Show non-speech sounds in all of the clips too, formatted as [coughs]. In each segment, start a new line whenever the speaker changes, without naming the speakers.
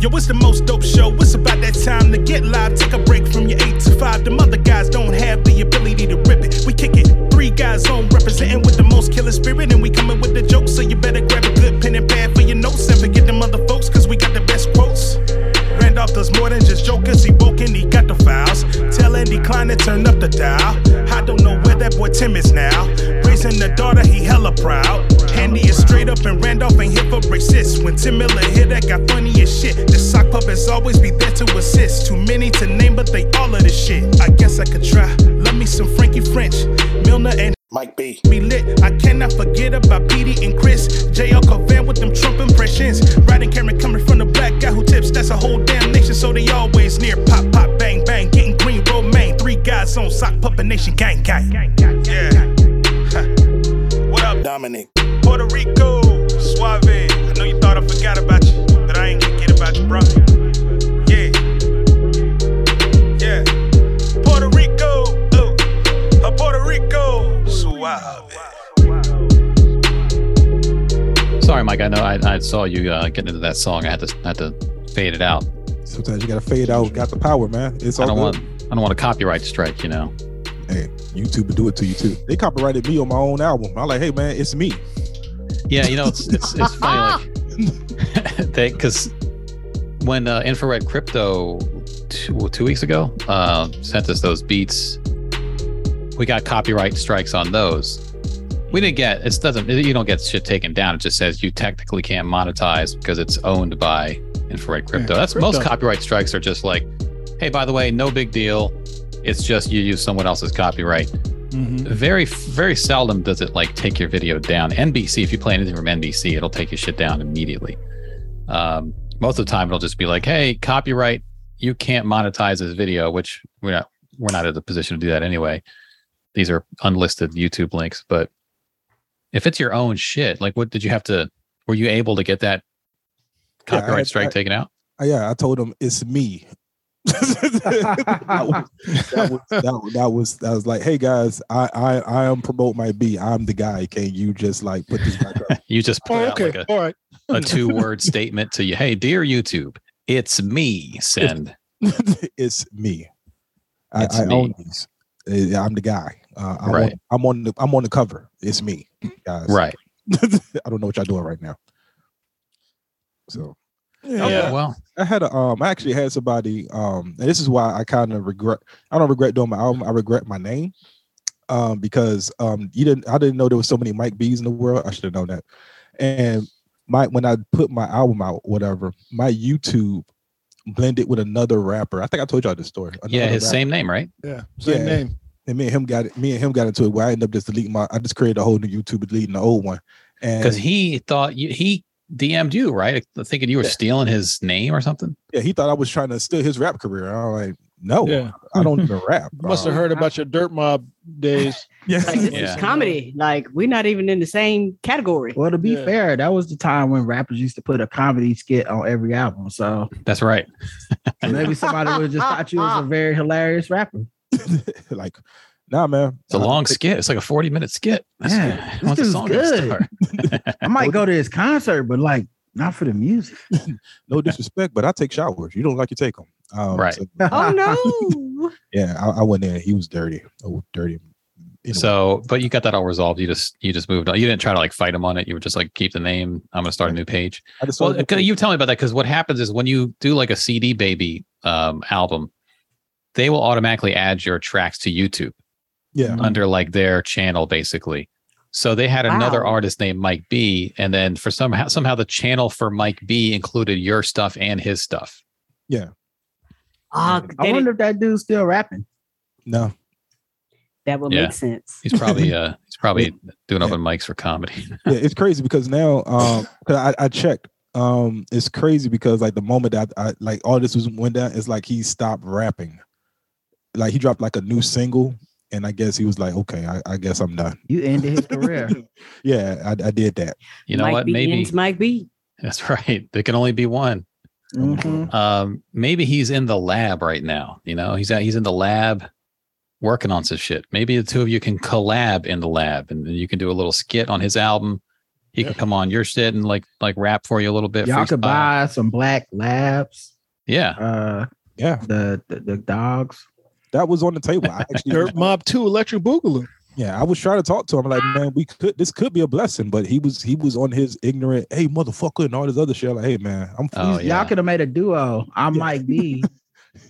Yo, it's the most dope show. It's about that time to get live. Take a break from your 8 to 5. Them other guys don't have the ability to rip it. We kick it. Three guys on representing with the most killer spirit. And we coming with the jokes. So you better grab a good pen and pad for your notes. And forget them other folks, cause we got the best quotes. Randolph does more than just jokers. He woke and he got the files. Tell Andy Klein to turn up the dial. I don't know where that boy Tim is now. Raising the daughter, he hella proud. Andy is straight up and Randolph ain't here for racist. When Tim Miller hit that got funny as shit. The sock puppets always be there to assist. Too many to name, but they all of this shit. I guess I could try. Love me some Frankie French, Milner and Mike B. Be lit. I cannot forget about Petey and Chris. JL Covan with them Trump impressions. Riding Cameron coming from the black guy who tips. That's a whole damn nation, so they always near. Pop, pop, bang, bang. Getting green, romaine. Three guys on sock puppet nation, gang, gang. Yeah. Huh. [laughs] What up, Dominic? Puerto Rico, Suave. I know you thought I forgot about you, but I ain't gonna get about you, bro. Yeah. Yeah. Puerto Rico, ooh. A Puerto Rico, Suave.
Sorry, Mike. I know I, I saw you uh, getting into that song. I had to had to fade it out.
Sometimes you gotta fade out. Got the power, man. It's
I
all
don't
good.
want I don't want a copyright strike. You know.
hey, YouTube will do it to you too. They copyrighted me on my own album. I'm like, hey man, it's me.
Yeah, you know it's it's, it's funny like they because when uh, Infrared Crypto two, well, two weeks ago uh, sent us those beats, we got copyright strikes on those. We didn't get it doesn't you don't get shit taken down. It just says you technically can't monetize because it's owned by Infrared Crypto. That's most
crypto.
copyright strikes are just like, hey, by the way, no big deal. It's just you use someone else's copyright very very seldom does it like take your video down nbc if you play anything from nbc it'll take your shit down immediately um, most of the time it'll just be like hey copyright you can't monetize this video which we're not we're not in the position to do that anyway these are unlisted youtube links but if it's your own shit like what did you have to were you able to get that
Yeah, I
copyright
had-
strike
I-
taken out [laughs]
Uh, yeah, I told them it's me.
[laughs]
that, was, that, was, [laughs] that, was- that was that was like, hey guys, I I I am promote my B. I'm the guy. Can you just like put this [laughs] back up?
you just put
Oh,
out
okay.
like
All right.
a, a two word statement to you hey dear youtube it's me
[laughs]
send
it's me. I,
It's
I
me.
own these. Uh, I'm the guy. Uh, I'm,
Right.
on, I'm on the I'm on the cover. It's me, guys.
right
[laughs] I don't know what y'all doing right now. So
Yeah.
yeah Oh, well
I had a um I actually had somebody um and this is why I kind of regret I don't regret doing my album, I regret my name. Um because um you didn't I didn't know there was so many Mike B's in the world. I should have known that. And my when I put my album out, whatever, my YouTube blended with another rapper. I think I told y'all this story.
yeah
Another
his
rapper.
same name right
Yeah. Same
Yeah.
name.
and me and him got it, me and him got into it where I ended up just deleting my I just created a whole new YouTube deleting the old one. And
because he thought you, he DM'd you, right? Thinking you were
Yeah.
stealing his name or something.
yeah, he thought I was trying to steal his rap career. I was like, no,
Yeah.
I don't even rap.
Must have
Um,
heard about your dirt mob
[laughs]
days.
Like, this
Yeah.
is comedy. Like we're not even in the same category.
Well, to be
Yeah.
fair, that was the time when rappers used to put a comedy skit on every album. So
That's right.
maybe somebody would have just thought you was a very hilarious rapper.
like, nah, man.
It's a
Uh,
long skit. It's like a forty-minute skit. That's-
Yeah, this
once the
dude's
song gets
good.
started.
[laughs] I might go to his concert, but like not for the music.
[laughs] No disrespect, but I take showers. You don't like you take them. Um,
[laughs]
Right.
so,
Oh no.
[laughs] yeah, I, I went in. He was dirty. Oh, dirty. Anyway,
So, but you got that all resolved. You just you just moved on. You didn't try to like fight him on it. You were just like keep the name. I'm gonna start a new page.
I just
Well,
wanted to-
okay, you tell me about that because what happens is when you do like a CD Baby um, album, they will automatically add your tracks to YouTube
yeah,
Mm-hmm.
under like their channel, basically. So they had another
Wow.
artist named Mike B, and then for somehow somehow the channel for Mike B included your stuff and his stuff.
Ah,
I
they didn't-
wonder if that dude's still rapping.
no,
that would
Yeah.
make sense.
He's probably uh he's probably doing
Yeah.
open mics for comedy. [laughs]
yeah, it's crazy because now, um, 'cause I, I checked. Um, it's crazy because like the moment that I like all this was went down, it's like he stopped rapping. Like he dropped like a new single, and I guess he was like, okay, I, I guess I'm done.
You ended his career.
[laughs] Yeah, I, I did that.
You know
Mike
what?
B
Maybe
ends Mike B.
that's right. There can only be one.
Mhm.
Um, maybe he's in the lab right now. You know, he's at, he's in the lab working on some shit. Maybe the two of you can collab in the lab, and then you can do a little skit on his album, He
Yep.
can come on your shit and like like rap for you a little bit.
Y'all could
freestyle.
buy some black labs,
Yeah.
uh,
Yeah,
the, the the dogs.
that was on the table. I actually, [laughs]
Dirt Mob Two, Electric Boogaloo.
yeah, I was trying to talk to him. Like, man, we could this could be a blessing, but he was he was on his ignorant, hey motherfucker, and all this other shit. Like, hey man, I'm
Oh
Y'all
yeah.
could have made a duo. I'm
[laughs]
Mike B.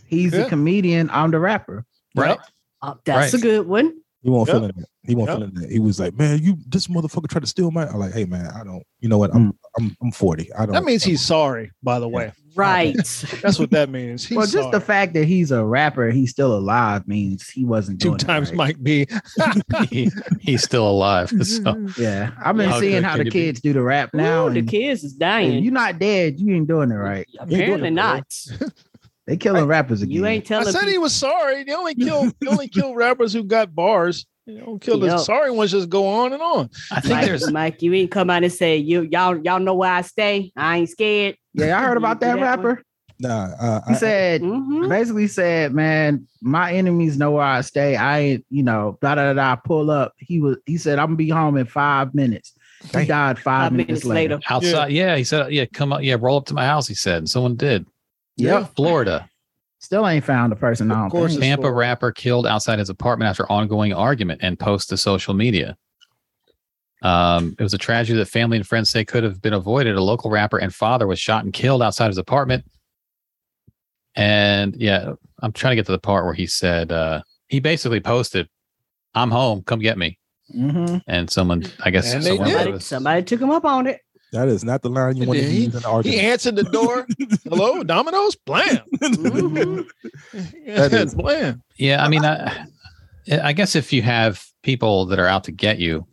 He's
Yeah.
the comedian. I'm the rapper.
Right.
Uh, that's
Right.
a good one.
He won't
Yep.
feeling that. He won't
Yep.
feeling that. He was like, "Man, you this motherfucker tried to steal my." I'm like, "Hey, man, I don't. You know what? I'm
Mm.
I'm I'm 40. I don't."
That means he's sorry, by the way.
[laughs] Right.
That's what that means. He's
well, just the
sorry.
fact that he's a rapper, he's still alive means he wasn't
two
doing it
times
right.
Mike B.
[laughs]
He- [laughs] he's still [laughs] alive. So
Yeah, I've been
How
seeing
good
how
can
the
you be?
kids do the rap
now
now.
the
and
kids is
if
dying.
you're not dead, you ain't doing it right.
Apparently
doing it, bro.
not.
They killing rappers again.
You ain't
I
telling.
said he
people-
was sorry. They only kill they only kill rappers who got bars. They don't kill the
Yup.
sorry ones. Just go on and on.
I think
Mike,
there's
Mike, you ain't come out and say you y'all y'all know where I stay. I ain't scared.
yeah, I
[laughs]
heard about that,
That one.
rapper.
nah. Uh,
He
I-
said
Mhm.
basically said, "Man, my enemies know where I stay. I ain't, you know, da da da. da pull up." He was. He said, "I'm gonna be home in five minutes." He
Damn.
died five,
Five
minutes, later.
outside. Yeah. He said, yeah, come up. Yeah. Roll up to my house. He said, and someone did.
Yep.
Florida.
Still ain't found the person. I
Of
don't
course
think.
it's-
Tampa
Florida.
rapper killed outside his apartment after ongoing argument and post to social media. Um, it was a tragedy that family and friends say could have been avoided. A local rapper and father was shot and killed outside his apartment. And yeah, I'm trying to get to the part where he said uh, he basically posted, "I'm home, come get me."
Mhm.
And someone, I guess,
And they
someone
did.
might
Somebody,
have-
somebody took him up on it.
that is not the line you want to
Did he-
use in an
He
argument.
answered
[laughs]
the door. Hello, Domino's. Blam. [laughs]
Mhm.
That is-
Blam.
Yeah, I mean, I, I guess if you have people that are out to get you,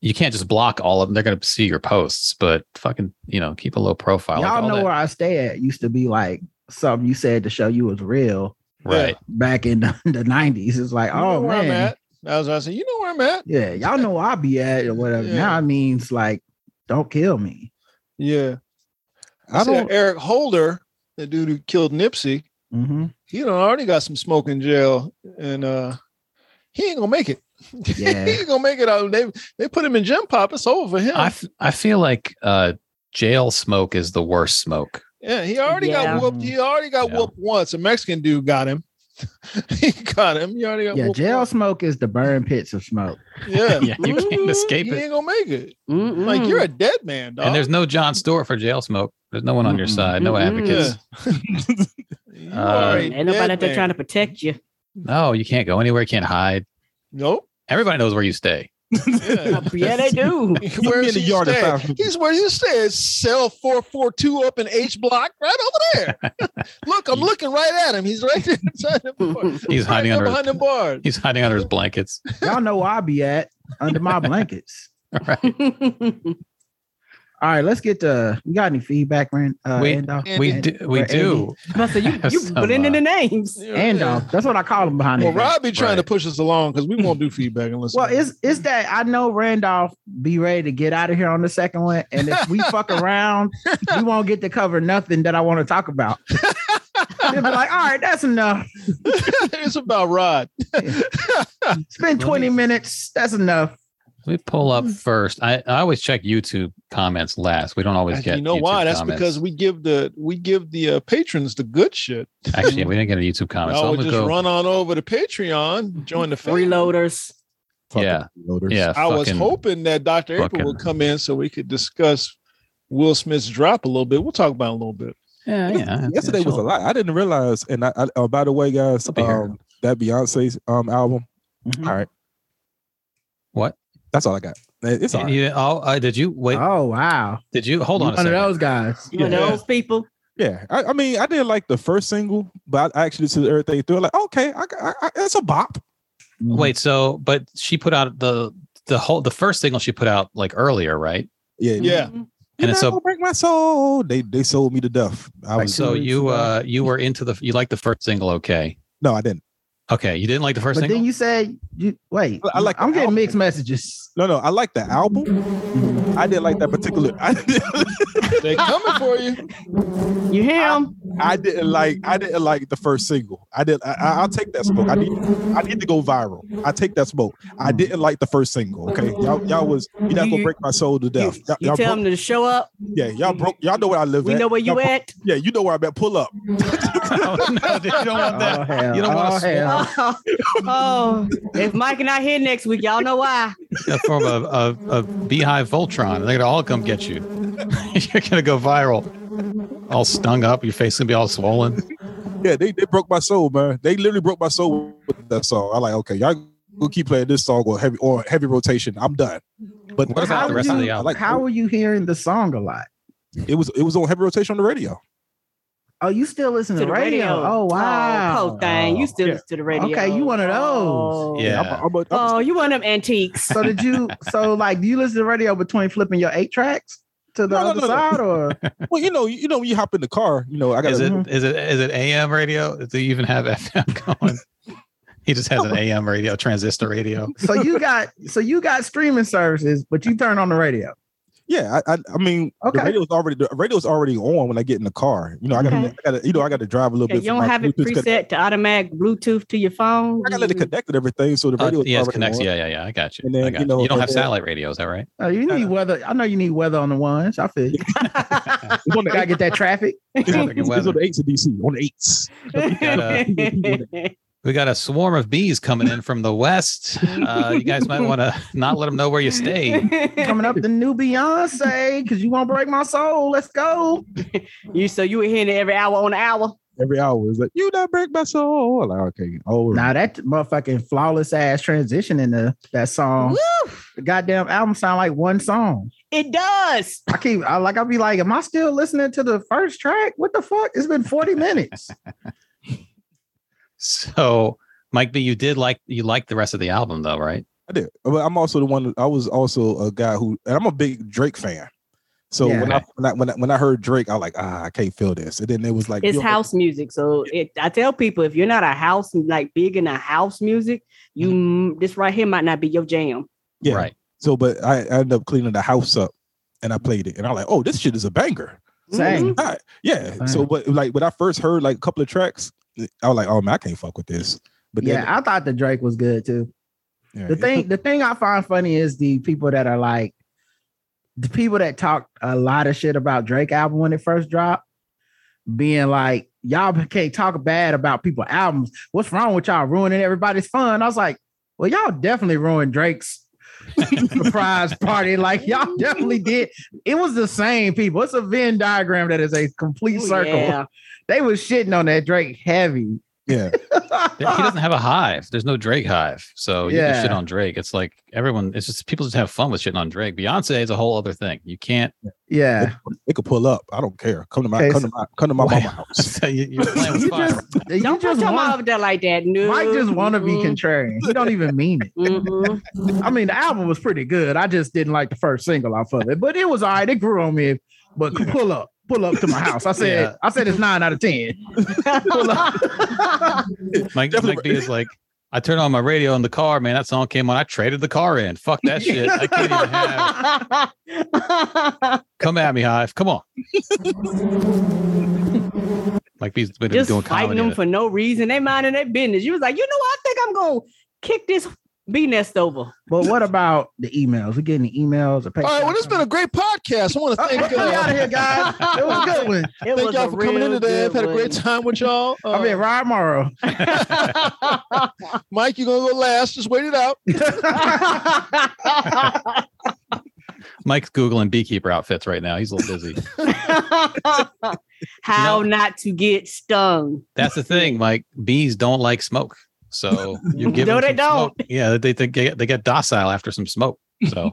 you can't just block all of them. They're going to see your posts, but fucking, you know, keep a low profile. like
Y'all
all
know
that.
where I stay at used to be like something you said to show you was real
right?
back in the, [laughs] the 90s. It's like,
You know
oh
where I'm
man,
at. That was what I said. You know where I'm at.
yeah, y'all know where I be at or whatever.
Yeah.
Now it means like, don't kill me.
Yeah. I,
I
see that
don't.
Eric Holder, the dude who killed Nipsey,
Mhm.
he done already got some smoke in jail, and uh he ain't gonna make it. [laughs]
Yeah.
he ain't gonna make it out. They they put him in gym pop. It's over for him.
I, f- I feel like uh, jail smoke is the worst smoke.
yeah, he already
Yeah.
got whooped. He already got
Yeah.
whooped once. A Mexican dude got him. [laughs] he got him. He already got
Yeah, [laughs]
whooped.
jail
once.
smoke is the burn pits of smoke.
Yeah.
[laughs]
Mm-hmm.
Yeah, you can't
Mhm.
He
escape it.
ain't gonna make it.
Mm-mm.
Like you're a dead man, dog.
And there's no John Stewart for jail smoke. There's no one on your
Mm-mm.
side, no
Mm-mm.
advocates.
You
Uh,
are a
Mm-hmm. ain't nobody out
dead
there
man.
trying to protect you.
No, you can't go anywhere. You can't hide.
Nope.
Everybody knows where you stay.
Yeah.
Yeah, they
[laughs]
[laughs]
do.
me
Where's
in the
he
yard at
stay?
five fifty.
He's where he says cell 442 up in H block right over there.
[laughs]
Look, I'm looking right at him. He's right [laughs] there inside the bar.
[laughs]
[laughs]
He's hiding
Right there
under
behind the
his,
bar.
he's hiding under his blankets.
Y'all know where I be at under my
[laughs]
blankets. All right, let's get to you got any feedback, Rand? Uh,
We-
Randolph?
We
Rand-
do. We
Or
do.
But so you,
[laughs] Have
you
some,
put in
uh,
the names.
[laughs]
Randolph. uh, That's what I call him behind
Well,
it.
Rob be trying to
Right.
push us along because we
[laughs]
won't do feedback unless.
Well, it's it's that I know Randolph be ready to get out of here on the second one, and if we
[laughs]
fuck around, we won't get to cover nothing that I want to talk about. They'll be like, all right, that's
[laughs]
enough.
it's about
[laughs]
Rod.
It's been twenty minutes. That's enough.
Let me pull up first. I, I always check YouTube comments last. We don't always get.
you know
YouTube
why? That's
comments.
because we give the we give the uh, patrons the good shit. [laughs]
actually we didn't get a YouTube comment. So
Y'all
I'm
would
gonna
just
go.
run on over to Patreon, join the family.
Freeloaders.
Yeah.
Loaders.
Yeah,
I was
fucking-
hoping that Dr. April
fucking-
would come in so we could discuss Will Smith's drop a little bit. We'll talk about it a little bit.
Oh,
Yeah, yeah.
Yesterday
yeah,
was a
sure.
lot. I didn't realize. And I, I oh, by the way, guys,
Be here.
um, that Beyonce's um album.
Mhm.
All right,
What?
that's all I got. It's all right.
You- oh, uh, did you wait?
Oh wow,
Did you hold
You
on? A
one of
second.
those guys.
You know
Yeah.
those people.
Yeah, I, I mean, I did like the first single, but I actually listened to everything through. Like, okay, I, I, I, it's a bop.
Wait, so but she put out the the whole the first single she put out like earlier, right?
Yeah,
Yeah.
Mhm.
And
And
it's
so-
gonna break my soul. They they sold me to death. I was
so
two weeks
you
ago.
uh you were into the you liked the first single, okay?
no, I didn't.
Okay, you didn't like the first
But
single.
then you said you wait.
I like
I'm
the
getting
album.
mixed messages.
No, no, I like the album. [laughs] I did like that particular. I, did,
[laughs]
They coming for you.
You hear 'em?
I didn't like I didn't like the first single. I did I, I- I'll take that smoke. I need I need to go viral. I take that smoke. I
Mm.
didn't like the first single. Okay, y'all y'all was you're not gonna break my soul to death. Y'all,
You
y'all
tell
broke-
them to show up.
yeah, y'all broke. Y'all know where I live.
We
at.
know where
Y'all
you
bro-
at.
Yeah, you know where I'm at. Pull up.
Oh, no, you don't want
[laughs]
that.
Oh, hell.
You don't wanna
oh, hell.
Oh, [laughs] oh, if Mike and I here next week, y'all know why.
a form of, of, of beehive Voltron. They're gonna all come get you. [laughs] You're gonna go viral. All stung up, your face gonna be all swollen.
Yeah, they, they broke my soul, man. They literally broke my soul with that song. I like okay, y'all gonna keep playing this song or heavy or heavy rotation. I'm done. But
What about
How
the rest of
you-
the
I
album?
like
How
how
were you hearing the song a lot?
it was it was on heavy rotation on the radio.
Oh, you still listen
To
to,
the radio.
Oh wow.
Oh, poor thing. You still
Yeah.
listen to the radio.
Okay, you one of those.
Oh.
Yeah.
I'm a- I'm a- I'm a-
Oh, you one of them antiques.
so did you? So like, do you listen to the radio between flipping your eight tracks to the
No, no,
other
no, no.
side, or
[laughs] well, you know, you know, when you hop in the car, you know, I got
Is
to
it
Mhm.
is it is it AM radio? Do you even have [laughs] FM going? He just has an AM radio, transistor radio.
so you got? So you got streaming services, but you turn on the radio.
Yeah, I, I, I mean, okay. the
Okay.
radio's already the radio's already on when I get in the car. You know, I gotta,
Okay.
I gotta you know, I gotta drive a little
Okay,
bit.
you
for
don't
my
have it
Bluetooth connect-
preset to automatic Bluetooth to your phone.
I gotta let it connect and everything, so the
Uh,
radio
yeah, it
already
connects.
on.
Yeah, yeah, yeah. I got you.
And then,
I got
you
you,
know,
you don't
and
have
then-
satellite radio, is that right?
Oh, you
Uh-huh.
need weather. I know you need weather on the ones. I
[laughs]
feel you.
It's on the
[laughs] Gotta
eights.
get that
[laughs]
traffic.
It's on,
Fucking
it's- it's
weather.
on the eights of DC. On the eights.
[laughs]
[laughs]
[laughs]
We got a swarm of bees coming in from the west. Uh, you guys might want to not let them know where you stay.
Coming up, the new Beyonce, because you won't break my soul. Let's go.
[laughs] you so you were hearing it every hour on the hour.
Every hour is like you not break my soul. I'm Like okay, oh
Now that motherfucking flawless ass transition into that song.
Woo!
The goddamn album sound like one song.
It does.
I keep I like I'll be like, am I still listening to the first track? What the fuck? It's been
[laughs]
40 minutes.
So, Mike B, you did like you liked the rest of the album though, right?
I did. But I'm also the one. I was also a guy who, and I'm a big Drake fan. So
Yeah.
when, I, when I when I when I heard Drake, I like ah, I can't feel this. And then it was like
It's
you know,
house music. So it, I tell people if you're not a house like big in a house music, you
Mm-hmm.
m this right here might not be your jam.
Yeah.
Right.
So, but I, I ended up cleaning the house up, and I played it, and I'm like, oh, this shit is a banger.
Same.
All right. Yeah. So,
Right.
but like when I first heard like a couple of tracks, I was like, oh man, I can't fuck with this. But then,
yeah, I thought the Drake was good too.
yeah,
The
it-
thing the thing I find funny is the people that are like the people that talk a lot of shit about Drake album when it first dropped, being like, y'all can't talk bad about people albums. What's wrong with y'all ruining everybody's fun? I was like, well, y'all definitely ruined Drake's [laughs] surprise party. Like y'all definitely did. It was the same people. It's a Venn diagram that is a complete
Ooh,
circle.
yeah.
[laughs] They was shitting on that Drake heavy.
yeah.
There- He doesn't have a hive. There's no Drake hive, so you can shit
Yeah.
on Drake. It's like everyone. It's just people just have fun with shitting on Drake. Beyonce is a whole other thing. You can't.
yeah.
They could pull up. I don't care. Come to my
Okay,
come
so-
to my come to my
Wow.
mama house. [laughs]
So you, you're playing with
You
fire.
just, you
Don't put
just
your
want-
mouth over there like that. No.
Mike just want to be
Mm-hmm.
Mm-mm.
contrarian. He don't even mean it.
Mhm.
I mean, the album was pretty good. I just didn't like the first single off of it, but it was all right. It grew on me. But pull up, pull up to my house. I said,
Yeah.
I said it's nine out of ten.
Mike,
Definitely.
Mike B is like, I turned on my radio in the car, man. That song came on. I traded the car in. Fuck
[laughs]
that shit. I can't even have. Come at me, Hive. Come on. Mike B's been
just
doing
fighting
comedy.
them for no reason. They minding their business. You was like, you know, what? I think I'm gonna kick this bee nest over.
But what about the emails? We getting the emails or
All right, well, it's been a great podcast. I want to
oh,
thank,
we out
uh,
of here, guys. It was a good one.
It
[laughs] thank
was
y'all
a
for coming in
real
today. I've
good
had a great
one.
time with
[laughs]
y'all. Uh,
I mean,
[laughs]
Ryan Morrow.
[laughs] Mike, you're gonna go last. Just wait it
[laughs]
out.
Mike's Googling beekeeper outfits right now. He's a little busy.
How [laughs]
You know-
not to get stung.
That's the thing, Mike. Bees don't like smoke.
[laughs]
So you give
No,
them
they
some smoke- Yeah, they, they get they get docile after some smoke.
[laughs]
So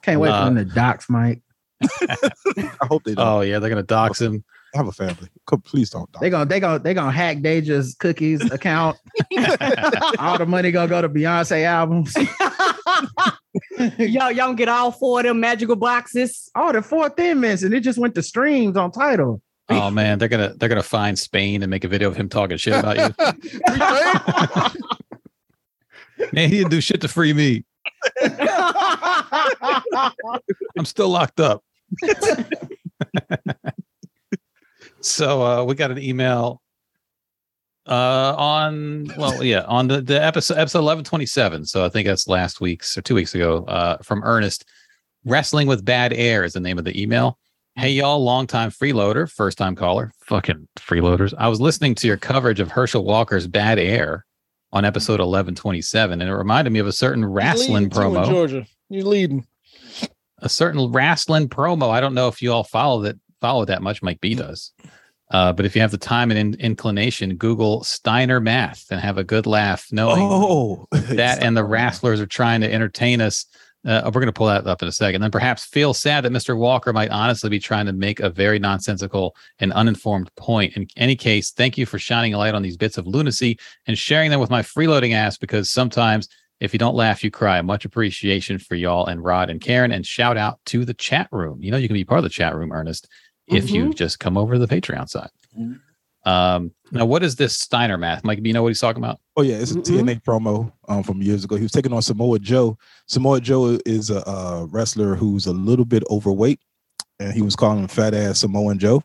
Can't wait
Nah.
for them to dox Mike.
I hope they don't.
oh yeah, they're
[laughs]
gonna dox him.
I have a family. Come, please don't.
They gonna they gonna they gonna hack Deja's cookies
[laughs]
account. all the money gonna go to Beyonce albums.
y'all, y'all gonna get all four of them magical boxes.
Oh, the four thin mints, and it just went to streams on title.
Oh man, they're gonna they're gonna find Spain and make a video of him talking shit about you.
[laughs]
Man, he didn't do shit to free me. I'm still locked up. So uh, we got an email uh, on well, yeah, on the, the episode episode eleven twenty seven. So I think that's last week's or two weeks ago uh, from Ernest. Wrestling with bad air is the name of the email. Hey y'all, longtime freeloader, first time caller. Fucking freeloaders. I was listening to your coverage of Herschel Walker's Bad Air on episode eleven twenty seven, and it reminded me of a certain wrestling
Leading too in
promo
Georgia, you're
[laughs]
leading.
a certain wrestling promo. I don't know if you all follow that follow that much. Mike B does, uh, but if you have the time and in- inclination, Google Steiner math and have a good laugh, knowing
Oh,
that and the wrestlers are trying to entertain us. Uh, we're going to pull that up in a second. Then perhaps feel sad that Mr. Walker might honestly be trying to make a very nonsensical and uninformed point. In any case, thank you for shining a light on these bits of lunacy and sharing them with my freeloading ass because sometimes if you don't laugh, you cry. Much appreciation for y'all and Rod and Karen. And shout out to the chat room. You know, you can be part of the chat room, Ernest, if you just come over to the Patreon side.
Mhm.
Um, now, what is this Steiner math? Mike, do you know what he's talking about?
Oh yeah, it's a
Mhm.
Mm-hmm.
TNA promo um, from years ago. He was taking on Samoa Joe. Samoa Joe is a, uh wrestler who's a little bit overweight, and he was calling him fat ass Samoan
[laughs]
Joe.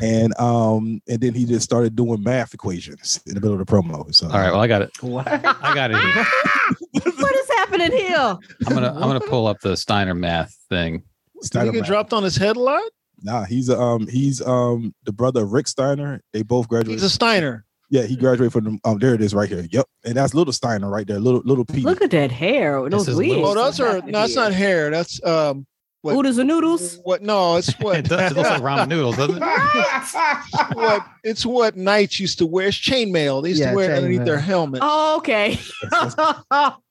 And um, and then he just started doing math equations in the middle of the promo. So
All right, well, I got it.
What?
I got it here.
what is happening here?
I'm gonna
[laughs]
I'm gonna pull up the Steiner math thing.
Did he
Steiner,
get dropped on his head a lot?
nah, he's um he's um the brother of Rick Steiner. They both graduated.
He's a Steiner.
yeah, he graduated from um there it is right here. Yep, and that's little Steiner right there, little little Pete.
Look at that hair. Those
is
wigs.
little-
Oh, those are no, that's not hair. That's um, what-
Oodles and noodles.
what? No,
[laughs]
it's
It,
what.
does, it looks like ramen noodles, doesn't it?
what it's what knights used to wear. It's chainmail. They used
Yeah,
to wear it underneath
chainmail.
their helmet.
[laughs] Oh, okay.
That's,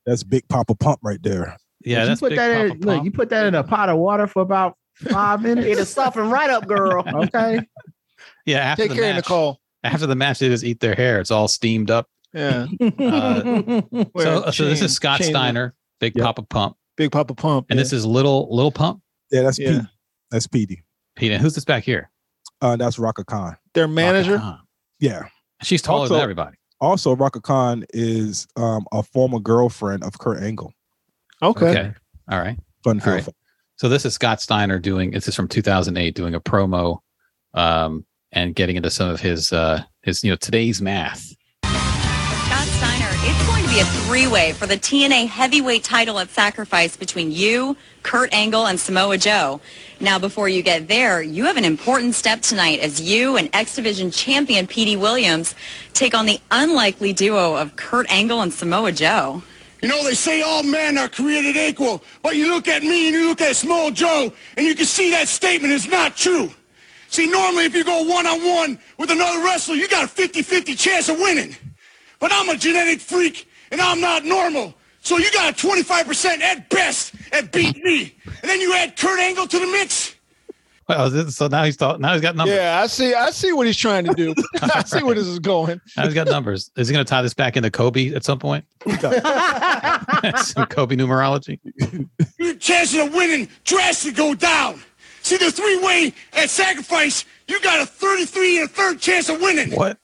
that's Big Papa Pump right there.
Yeah,
you
that's
put
big
that in.
Papa
Look,
Pump.
you put that in a pot of water for about five
It'll
minutes.
soften right up, girl.
[laughs] okay.
yeah, after
Take
the
care,
match,
Nicole.
after the match, they just eat their hair. It's all steamed up.
Yeah.
[laughs]
Wear
Uh, So,
a
so this
chain-
is Scott
chainmail.
Steiner, Big
Yep.
Papa Pump,
Big Papa Pump.
and
yeah.
this is little little Pump.
Yeah, that's
Yeah.
Pete. That's Petey.
Peter, who's this back here?
Uh, that's Raka Khan.
their manager.
Baka Khan.
Yeah.
She's taller than
Also-
everybody.
also Raka Khan is um, a former girlfriend of Kurt Angle.
Okay.
Okay. All right.
Fun
All
fact.
right. So this is Scott Steiner doing. This is from 2008, doing a promo, um, and getting into some of his uh his you know today's math.
Scott Steiner, it's going to be a three-way for the TNA heavyweight title at Sacrifice between you, Kurt Angle, and Samoa Joe. Now, before you get there, you have an important step tonight as you and X Division champion Petey Williams take on the unlikely duo of Kurt Angle and Samoa Joe.
You know, they say all men are created equal, but you look at me and you look at Small Joe, and you can see that statement is not true. See, normally if you go one-on-one with another wrestler, you got a 50-50 chance of winning. But I'm a genetic freak, and I'm not normal. So you got a 25% at best at beat me. And then you add Kurt Angle to the mix.
Well, this, so now he's thought, now he's got numbers.
Yeah, I see. I see what he's trying to do. I see where this is going.
Now [laughs] he's got numbers. Is he going to tie this back into Kobe at some point? [laughs] Some Kobe numerology.
Your chances of winning drastically go down. See, the three-way at sacrifice, you got a 33 and a third chance of winning.
What?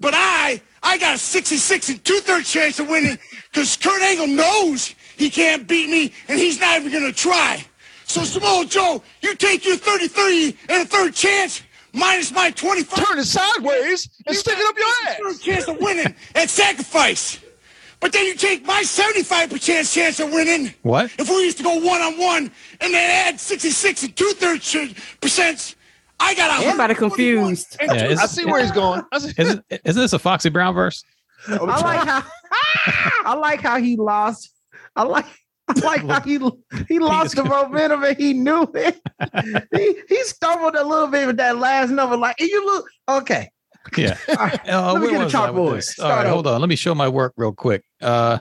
But I, I got a 66 and two-thirds chance of winning because Kurt Angle knows he can't beat me and he's not even going to try. So, Samoa Joe, you take your 33 and a third chance minus my 25
Turn it sideways and stick it up your ass.
third chance of winning and sacrifice. But then you take my 75% chance of winning
What?
if we used to go one-on-one and then add 66 and two-thirds percent. I got a
Everybody
141
confused.
and
Yeah,
I
it's-
see where he's going. I see.
Isn't, isn't this a Foxy Brown verse?
Oh,
I like how
[laughs]
I like how he lost. I like I like how he
[laughs]
he lost the momentum and he knew it. He he stumbled a little bit with that last number. Like "Hey, you look okay.
[laughs] Yeah.
Oh,
Uh,
Let me
where
get a
was I with
chalkboard.
this? All
Start
right,
over.
hold on. Let me show my work real quick. Uh,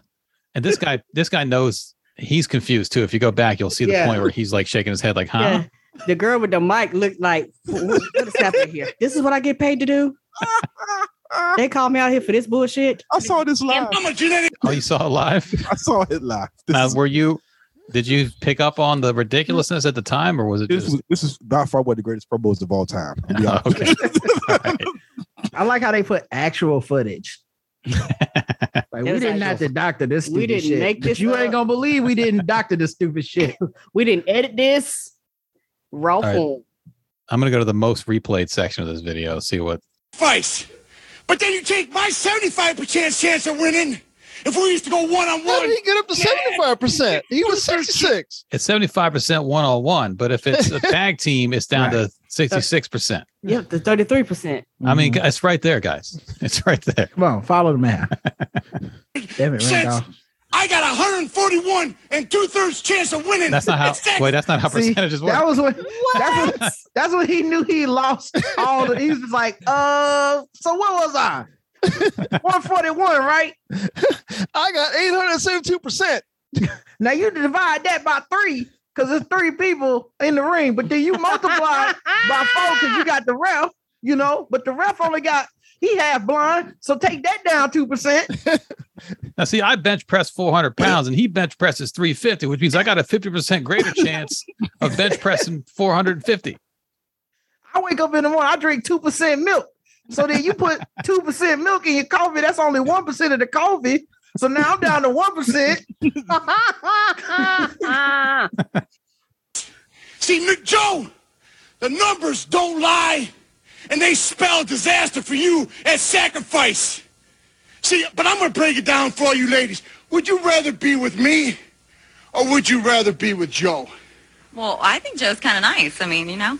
and this guy, this guy knows he's confused too. If you go back, you'll see the
Yeah.
point where he's like shaking his head, like, huh?
Yeah. The girl with the mic looked like, what what is happening here? This is what I get paid
[laughs]
to do? They called me out here for this bullshit.
I saw this live.
I'm a genetic
Oh, you saw
[laughs]
it live?
I saw it live. This,
Now,
is,
were you? Did you pick up on the ridiculousness at the time, or was it
this,
just?
was, this is by far one of the greatest promos of all time. I'll
[laughs]
be honest.
okay. All right.
I like how they put actual
[laughs]
footage. like
It
we
was
didn't
actual.
have to doctor this
We
stupid
didn't
shit.
make
But
this
you ain't
up.
gonna believe we didn't doctor this stupid shit.
We didn't edit this. Raw
right.
form.
I'm gonna go to the most replayed section of this video. See what.
Fights. But then you take my 75% chance of winning if we used to go one on
How
one.
did he get up to seventy-five percent? He was sixty-six.
It's 75 percent one on one, but if
[laughs]
it's a tag team, it's down to 66 percent.
Yep, the thirty three percent.
I mean,
Mm-hmm.
it's right there, guys. It's right there.
Come on, follow the
[laughs]
math. Damn it, Randolph.
I got 141 and two thirds chance of winning.
That's not how.
It's that-
Wait, that's not how
See,
percentages work.
that was when That's, when, [laughs] that's when he knew he lost all the he was just like, uh, so what
[laughs]
was I? 141, right?
I got eight hundred seventy-two percent.
Now you divide that by three because there's three people in the ring, but then you multiply by four because you got the ref, you know, but the ref only got he half blind, so take that down two percent.
Now, see, I bench press 400 pounds and he bench presses 350, which means I got a 50% greater chance of bench pressing 450.
I wake up in the morning, I drink two percent milk. So then you
[laughs]
put two percent milk in your coffee. That's only one percent of the coffee. So now I'm down to one
[laughs]
percent.
[laughs] See, Mick Joe, the numbers don't lie, and they spell disaster for you as sacrifice. See, but I'm gonna break it down for all you ladies. Would you rather be with me, or would you rather be with Joe?
Well, I think Joe's kind of nice. I mean, you know.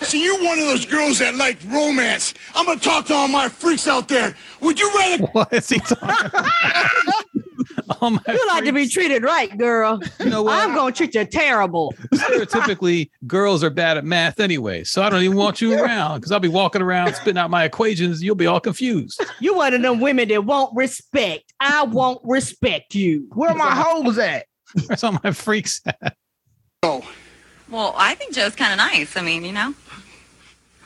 See, you one of those girls that like romance. I'm gonna talk to all my freaks out there. Would you rather?
[laughs] What is he talking about?
[laughs]
oh my
You like to be treated right, girl.
you know what?
I'm gonna treat you terrible.
Stereotypically, girls are bad at math anyway. So I don't even
[laughs]
want you around because I'll be walking around spitting out my equations. You'll be all confused.
You one of them women that won't respect. I won't respect you.
Where my hoes at?
That's all my freaks.
Well, I think Joe's kind of nice. I mean, you know.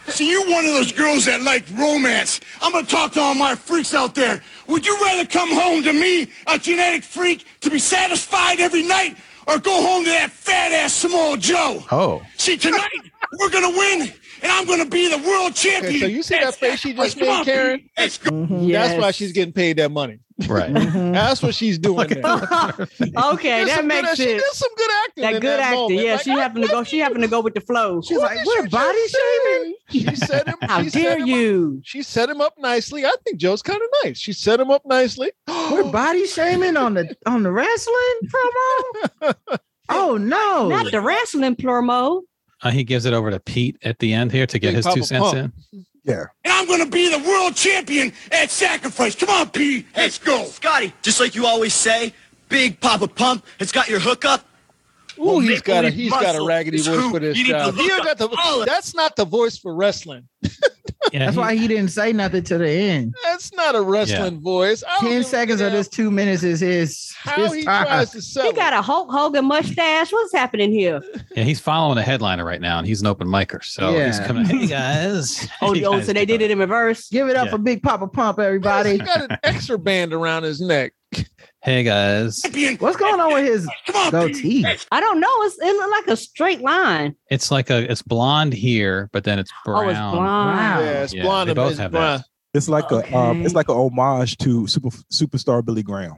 See, you one of those girls that like romance. I'm gonna talk to all my freaks out there. Would you rather come home to me, a genetic freak, to be satisfied every night, or go home to that fat ass Small Joe?
Oh,
See, tonight we're gonna win, and I'm gonna be the world champion.
Okay, so you see that
That's-
face she just
Come on,
made, Karen?
Let's go.
Mm-hmm.
That's why she's getting paid that money. [laughs]
right.
That's what she's doing. there.
[laughs] okay,
There's
that
some good
makes
act- She
sense.
did some good acting.
That
in
good
that
acting.
moment.
Yeah,
Like,
she
I
happened to go. She happened to go with the flow.
She's
What
like,
did
we're
you
body
just
shaming. She set him.
How
she set
dare
him up-
you?
she set him up nicely. I think Joe's kind of nice. She set him up nicely. [gasps]
We're body shaming on the on the wrestling promo. Oh no.
Not the wrestling plural.
Uh, he gives it over to Pete at the end here to get
Big
his
Papa
two cents
Pump.
in.
and I'm gonna be the world champion at sacrifice. Come on, P. Let's go.
Scotty, just like you always say, Big Papa Pump has got your hookup.
Ooh, Oh, he's got a
Mickey
he's got a
Muscle
raggedy
is
voice
who
for this
you need to
job. He
look
ain't got the,
all of-
that's not the voice for wrestling.
Yeah,
That's
he-
why he didn't say nothing to the end.
That's not a wrestling voice.
[laughs]
I don't give
Ten
a
seconds of
damn
this two minutes is his.
How
his
he
time.
[laughs]
tries to sell.
He
it.
got a Hulk Hogan mustache. What's happening here?
yeah, he's following a headliner right now, and he's an open micer. So he's
Yeah.
coming. Hey [laughs] guys.
Oh,
Hey,
oh
guys.
so they did it in reverse.
Give it up
Yeah.
for Big Papa Pump,
He [laughs]
everybody.
got an extra band around his neck.
Hey guys.
Champion.
What's going on with his
Come on, P.
goatee?
I don't know. It's, it looked like a straight line.
It's like a it's blonde here, but then it's brown.
Oh, it's blind.
Wow.
Yeah, it's
Yeah,
blonde.
they
and
both
it's
have
brown.
It's like a um, it's
Okay.
like a homage to super superstar Billy Graham.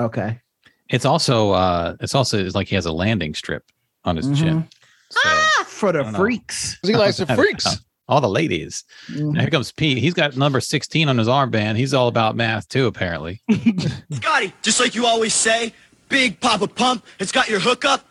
Okay.
It's also uh it's also it's like he has a landing strip on his chin. So,
[laughs] For
I
the
don't know.
freaks.
Mm-hmm.
'Cause [laughs] He likes
[laughs]
the freaks.
Oh, all the ladies. Now Here comes Pete. He's got number 16 on his armband. He's all about math
[laughs]
too, apparently.
Scotty, just like you always say, Big Papa Pump has got your hookup.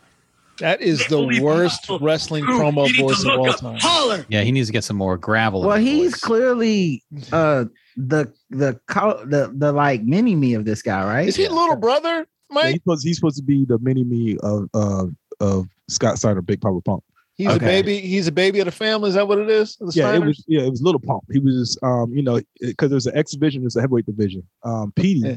That is the
Mickey
worst
Muscle
wrestling
Who
promo
you need to
voice of
look
all
up.
time.
Holler.
Yeah, he needs to get some more gravel. in
Well,
his
he's
voice.
clearly uh the the co- the the like mini me of this guy, right?
Is he little brother,
Yeah,
Mike?
he's, supposed, he's supposed to be the mini me of uh, of Scott Steiner, Big Papa Pump.
He's
Okay.
a baby. He's a baby of the family. Is that what it is? The
Yeah, it
Steiners?
was yeah, it was Little Pump. He was um, you know, because there's an X division, there's a heavyweight division. Um, Petey,
Yeah.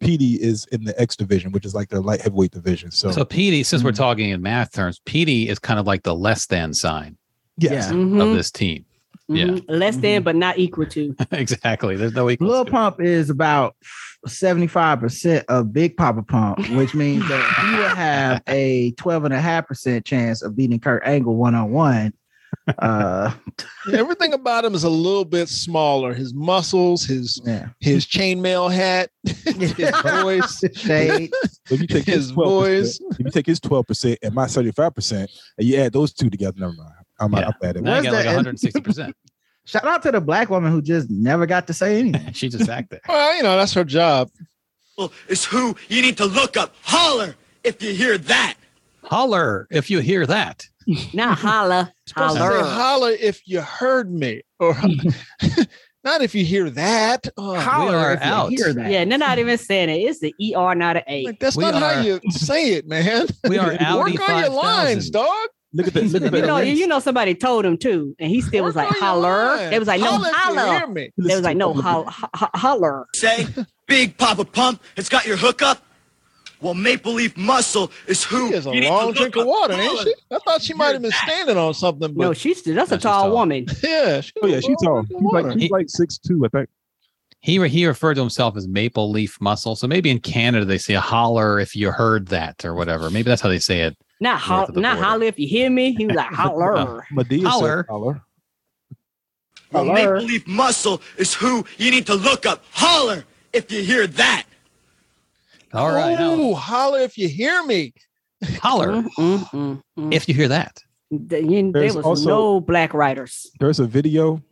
Petey is in the X division, which is like the light heavyweight division. So, Mm-hmm.
so Petey, since we're
Mhm.
talking in math terms, Petey is kind of like the less than sign
yes,
Yeah.
Mhm,
of this team. yeah.
mhm. Less
Mm-hmm.
than, but not equal to.
[laughs] exactly. There's no equal.
Lil Pump is about 75% of Big Papa Pump, which means that he will
[laughs]
have a 12.5% chance of beating Kurt Angle one on one. Uh,
Everything about him is a little bit smaller. His muscles, his
yeah.
his chainmail hat, [laughs]
[laughs]
his voice. [laughs]
Shade.
if you take his,
His
12%,
voice.
if you take his twelve percent and my thirty five percent, and you add those two together, never mind. I'm,
Yeah.
I'm bad at
Now you
Where's
got like
that-
160. percent
Shout out to the black woman who just never got to say anything.
[laughs] She just act there.
Well, you know, that's her job.
Is who you need to look up. Holler if you hear that.
Holler if you hear that.
Now holla,
Supposed to say
holler.
holla if you heard me,
[laughs]
or not if you hear that. Oh,
we are
if you
out.
Hear that.
Yeah, and they're not even saying it. It's the ER, not an A.
like, that's
We
not how
are-
you say it, man.
[laughs] We are
[laughs] Work
Audi
on your lines,
5000.
dog.
Look at the look at
[laughs]
You
the
know,
lyrics.
you know, somebody told him too, and he still was
Work
like,
on your
holler.
lines.
They was like, no,
if you
holler.
Hear me.
They was like, no, ho- ho- holler.
Say, Big Papa Pump, it's got your hookup. Well, Maple Leaf Muscle is who
She has a
you need to
long
look
drink of
up.
water, ain't
Holler.
she? I thought she might have been standing on something,
No,
but
she's that's
No,
a
she's
tall
tall.
woman.
yeah.
Oh yeah, she's tall.
She's
She's like she's
He-
like six two, I think.
He re- he referred to himself as maple leaf muscle. So maybe in Canada they say holler if you heard that or whatever. Maybe that's how they say it.
Not
North
ho-
of the
not
border.
holler if you hear me. He was
[laughs]
like, holler.
uh, Medea
Holler.
said holler.
Well,
Holler.
Maple Leaf Muscle is who you need to look up. Holler if you hear that.
All right, now,
Ooh, holler if you hear me.
holler
Mm, mm, mm, mm.
if you hear that.
Th- you- there
There's
was
also-
no black writers.
There's a video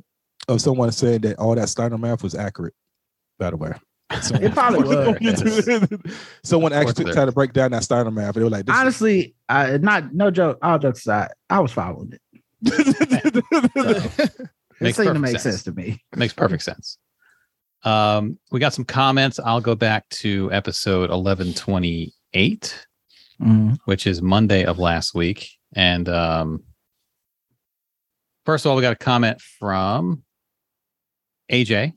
of someone saying that all that Steiner math was accurate. By the way,
It probably was.
someone
Of course
actually
it
tried to break down that Steiner math. They were like, this is-
Honestly, uh, not no joke. All jokes aside, I was following it. It
Makes
seemed to
perfect
make sense.
sense.
to me.
Makes perfect sense. Um, we got some comments. I'll go back to episode 1128,
Mm.
which is Monday of last week. And um, first of all, we got a comment from AJ.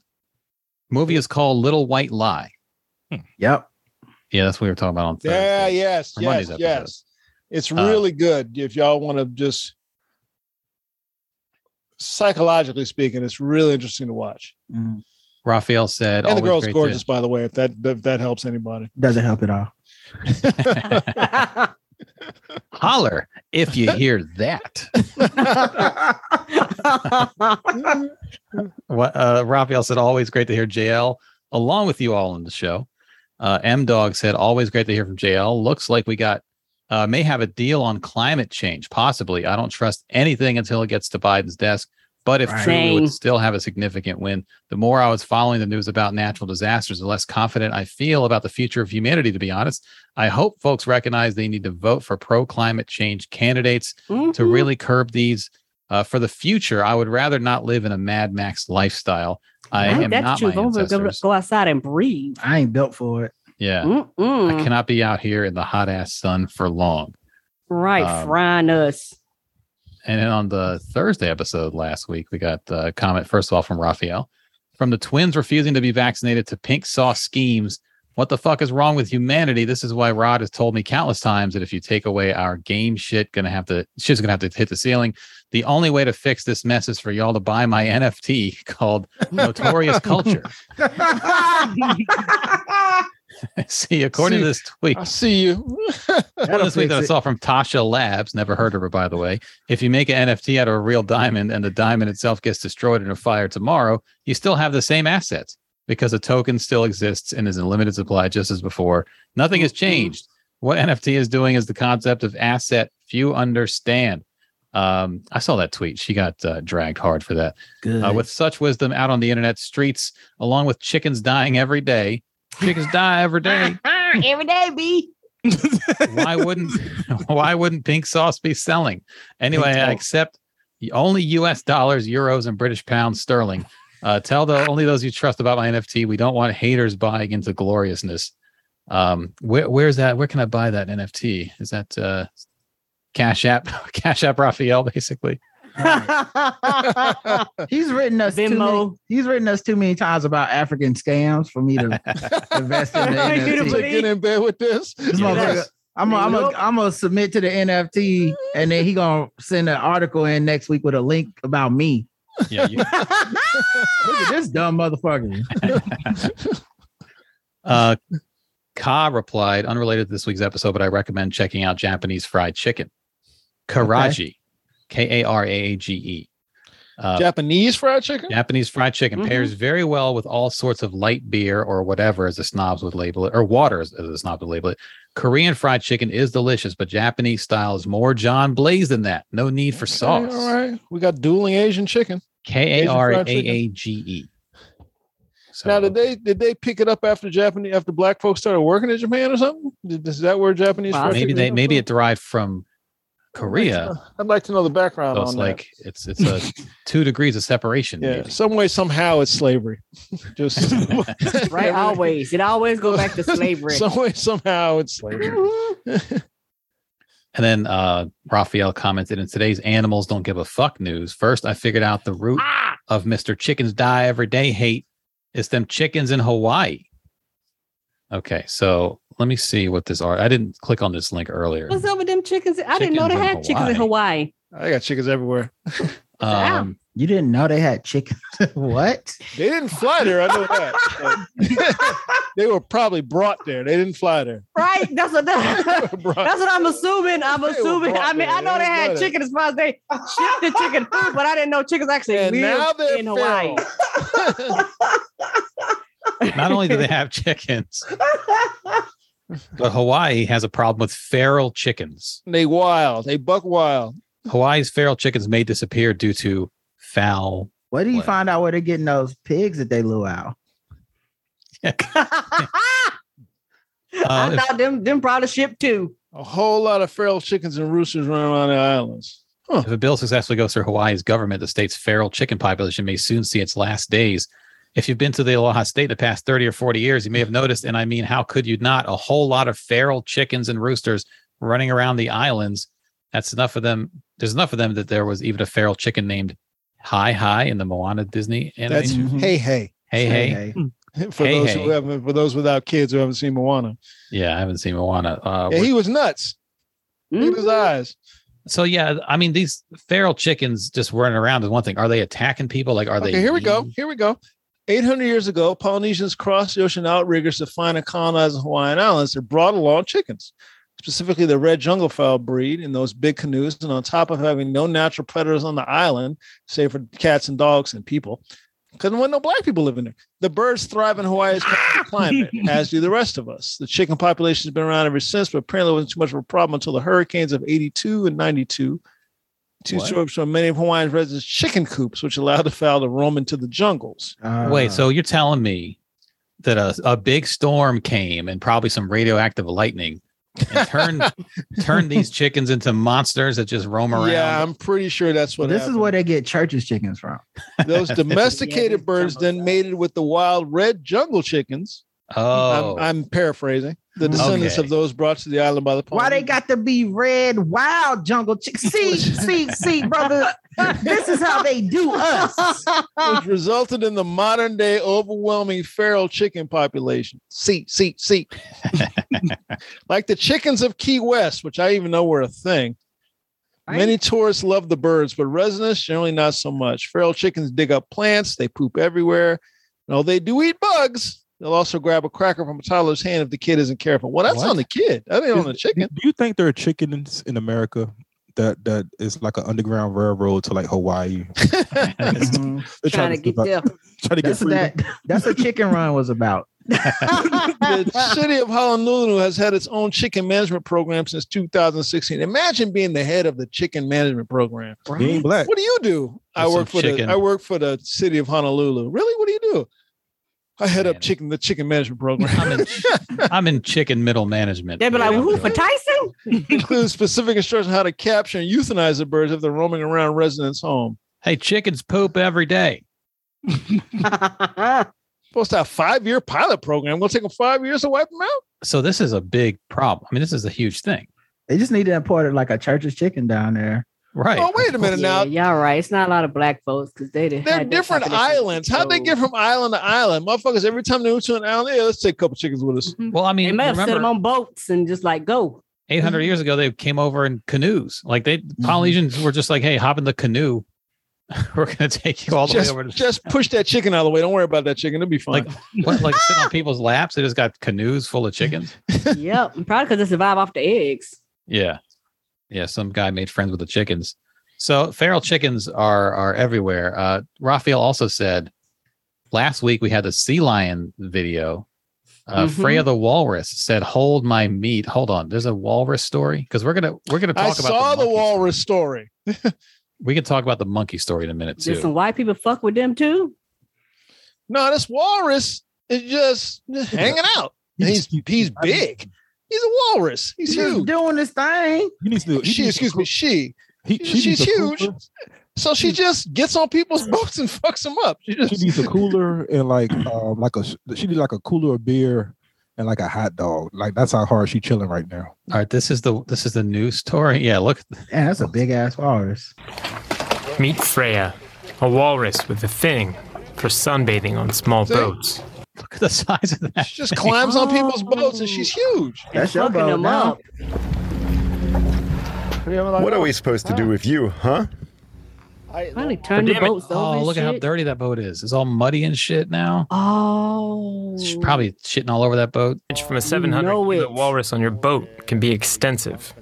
Movie is called Little White Lie.
Hmm.
Yep.
Yeah, that's what we were talking about on Thursday.
Yeah, yes,
Or
yes,
Monday's episode.
yes. It's
Uh,
really good if y'all want to just psychologically speaking, it's really interesting to watch.
Mm.
Raphael said,
and the
"Always
girl's
great to-"
gorgeous, by the way. If that if that helps anybody,
Doesn't help at
[laughs]
all.
[laughs] Holler if you hear
[laughs]
that. What uh, Raphael said, always great to hear JL along with you all on the show. Uh, M Dog said, always great to hear from JL. Looks like we got uh, may have a deal on climate change, possibly. I don't trust anything until it gets to Biden's desk. But if
Right.
true, we
Same.
would still have a significant win. The more I was following the news about natural disasters, the less confident I feel about the future of humanity, to be honest. I hope folks recognize they need to vote for pro climate change candidates to
Mhm.
really curb these uh, for the future. I would rather not live in a Mad Max lifestyle. I
Ain't
am
that
not
you
my
go, over- go,
ancestors.
go outside and breathe.
I ain't built for it.
Yeah,
Mm-mm.
I cannot be out here in the hot ass sun for long.
Right,
um,
frying us.
And then on the Thursday episode last week, we got a comment first of all from Raphael, from the twins refusing to be vaccinated to pink sauce schemes. What the fuck is wrong with humanity? This is why Rod has told me countless times that if you take away our game shit, gonna have to shit's gonna have to hit the ceiling. The only way to fix this mess is for y'all to buy my [laughs] NFT called
[laughs]
Notorious Culture. [laughs] See, according to this tweet,
I see you.
well,
That'll
this week
fix
that I
it.
saw from Tasha Labs, never heard of her by the way. If you make an NFT out of a real diamond and the diamond itself gets destroyed in a fire tomorrow, you still have the same assets because the token still exists and is in limited supply just as before. Nothing has changed. What NFT is doing is the concept of asset few understand. Um, I saw that tweet. She got uh, dragged hard for that.
Good.
Uh, with such wisdom out on the internet streets, along with chickens dying every day. Chickens die every day
[laughs] Every day, B.
[laughs]
why wouldn't why wouldn't pink sauce be selling anyway
Pink
i
sauce.
accept the only us dollars euros and british
[laughs]
pounds sterling uh, tell the only those you trust about my nft we don't want haters buying into gloriousness um where, where's that where can i buy that nft is that uh cash app [laughs] cash app raphael basically
[laughs] He's written us too
Venmo.
many, he's written us too many times about African scams for
[laughs]
me to invest
[laughs]
in the
You
NFT.
believe-
Get in bed with this.
This motherfucker- I'm gonna I'm
Yup.
gonna- I'm gonna submit to the NFT, and then he gonna send an article in next week with a link about me. [laughs]
yeah you,
Look at this
[laughs]
dumb motherfucker.
Uh, Ka replied, unrelated to this week's episode, but I recommend checking out Japanese fried chicken. Karaji, K A R A A G E. Uh,
Japanese fried chicken.
Japanese fried chicken
Mm-hmm.
Mhm.
pairs very well with all sorts of light beer or whatever, as the snobs would label it, or water, as, as the snobs would label it. Korean fried chicken is delicious, but Japanese style is more John Blaze than that. No need for
Okay,
sauce.
all right, we got dueling Asian chicken.
K
Asian
A R A
fried chicken.
A G E. So
Now, did they did they pick it up after Japanese after black folks started working in Japan or something? Did, is that where Japanese?
Wow.
fried
maybe
chicken
they
comes
maybe
from?
it derived from Korea.
I'd like to know the background
So
on
it's
that.
like it's it's a two degrees of separation.
yeah,
maybe. [laughs]
some way somehow it's slavery. [laughs] Just
Right? Always. It always go
[laughs]
back to slavery.
Some way somehow it's slavery.
And then uh, Raphael commented in today's animals don't give a fuck news. First, I figured out the root of Mr. Chickens Die Every Day hate is them chickens in Hawaii. Okay, so let me see what this are. I didn't click on this link earlier.
What's up with them chickens? I didn't know they
Chickens in
had chickens in Hawaii.
I got chickens
[laughs]
everywhere.
Um,
You didn't know they had chicken. [laughs] what?
They didn't fly there. I know that. [laughs] but they were probably brought there. They didn't fly there.
[laughs] Right? That's what
They
that's
were brought-
what I'm assuming. I'm
They were
assuming.
brought
I mean,
there.
I know they
They
had
brought it.
chicken as far as they shipped the chicken food, but I didn't know chickens actually
and now
lived
they're
in Hawaii.
feral.
not only do they have chickens, but Hawaii has a problem with feral chickens.
They wild. They buck wild.
Hawaii's feral chickens may disappear due to foul.
Where do you
What?
find out where they're getting those pigs that they lure out?
I
Uh,
thought them them probably shipped too.
A whole lot of feral chickens and roosters running around the islands.
If a bill successfully goes through Hawaii's government, the state's feral chicken population may soon see its last days. If you've been to the Aloha State the past 30 or 40 years, you may have noticed, and I mean, how could you not? A whole lot of feral chickens and roosters running around the islands. That's enough of them. There's enough of them that there was even a feral chicken named Hi Hi in the Moana Disney
That's
animation.
hey hey.
Hey,
[laughs]
hey,
For
Hey,
those
hey.
who haven't, for those without kids who haven't seen Moana,
Yeah, I haven't seen Moana. Uh,
yeah, he was nuts. uh, Look at his eyes.
so, yeah, I mean, these feral chickens just running around is one thing. Are they attacking people? Like, are they?
okay, here we go.
eating?
Here we go. 800 years ago, Polynesians crossed the ocean outriggers to find and colonize the Hawaiian Islands. They brought along chickens, specifically the red jungle fowl breed in those big canoes. And on top of having no natural predators on the island, save for cats and dogs and people, because there weren't no black people living there. The birds thrive in Hawaii's climate, as do the rest of us. The chicken population has been around ever since, but apparently it wasn't too much of a problem until the hurricanes of 82 and 92. Two
What?
strokes from many of Hawaiian's residents' chicken coops, which allowed the fowl to roam into the jungles.
Uh,
Wait, so you're telling me that a, a big storm came and probably some radioactive lightning
[laughs]
and turned turned these chickens into monsters that just roam around?
Yeah, I'm pretty sure that's what
this is
happened.
where they get church's chickens from.
[laughs]
those domesticated
Yeah,
birds
jungle
then
fowl.
mated with the wild red jungle chickens.
oh, Mm.
I'm, I'm paraphrasing. The
Okay.
descendants of those brought to the island by the
Why they got to be red wild
[laughs]
jungle chicks? See, see, see, brother. This is how they do us.
which resulted in the modern day overwhelming feral chicken population. See, see, see. like the chickens of Key West, which I even know were a thing. Many tourists love the birds, but residents generally not so much. Feral chickens dig up plants, they poop everywhere. And although they do eat bugs, they'll also grab a cracker from a toddler's hand if the kid isn't careful. Well, that's
What?
on the kid. That ain't on the
Do,
chicken.
do you think there are chickens in America that that is like an underground railroad to like Hawaii? [laughs]
Mhm.
They're
Trying to get
survive-
there.
trying to get
That's what
free.
that. [laughs] That's what chicken run was about.
the city of Honolulu has had its own chicken management program since 2016. Imagine being the head of the chicken management program.
They ain't black.
What do you do? I
That's
work for
some chicken.
the I work for the city of Honolulu. Really? What do you do? I head up
Man.
chicken the chicken management program.
I'm
[laughs]
in, I'm in chicken middle management.
They'd be like, who for Tyson?
includes specific instruction on how to capture and euthanize the birds if they're roaming around residents' home.
hey, chickens poop every day.
Supposed to have five year pilot program. Gonna take them five years to wipe them out.
So this is a big problem. I mean, this is a huge thing,
They just need to import it like a church's chicken down there.
right?
Oh wait a minute now.
yeah, y'all right. It's not a lot of black folks because they didn't.
They're different islands. How'd they get from island to island? Motherfuckers, every time they move to an island, yeah, let's take a couple chickens with us.
well, I mean,
Mm-hmm. They may have set them
remember,
on boats and just like go. Mm-hmm.
800 years ago they came over in canoes like they
Mm-hmm.
polynesians were just like hey hop in the canoe [laughs] we're gonna take you all the
Just,
way over to
just push that chicken out of the way. Don't worry about that chicken. It'll be fine.
like what like sit on people's laps they just got canoes full
[laughs]
of chickens
yep, probably because they survive off the eggs.
yeah yeah some guy made friends with the chickens So feral chickens are are everywhere. Uh, Raphael also said last week we had the sea lion video. Uh,
Mhm.
Freya the walrus said, "Hold my meat." Hold on, there's a walrus story because we're gonna we're gonna talk
I
about
saw the,
monkey-
walrus story.
We can talk about the monkey story in a minute
Did
too.
some white people fuck with them too?
No, this walrus is just hanging out. And he's he's big. He's a walrus. He's
He's just
huge.
doing his thing.
He needs to. he
She,
needs to
excuse me, she.
He, she
She's
needs a
huge.
cooler-
So she just gets on people's [laughs] boats and fucks them up. She
She
just,
needs a cooler and like um like a she needs like a cooler of beer and like a hot dog. Like that's how hard she chilling right now.
All right, this is the this is the news story. [laughs] Yeah, look,
Yeah, that's a big ass walrus.
Meet Freya, a walrus with a finning for sunbathing on small
See?
boats.
look at the size of that.
she just climbs on people's boats and she's huge.
That's your
fucking
boat
them
now.
up.
What are we supposed to do with you, huh?
Finally turned the
Damn it.
boats over.
Oh,
and
look at how
shit.
dirty that boat is. It's all muddy and shit now.
Oh,
It's probably shitting all over that boat.
Inch from a 700
know
kilo
it.
walrus on your boat can be extensive.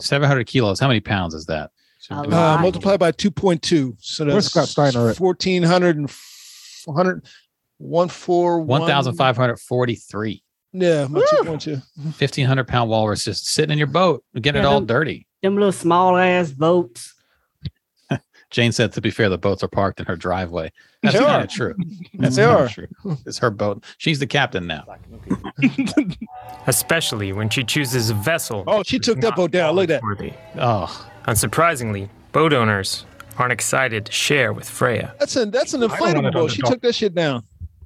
700 kilos. How many pounds is that?
A
Should we-
lot.
Uh,
Right.
multiplied by 2.2. So
Where's
that's
Scott Steiner at?
1400 and f- 100 141
1,543.
Yeah, my
Woo!
2.2.
1,500 pound walrus just sitting in your boat, getting it
Mm. Yeah,
all
them-
dirty.
them little small ass boats.
Jane said, to be fair, the boats are parked in her driveway. That's
They
kind
are.
[laughs]
of true. That's
They
kind
are.
of true. It's her boat. She's the captain now.
especially when she chooses a vessel.
Oh, she
that
took
is
that
not
boat down. Look at that.
walrus-worthy.
Oh,
Unsurprisingly, boat owners aren't excited to share with Freya.
That's an that's an
want it
inflatable
on
boat.
the
She
dock.
took that shit down.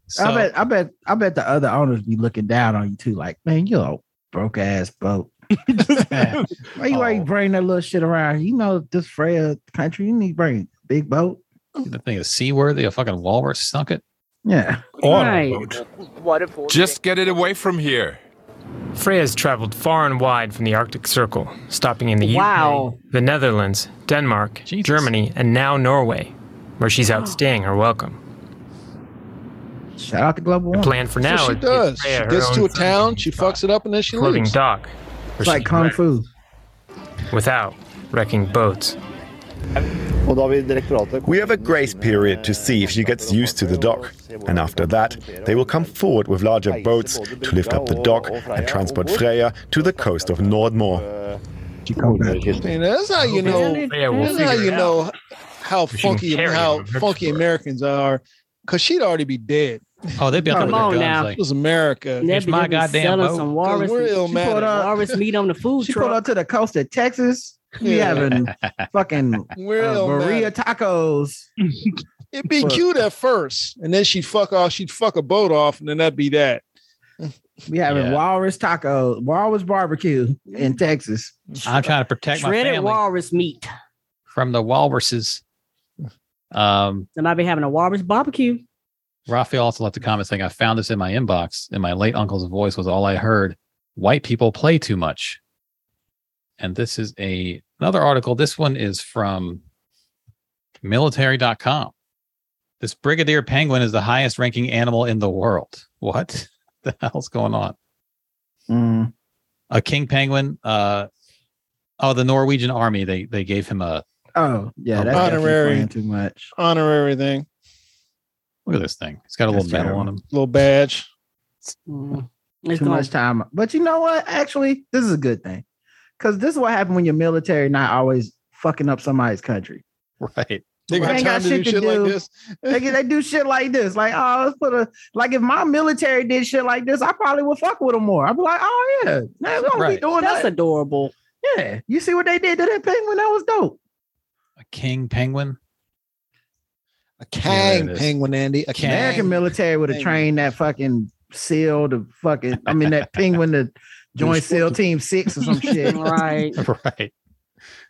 so
I bet, I bet, I bet the other owners be looking down on you too. Like, man, you a broke ass boat. [laughs]
[laughs]
Why you always
Oh.
bring that little shit around? You know this Freya country. You need to bring a big boat.
the thing is seaworthy. A fucking walrus sunk it.
Yeah,
right.
Just get it away from here.
Freya's traveled far and wide from the Arctic Circle, stopping in the UK,
Wow.
the Netherlands, Denmark,
Jesus.
Germany, and now Norway, where she's outstaying her welcome.
shout out to global
The
warming.
plan for now
so she
is to
does.
prepare
She
her
gets to
own
a town, she
spot,
fucks it up, and then she
floating
leaves.
dock. where
It's like
she
kung
can
fu.
wreck Without wrecking boats.
We have a grace period to see if she gets used to the dock, and after that, they will come forward with larger boats to lift up the dock and transport Freya to the coast of Nordmore.
She come back.
And that's how you know.
Freya will
That's how
figure
you
it out.
know how
She can
funky
carry
how
them on her
funky
tour.
Americans are, because she'd already be dead.
Oh, they'd be out
Come
there with their
on
guns.
now.
Like,
It was America.
And they
It's
be-
my
they be
goddamn
selling
boat.
Some
'Cause
walrus,
we're
meat-
ill
pulled up- [laughs]
walrus meat on the food
She pulled
truck.
up to the coast of Texas. We
Yeah. [laughs]
having fucking
We're
uh,
ill
Maria
mad.
tacos.
It'd be cute at first, and then she'd fuck off. She'd fuck a boat off, and then that'd be that.
We having
Yeah.
walrus taco, walrus barbecue
Mm.
in Texas.
I'm trying to protect my
Shredded
family
walrus meat.
from the walruses. Um,
They might be having a walrus barbecue.
Raphael also left a comment saying, I found this in my inbox, and my late uncle's voice was all I heard. White people play too much. And this is a another article. This one is from military.com. This brigadier penguin is the highest ranking animal in the world. What [laughs] the hell's going on?
Mm.
A king penguin. Uh, oh, the Norwegian army. They they gave him a
Oh yeah, that's
Honorary.
honorary playing too much.
Honorary thing,
look at this thing. He's got a little
That's
medal on
terrible.
him.
little badge.
Mm. It's
too
gonna-
much time. But you know what? Actually, this is a good thing because this is what happened when your military not always fucking up somebody's country.
Right.
They got time
Ain't got
to do
shit to
shit like
do.
this.
They, get- they do shit like this. Like oh, let's put a like if my military did shit like this, I probably would fuck with them more. I'd be like, oh yeah, man, we don't
Right.
be doing
That's
that.
adorable.
[laughs] yeah, you see what they did to that penguin? That was dope.
A king penguin.
A
there
kang
it is.
penguin, Andy. A
Kang.
American
kang.
military would have
Penguin.
trained that fucking seal to fucking. I mean that penguin to join SEAL Team Six
[laughs]
or some shit.
right.
[laughs] right.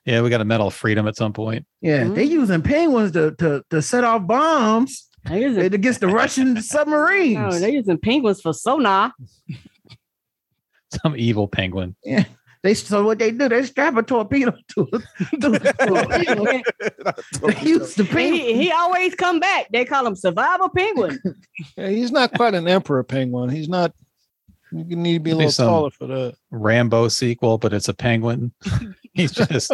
Yeah, we got a medal of freedom at some point. [laughs]
Yeah,
Mm-hmm.
they using penguins to, to to [laughs] set off bombs
They using,
against
[laughs]
the Russian submarines.
no, they using penguins for sonar.
some evil penguin.
They so what they do? They strap a torpedo [laughs] to it.
he,
They use the penguin.
he always come back. They call him survival penguin.
Yeah, he's not quite an emperor penguin. He's not. You need to be a
There'll be
little
some-
taller for that. [laughs]
Rambo sequel, but it's a penguin. He's just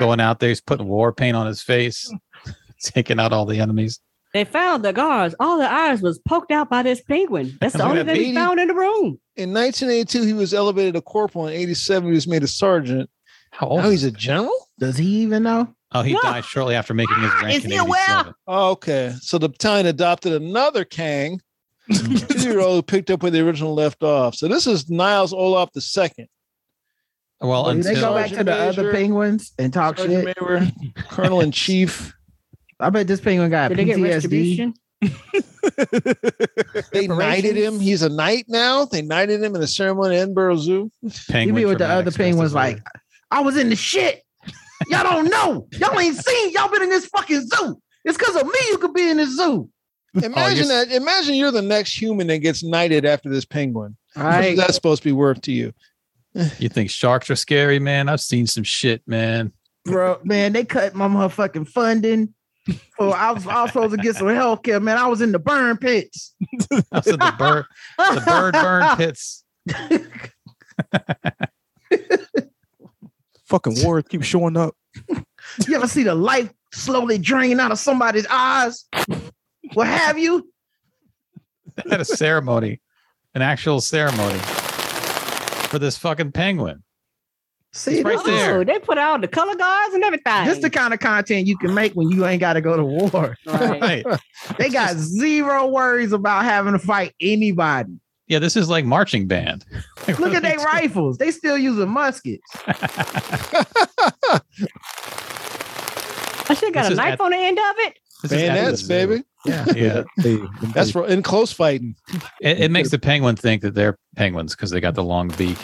going out there. He's putting war paint on his face, [laughs] taking out all the enemies.
They found the guards. All the eyes was poked out by this penguin. That's the
Look
only
at
thing he
Beatty.
found in the room.
In 1982, he was elevated to corporal. In 87, he was made a sergeant.
How old?
Now he's a general?
Does he even know?
Oh, he
No.
died shortly after making his rank in 87.
Oh, okay. So the battalion adopted another Kang, two year old, picked up where the original left off. So this is Niles Olaf II.
Well,
Do they go back to the other penguins and talk
Sergeant
shit?
Major, [laughs] Colonel in Chief.
I bet this penguin got
Did they get
PTSD.
retribution? They knighted him. He's a knight now. They knighted him in a ceremony in Edinburgh Zoo.
You be with the other penguins like, I was in the shit. Y'all don't know. Y'all ain't seen. Y'all been in this fucking zoo. It's because of me you could be in this zoo. Oh,
Imagine that. Imagine Oh, you're the next human that gets knighted after this penguin.
Right.
That's supposed to be worth to you.
You think sharks are scary, man? I've seen some shit, man. [laughs]
Bro, man, they cut my motherfucking funding. Oh, I was, I was supposed to get some health care, man. I was in the burn pits.
I said the bird, the
[laughs]
bird burn pits.
[laughs]
Fucking wars keep showing up.
You ever see the life slowly drain out of somebody's eyes? What have you?
They had a ceremony, an actual ceremony for this fucking penguin.
See,
It's right
this is-
there.
oh, they put out the color guards and everything.
This the kind of content you can make when you ain't got to go to war.
Right.
They got zero worries about having to fight anybody.
Yeah, this is like marching band.
Look at their rifles. They still using muskets.
I should got
This
a
is
knife
at-
on the end of it.
Bayonets, baby. [laughs]
Yeah. yeah.
That's for in close fighting.
It, it makes the penguin think that they're penguins because they got the long beak.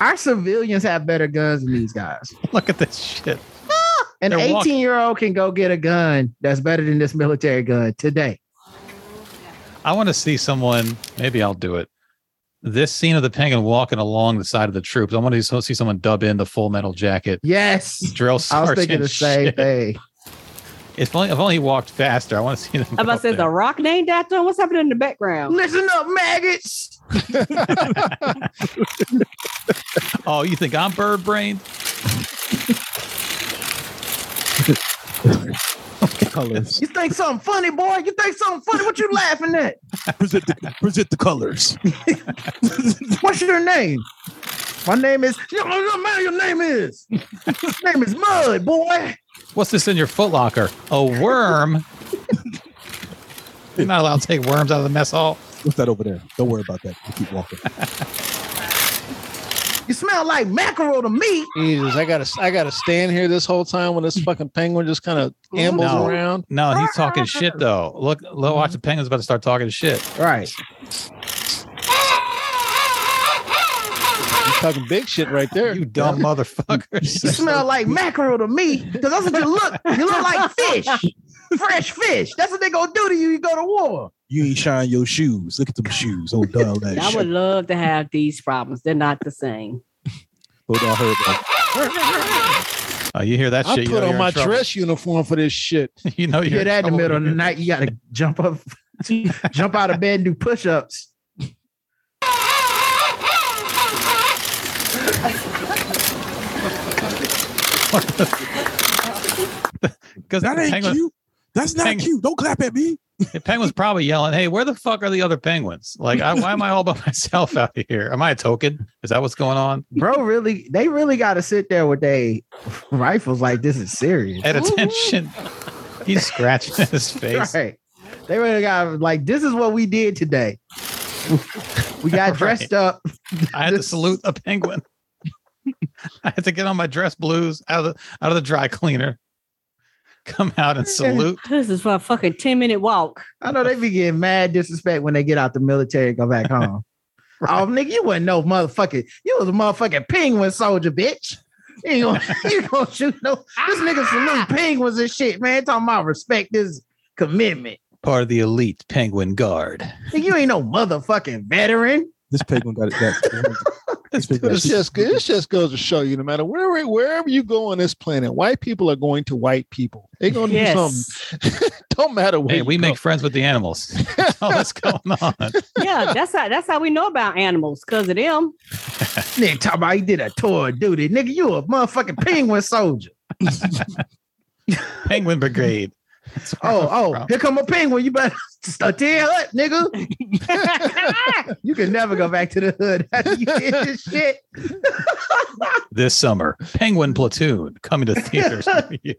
Our civilians have better guns than these guys.
[laughs]
Ah,
Look at this shit.
An
They're
18
walking.
year old can go get a gun that's better than this military gun today.
I want to see someone. Maybe I'll do it. This scene of the penguin walking along the side of the troops. I want to see someone dub in the Full Metal Jacket
Yes.
drill
I was
sergeant.
thinking the same
shit.
thing.
If only, if only he walked faster. I want to see them.
I'm about to say the rock named after him. What's happening in the background?
Listen up, maggots.
[laughs] Oh, you think I'm
[laughs]
bird brained?
colors.
You think something funny, boy? You think something funny? What you laughing at?
Present the, present the colors.
[laughs] What's your name? My name is. You don't know what [laughs] your name is. Your name is Mud, boy.
What's this in your footlocker? A worm? You're not allowed to take worms out of the mess hall.
What's that over there? Don't worry about that. You keep walking.
You smell like mackerel to me.
Jesus, I gotta I gotta stand here this whole time when this fucking penguin just kind of [laughs] ambles
No.
around.
No, he's talking shit though. Look, look, watch the penguins about to start talking shit.
Right.
He's talking
[laughs]
big shit right there. [laughs]
You dumb
You
motherfuckers.
smell
[laughs]
like mackerel to me because that's what you look. You look like fish, fresh fish. That's what they gonna do to you. You go to war.
You ain't shine your shoes. Look at them shoes. Oh, down that
I would
shit.
love to have these problems. They're not the same.
Hold on, hold on.
Oh, you hear that
I
shit?
put
You know
on
you're
my
in trouble.
dress uniform for this shit.
[laughs] You know
You
you're
are that in the
trouble.
middle of the night. You gotta jump up, [laughs] jump out of bed, and do push-ups.
Because
That ain't
penguin,
cute. That's not
Hang-
cute. Don't clap at me.
the penguin's probably yelling, "Hey, where the fuck are the other penguins? Like, I, why am I all by [laughs] myself out here? Am I a token? Is that what's going on?"
bro really they really got to sit there with they rifles like this is serious
At attention, he's scratching at
[laughs]
his face.
right they really got like this is what we did today we got dressed up
I had to
This-
salute a penguin. [laughs] I had to get on my dress blues out of the, out of the dry cleaner, come out and salute.
[laughs] This is for a fucking 10 minute walk.
i know they be getting mad disrespect when they get out the military and go back
[laughs]
home oh nigga you wasn't no motherfucking you was a motherfucking penguin soldier bitch you ain't gonna, [laughs] you gonna shoot no this nigga
Ah.
salute penguins and shit man talking about respect this commitment
Part of the elite penguin guard.
Nigga, you ain't no motherfucking veteran
[laughs]
This penguin got it.
[laughs]
Got, this penguin
This
got
just this just goes to show you, no matter where wherever you go on this planet, white people are going to white people. They're going to do something.
Yes.
Don't matter where.
Hey,
you
we
go.
make friends with the animals. [laughs] That's all
[laughs]
that's going on.
yeah, that's how that's how we know about animals because of them.
Nigga talking about he did a tour of duty. Nigga, you a motherfucking penguin soldier.
[laughs] Penguin Brigade.
Oh, oh, here come a penguin. You better start tear hut,
[laughs]
nigga. you can never go back to the hood [laughs] after you did this shit.
This summer, Penguin Platoon coming to theaters
[laughs]
near you.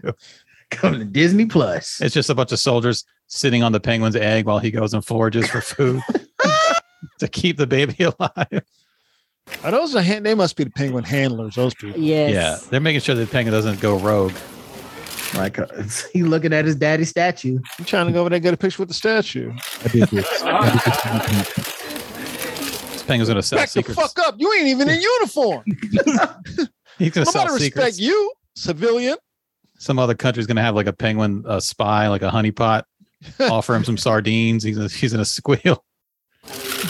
Coming to Disney Plus.
It's just a bunch of soldiers sitting on the penguin's egg while he goes and forages for
[laughs]
food to keep the baby alive.
Are those the hand? They must be the penguin handlers. Those people.
Yes.
Yeah, they're making sure the penguin doesn't go rogue.
Like [laughs] he looking at his daddy statue.
I'm trying to go over there and get a picture with the statue.
I did this.
This penguin's gonna sell
Back
secrets.
the fuck up. You ain't
[laughs]
even in uniform.
He's
Nobody
gonna sell
respect
secrets.
you,
[laughs]
civilian.
Some other country's gonna have like a penguin uh, spy, like
[laughs]
a honeypot. Offer him some sardines. He's gonna, he's gonna squeal.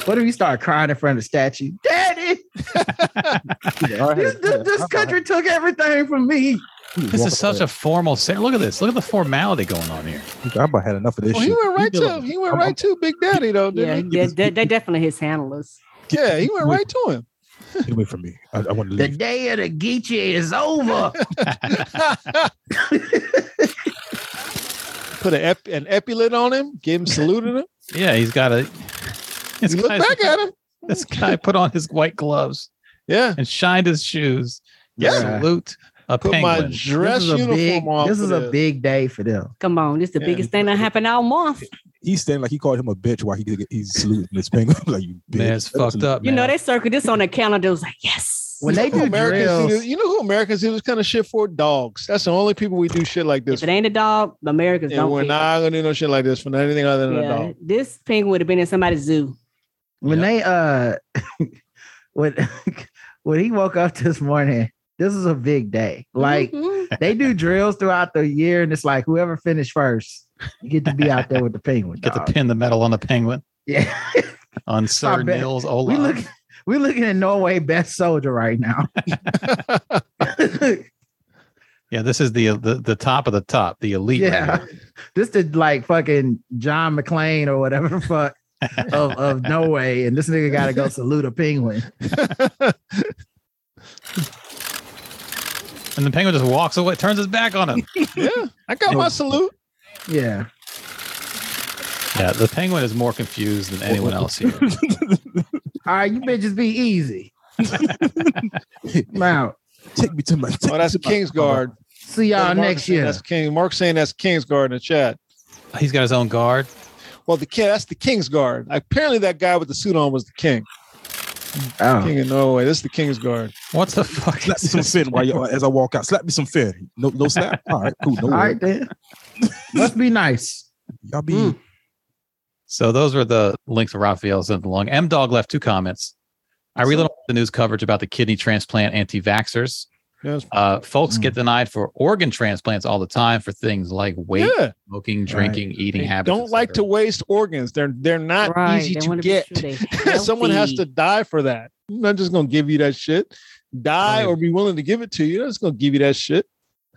What if you start crying in front of the statue? Daddy, this, this, this country took everything from me.
This is such a formal. Ser- Look at this. Look at the formality going on here. Oh,
I about had enough of this
Well, he
shit.
went right to him. He went right to Big Daddy though,
Yeah,
didn't
they, they, they definitely his handlers.
he? Yeah, he went right to him.
Get away from me. I, I want to
The
leave.
day of the Geechee is over.
[laughs]
[laughs]
Put an, ep- an epaulette on him. Gave him saluted him.
Yeah, he's got a. This
He looked
guy's-
back at him.
this guy put on his white gloves
Yeah.
and shined his shoes.
Yeah.
Salute a
Put my
penguin.
dress
this is a
uniform
big.
on.
This
for
is a big day for them.
Come on, it's the
Yeah.
biggest thing that happened all month.
He's standing like he called him a bitch while he did- he's saluting this penguin. [laughs] like you bitch.
Man, it's fucked up.
You know,
man.
they circled this on the calendar. It was like, yes.
When they
[laughs]
You know who
do
Americans do
drills,
this- you know who Americans do this kind of shit for? Dogs. That's the only people we do shit like this.
if it ain't a dog, the Americans
and
don't
we're
care.
not gonna do no shit like this for anything other than a
yeah,
dog.
this penguin would have been in somebody's zoo.
when they uh, [laughs] when [laughs] when he woke up this morning, this is a big day. Like
Mhm.
Mm-hmm.
[laughs] they do drills throughout the year, and it's like whoever finished first, you get to be out there with the penguin.
get to
dog.
pin the medal on the penguin
yeah, [laughs]
on Sir
bet.
Niels
we
Olaf.
look. We're looking at Norway best soldier right
[laughs]
now.
yeah, this is the, uh, the the top of the top, the elite. right
yeah,
here.
this did like fucking John McClane or whatever the fuck of,
[laughs]
of Norway, and this nigga got to go salute a penguin.
and the penguin just walks away, turns his back
[laughs]
on him.
Yeah, I got my salute.
Yeah,
yeah, the penguin is more confused than anyone else here.
[laughs] all right, you bitches be easy.
[laughs]
now,
Take me to my. Take
Oh, that's
me to my-
Kingsguard.
see y'all
Mark's
next
saying
year.
That's King. Mark's saying that's Kingsguard in the chat.
He's got his own guard.
Well, the king, that's the king's guard. Apparently, that guy with the suit on was the king.
Oh,
King of Norway. This is the king's guard.
What the fuck?
Slap me
Is
some
this?
fin while
[laughs]
you as I walk out. Slap me some fin. No, no slap. All right, cool. No,
all
worry.
right then. Must be nice.
y'all be.
Mm.
So those were the links that Raphael sent along. M Dog left two comments. I really don't like the news coverage about the kidney transplant anti-vaxxers.
Yes.
Uh, folks get denied for organ transplants all the time for things like weight,
yeah.
smoking, drinking, eating
They
habits.
don't
et
like to
cetera.
waste organs. They're they're not
Right,
easy
they
to
wanna be
get.
sure
[laughs]
they
Someone has to
healthy.
die for that. I'm not just gonna give you that shit. Die
Right.
or be willing to give it to you. They're just gonna give you that shit.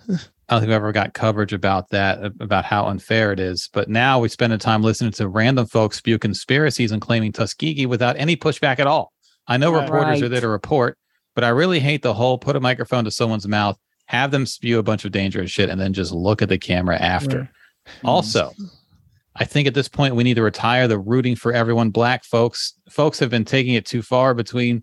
I don't think we've ever got coverage about that, ab- about how unfair it is. But now we spend time listening to random folks spew conspiracies and claiming Tuskegee without any pushback at all. I know
Right.
reporters are
Right.
there to report, but I really hate the whole put a microphone to someone's mouth, have them spew a bunch of dangerous shit, and then just look at the camera after. Also, I think at this point we need to retire the rooting for everyone black folks. Folks have been taking it too far between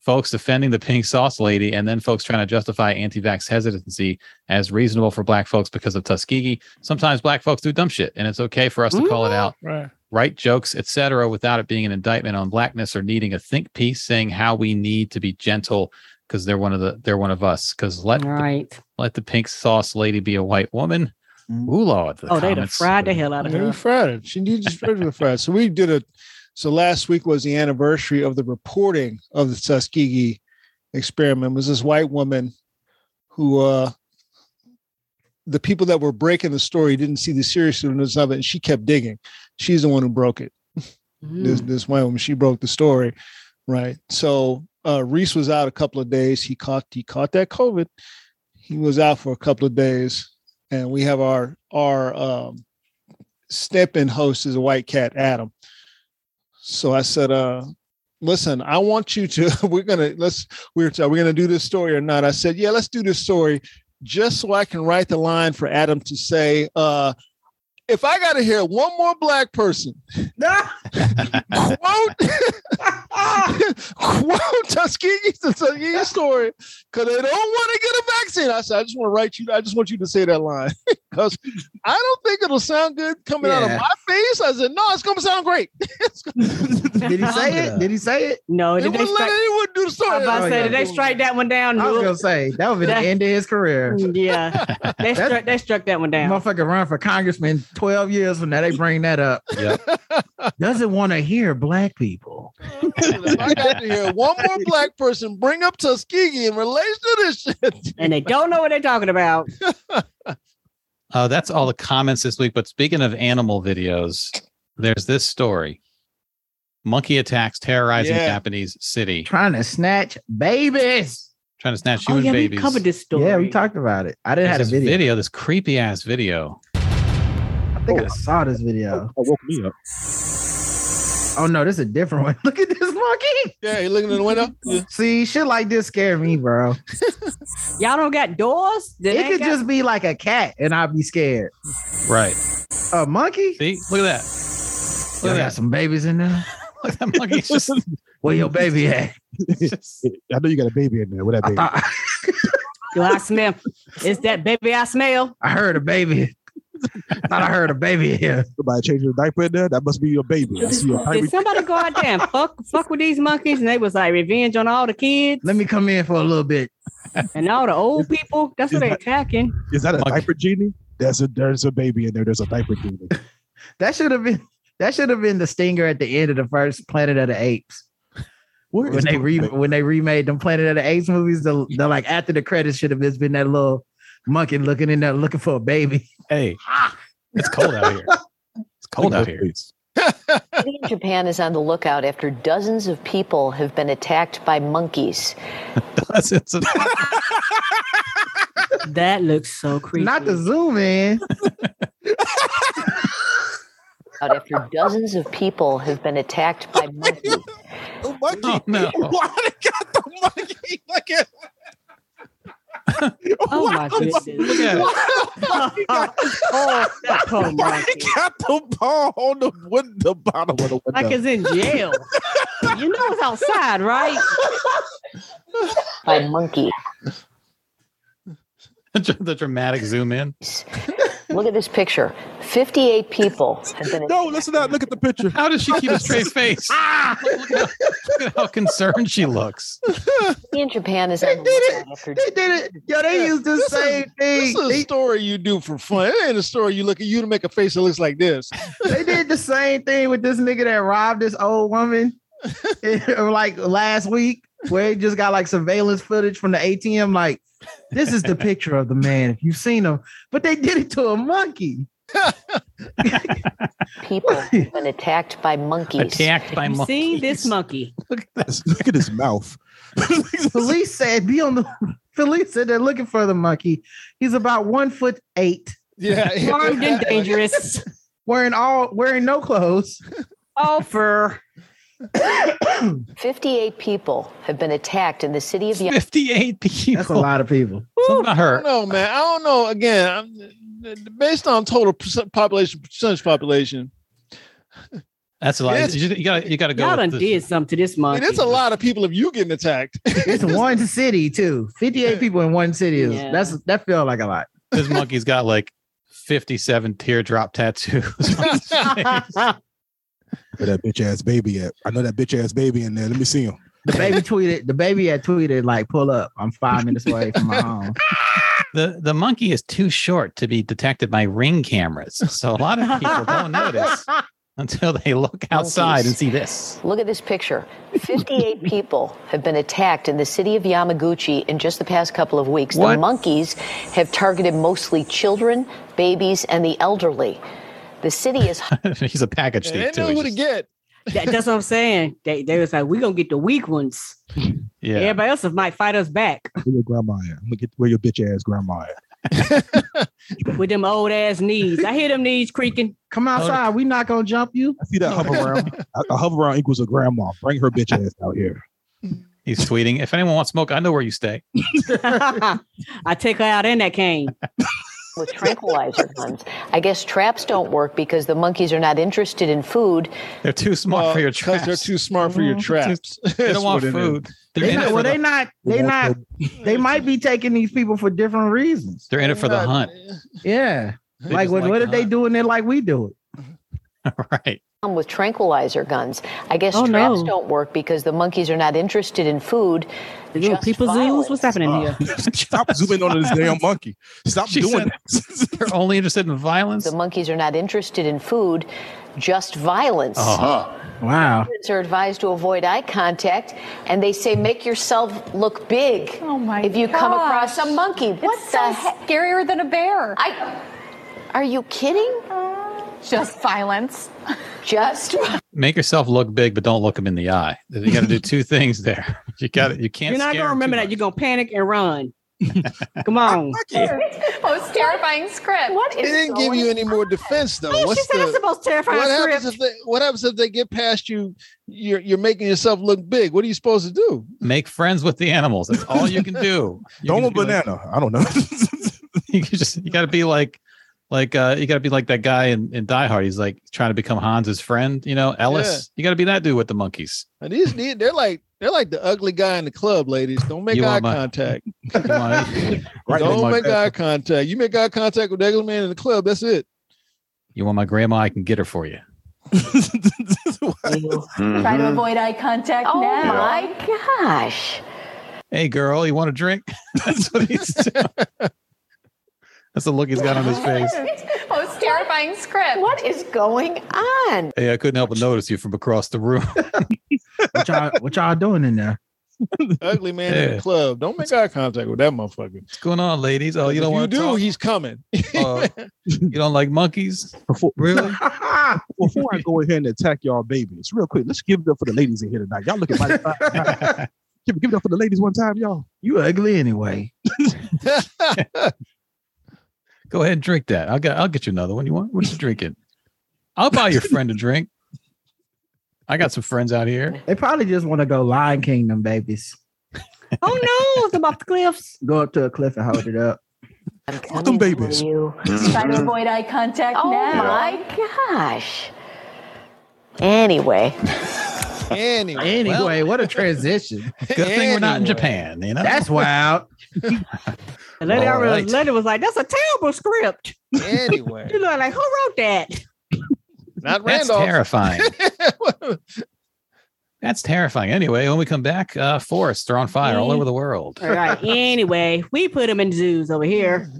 folks defending the pink sauce lady and then folks trying to justify anti-vax hesitancy as reasonable for black folks because of Tuskegee. Sometimes black folks do dumb shit and it's okay for us to call it out,
Right.
write jokes, etc., without it being an indictment on blackness or needing a think piece saying how we need to be gentle because they're one of the they're one of us. Because let
All right.
let the pink sauce lady be a white woman. Ooh, Lord. the
Oh, they'd have
comments.
fried the hell out of
Yeah, we
her.
fried it. She needed just regular fried. So we did a. So last week was the anniversary of the reporting of the Tuskegee experiment. It was this white woman who, uh, the people that were breaking the story didn't see the seriousness of it, and she kept digging. She's the one who broke it. [laughs] This
Mm-hmm.
Mm.
this white woman, she broke the story, right? So uh, Reese was out a couple of days. He caught he caught that COVID. He was out for a couple of days, and we have our our um, step in host is a white cat, Adam. So I said, uh, listen, I [laughs] want you to, we're going to, let's, we were, are we going to do this story or not? I said, yeah, let's do this story. just so I can write the line for Adam to say, uh, if I got to hear one more black person
[laughs]
quote quote Tuskegee the Tuskegee story because they don't want to get a vaccine. I said, I just want to write you. I just want you to say that line [laughs] because I don't think it'll sound good coming out of
Yeah.
my face. I said, no, it's gonna sound great. [laughs]
[laughs] Did he say it? Did he say it? Oh,
No,
They wouldn't let anyone do the story.
I'm about to say,
yeah.
did they strike that one down?
I was
Nook?
gonna say that would be the
That- Mm,
end of his
Mm.
career. [laughs]
Yeah, they
That's-
struck, they struck that one down.
Motherfucker run for congressman 12 years from now. They bring that up. Doesn't want to hear black people.
if I got to hear one more black person bring up Tuskegee in relation to this shit,
And they don't know what they're talking about.
Uh, that's all the comments this week. But speaking of animal videos, there's this story: monkey attacks terrorizing
Yeah.
Japanese city,
Trying to snatch babies.
trying to snatch
Oh
human
yeah, we
babies.
covered this story.
Yeah, we talked about it. I didn't
There's
have a
this
video.
video, this creepy ass video.
I think I saw this video.
woke me up.
Oh no, this is a different one. [laughs] Look at this monkey.
yeah, you looking in the window? Yeah.
See, shit like this scare me, bro.
[laughs] Y'all don't got doors. They
It
ain't
could
got-
just be like a cat and I'd
[laughs]
be scared.
Right.
A monkey?
See, look at that. [laughs]
Yo,
Look
got
at that.
some babies in there.
Look at
[laughs]
that monkey. just,
Where your baby at?
just-
I know you got a baby in there. What that
I
baby?
thought
Do I smell? It's that baby I smell.
I heard a baby. thought I heard a baby here.
Somebody changing the diaper in there. That must be your baby. I see your diaper.
Did somebody go
[laughs]
out there and fuck fuck with these monkeys? And they was like revenge on all the kids
Let me come in for a little bit.
and all the old people. That's what they attacking.
Is that a
Monkey.
diaper genie? There's a there's a baby in there. There's a diaper genie.
That should have been [laughs] that should have been the stinger at the end of the first Planet of the Apes.
Where is
When they re,
Planet-
when they remade them Planet of the Apes movies, the, the like after the credits should have just been that little monkey looking in there looking for a baby.
hey, it's cold out here. It's cold out here.
Please.
City of Japan is on the lookout after dozens of people have been attacked by monkeys.
That's- it's a- [laughs]
That looks so creepy.
Not the zoom in.
Out after dozens of people have been attacked
[laughs]
by monkeys.
The monkey.
oh
[laughs]
no.
Why they got the monkey? Like at
oh my goodness.
Look at it.
[laughs]
oh, that poor
Why
monkey.
they got the ball on the window the bottom of the
Like it's in
[laughs]
jail. you know it's outside,
[laughs]
right?
By monkey.
the dramatic zoom in.
Look at this picture. 58 people have been
No, listen out. Look at the picture.
How does she keep
[laughs]
a straight
[laughs]
face? Look, look at how, look at how concerned she looks.
City in Japan is
They did
on the
it.
lookout after
They did it. Yo, they
Yeah,
used the
this is-
same
This
thing.
is a
They,
story you do for fun. It ain't a story you look at you to make a face that looks like this.
they did the same thing with this nigga that robbed this old woman [laughs] like last week, where he just got like surveillance footage from the ATM. Like, this is the picture of the man. If you've seen him, but they did it to a monkey.
people have been attacked by monkeys.
Attacked by
You
monkeys.
seen this monkey?
Look at his mouth.
[laughs]
Police said, be on the police said they're looking for the monkey. He's about one foot eight,
Yeah.
Armed and dangerous.
[laughs] wearing all wearing no clothes.
All
[coughs]
fur.
58 people have been attacked in the city of Yonge.
58 people.
That's a lot of people.
Something about
I
her.
don't know, man. I don't know. Again, I'm, based on total percent population, percentage population,
That's a lot.
Yes.
You, you gotta you gotta go.
Y'all done
with the-
did something to this
I
monkey.
mean, it's a lot of people of you getting attacked.
It's one city too. Fifty-eight people in one city is
Yeah.
that's that felt like a lot.
This monkey's got like 57 teardrop tattoos. on his
Oh,
face.
Where that bitch ass baby at? I know that bitch ass baby in there. Let me see him.
The
[laughs]
baby tweeted. The baby had tweeted like, "Pull up. I'm five minutes away from my
[laughs]
home."
the the monkey is too short to be detected by ring cameras, so a lot of
[laughs]
people don't notice until they look outside and see this. [laughs]
Look at this picture. 58 people have been attacked in the city of Yamaguchi in just the past couple of weeks.
What?
The monkeys have targeted mostly children, babies, and the elderly. The city is
He's a package
they
thief too.
know
He's
who to
just-
get.
That- that's what I'm saying. They, they was like, we gonna get the weak ones.
yeah.
Everybody else might fight us back
Where your grandma at? I'm gonna get where your bitch ass grandma at.
with them old ass knees. I hear them knees creaking.
Come
Oh,
outside. We not gonna jump you.
[laughs]
[laughs]
I see that hover around. A, a hover around equals a grandma. Bring her bitch ass out here.
He's tweeting. If anyone wants smoke, I know where you stay.
I take her out in that cane.
[laughs] with tranquilizer guns. I guess traps don't work because the monkeys are not interested in food.
They're too smart for your traps.
uh, They're too smart [laughs]
[laughs]
Mm-hmm.
for your traps.
They
That's
don't want
what it is.
food. They're
They
in it
not,
for
well, they
the,
not. They not. They might be taking these people for different reasons.
they're in it for the hunt.
Yeah.
They
like
just
what?
like
what
to
if they doing it like we do it?
Right.
Come With tranquilizer guns. I guess
Oh,
traps
no.
don't work because the monkeys are not interested in food. Just
people
violence.
zoos. What's happening here?
[laughs]
Stop zooming on this damn monkey. Stop
She
doing
said
[laughs]
they're only interested in violence.
The monkeys are not interested in food, just violence.
Uh-huh. Wow.
Kids are advised to avoid eye contact, and they say make yourself look big. Oh my! If you come across a monkey, what the heck?
Scarier than a bear.
I, are you kidding?
Just violence. [laughs]
Just
Make yourself look big, but don't look them in the eye. You got to do two things there. [laughs] You got to You can't.
You're not
scare
gonna
'em
remember
too
that. You're gonna panic and
[laughs]
run.
[laughs]
Come on.
Most terrifying script. What
They didn't give you any more defense though.
Oh,
What's
she said
the-
that's the most terrifying
what happens
script.
if they what happens if they get past you? You're you're making yourself look big. What are you supposed to do?
much. Make friends with the animals. That's all you can do. You
Don't
can
a
be like-
banana. I don't know.
[laughs] you can just you got to be like like uh you got to be like that guy in, in Die Hard. He's like trying to become Hans's friend. You know, Ellis. You got to be that dude with the monkeys.
And
[laughs]
these need they're like they're like the ugly guy in the club, ladies. Don't make
You
eye
want my-
contact.
[laughs] You
[laughs]
want, Right,
Don't
my-
make eye contact. You make eye contact with the ugly man in the club. That's it.
you want my grandma? I can get her for you.
[laughs]
Mm-hmm.
Try to avoid eye contact
oh
now.
my gosh!
Hey, girl, you want a drink? [laughs] That's
[laughs]
what he's doing. That's the look he's got on his face.
[laughs] Most terrifying script.
What is going on?
Hey, I couldn't help but notice you from across the room. [laughs]
What y'all? what y'all doing in there?
ugly man in
[laughs] Yeah.
the club. Don't make eye contact with that motherfucker.
What's going on, ladies? Oh, you don't
If
want to
do,
do.
he's coming.
Uh, you don't like monkeys? Really?
[laughs] Before I go ahead and attack y'all babies, real quick, let's give it up for the ladies in here tonight. Y'all look at my
[laughs]
give, give it up for the ladies one time, y'all.
You ugly anyway.
Go ahead and drink that. I'll get I'll get you another one. You want? What you drinking? I'll buy your friend a drink. I got some friends out here.
They probably just want to go Lion Kingdom babies.
Oh no, it's about the cliffs.
Go up to a cliff and hold it up.
I'm
Fuck them
coming for
babies.
[laughs]
you.
Try to avoid eye contact
Oh
now.
my gosh! Anyway,
anyway,
Anyway, what a transition.
Good thing we're not in
Anyway.
Japan, you know.
That's wild.
The lady, I
All
realized,
right.
lady was like, "That's a terrible script."
anyway.
You look like who wrote that?
Not
That's
Randolph. [laughs]
terrifying. That's terrifying. Anyway, when we come back, uh, forests are on fire all over the world.
All right. Anyway, we put them in zoos over
[laughs]
here.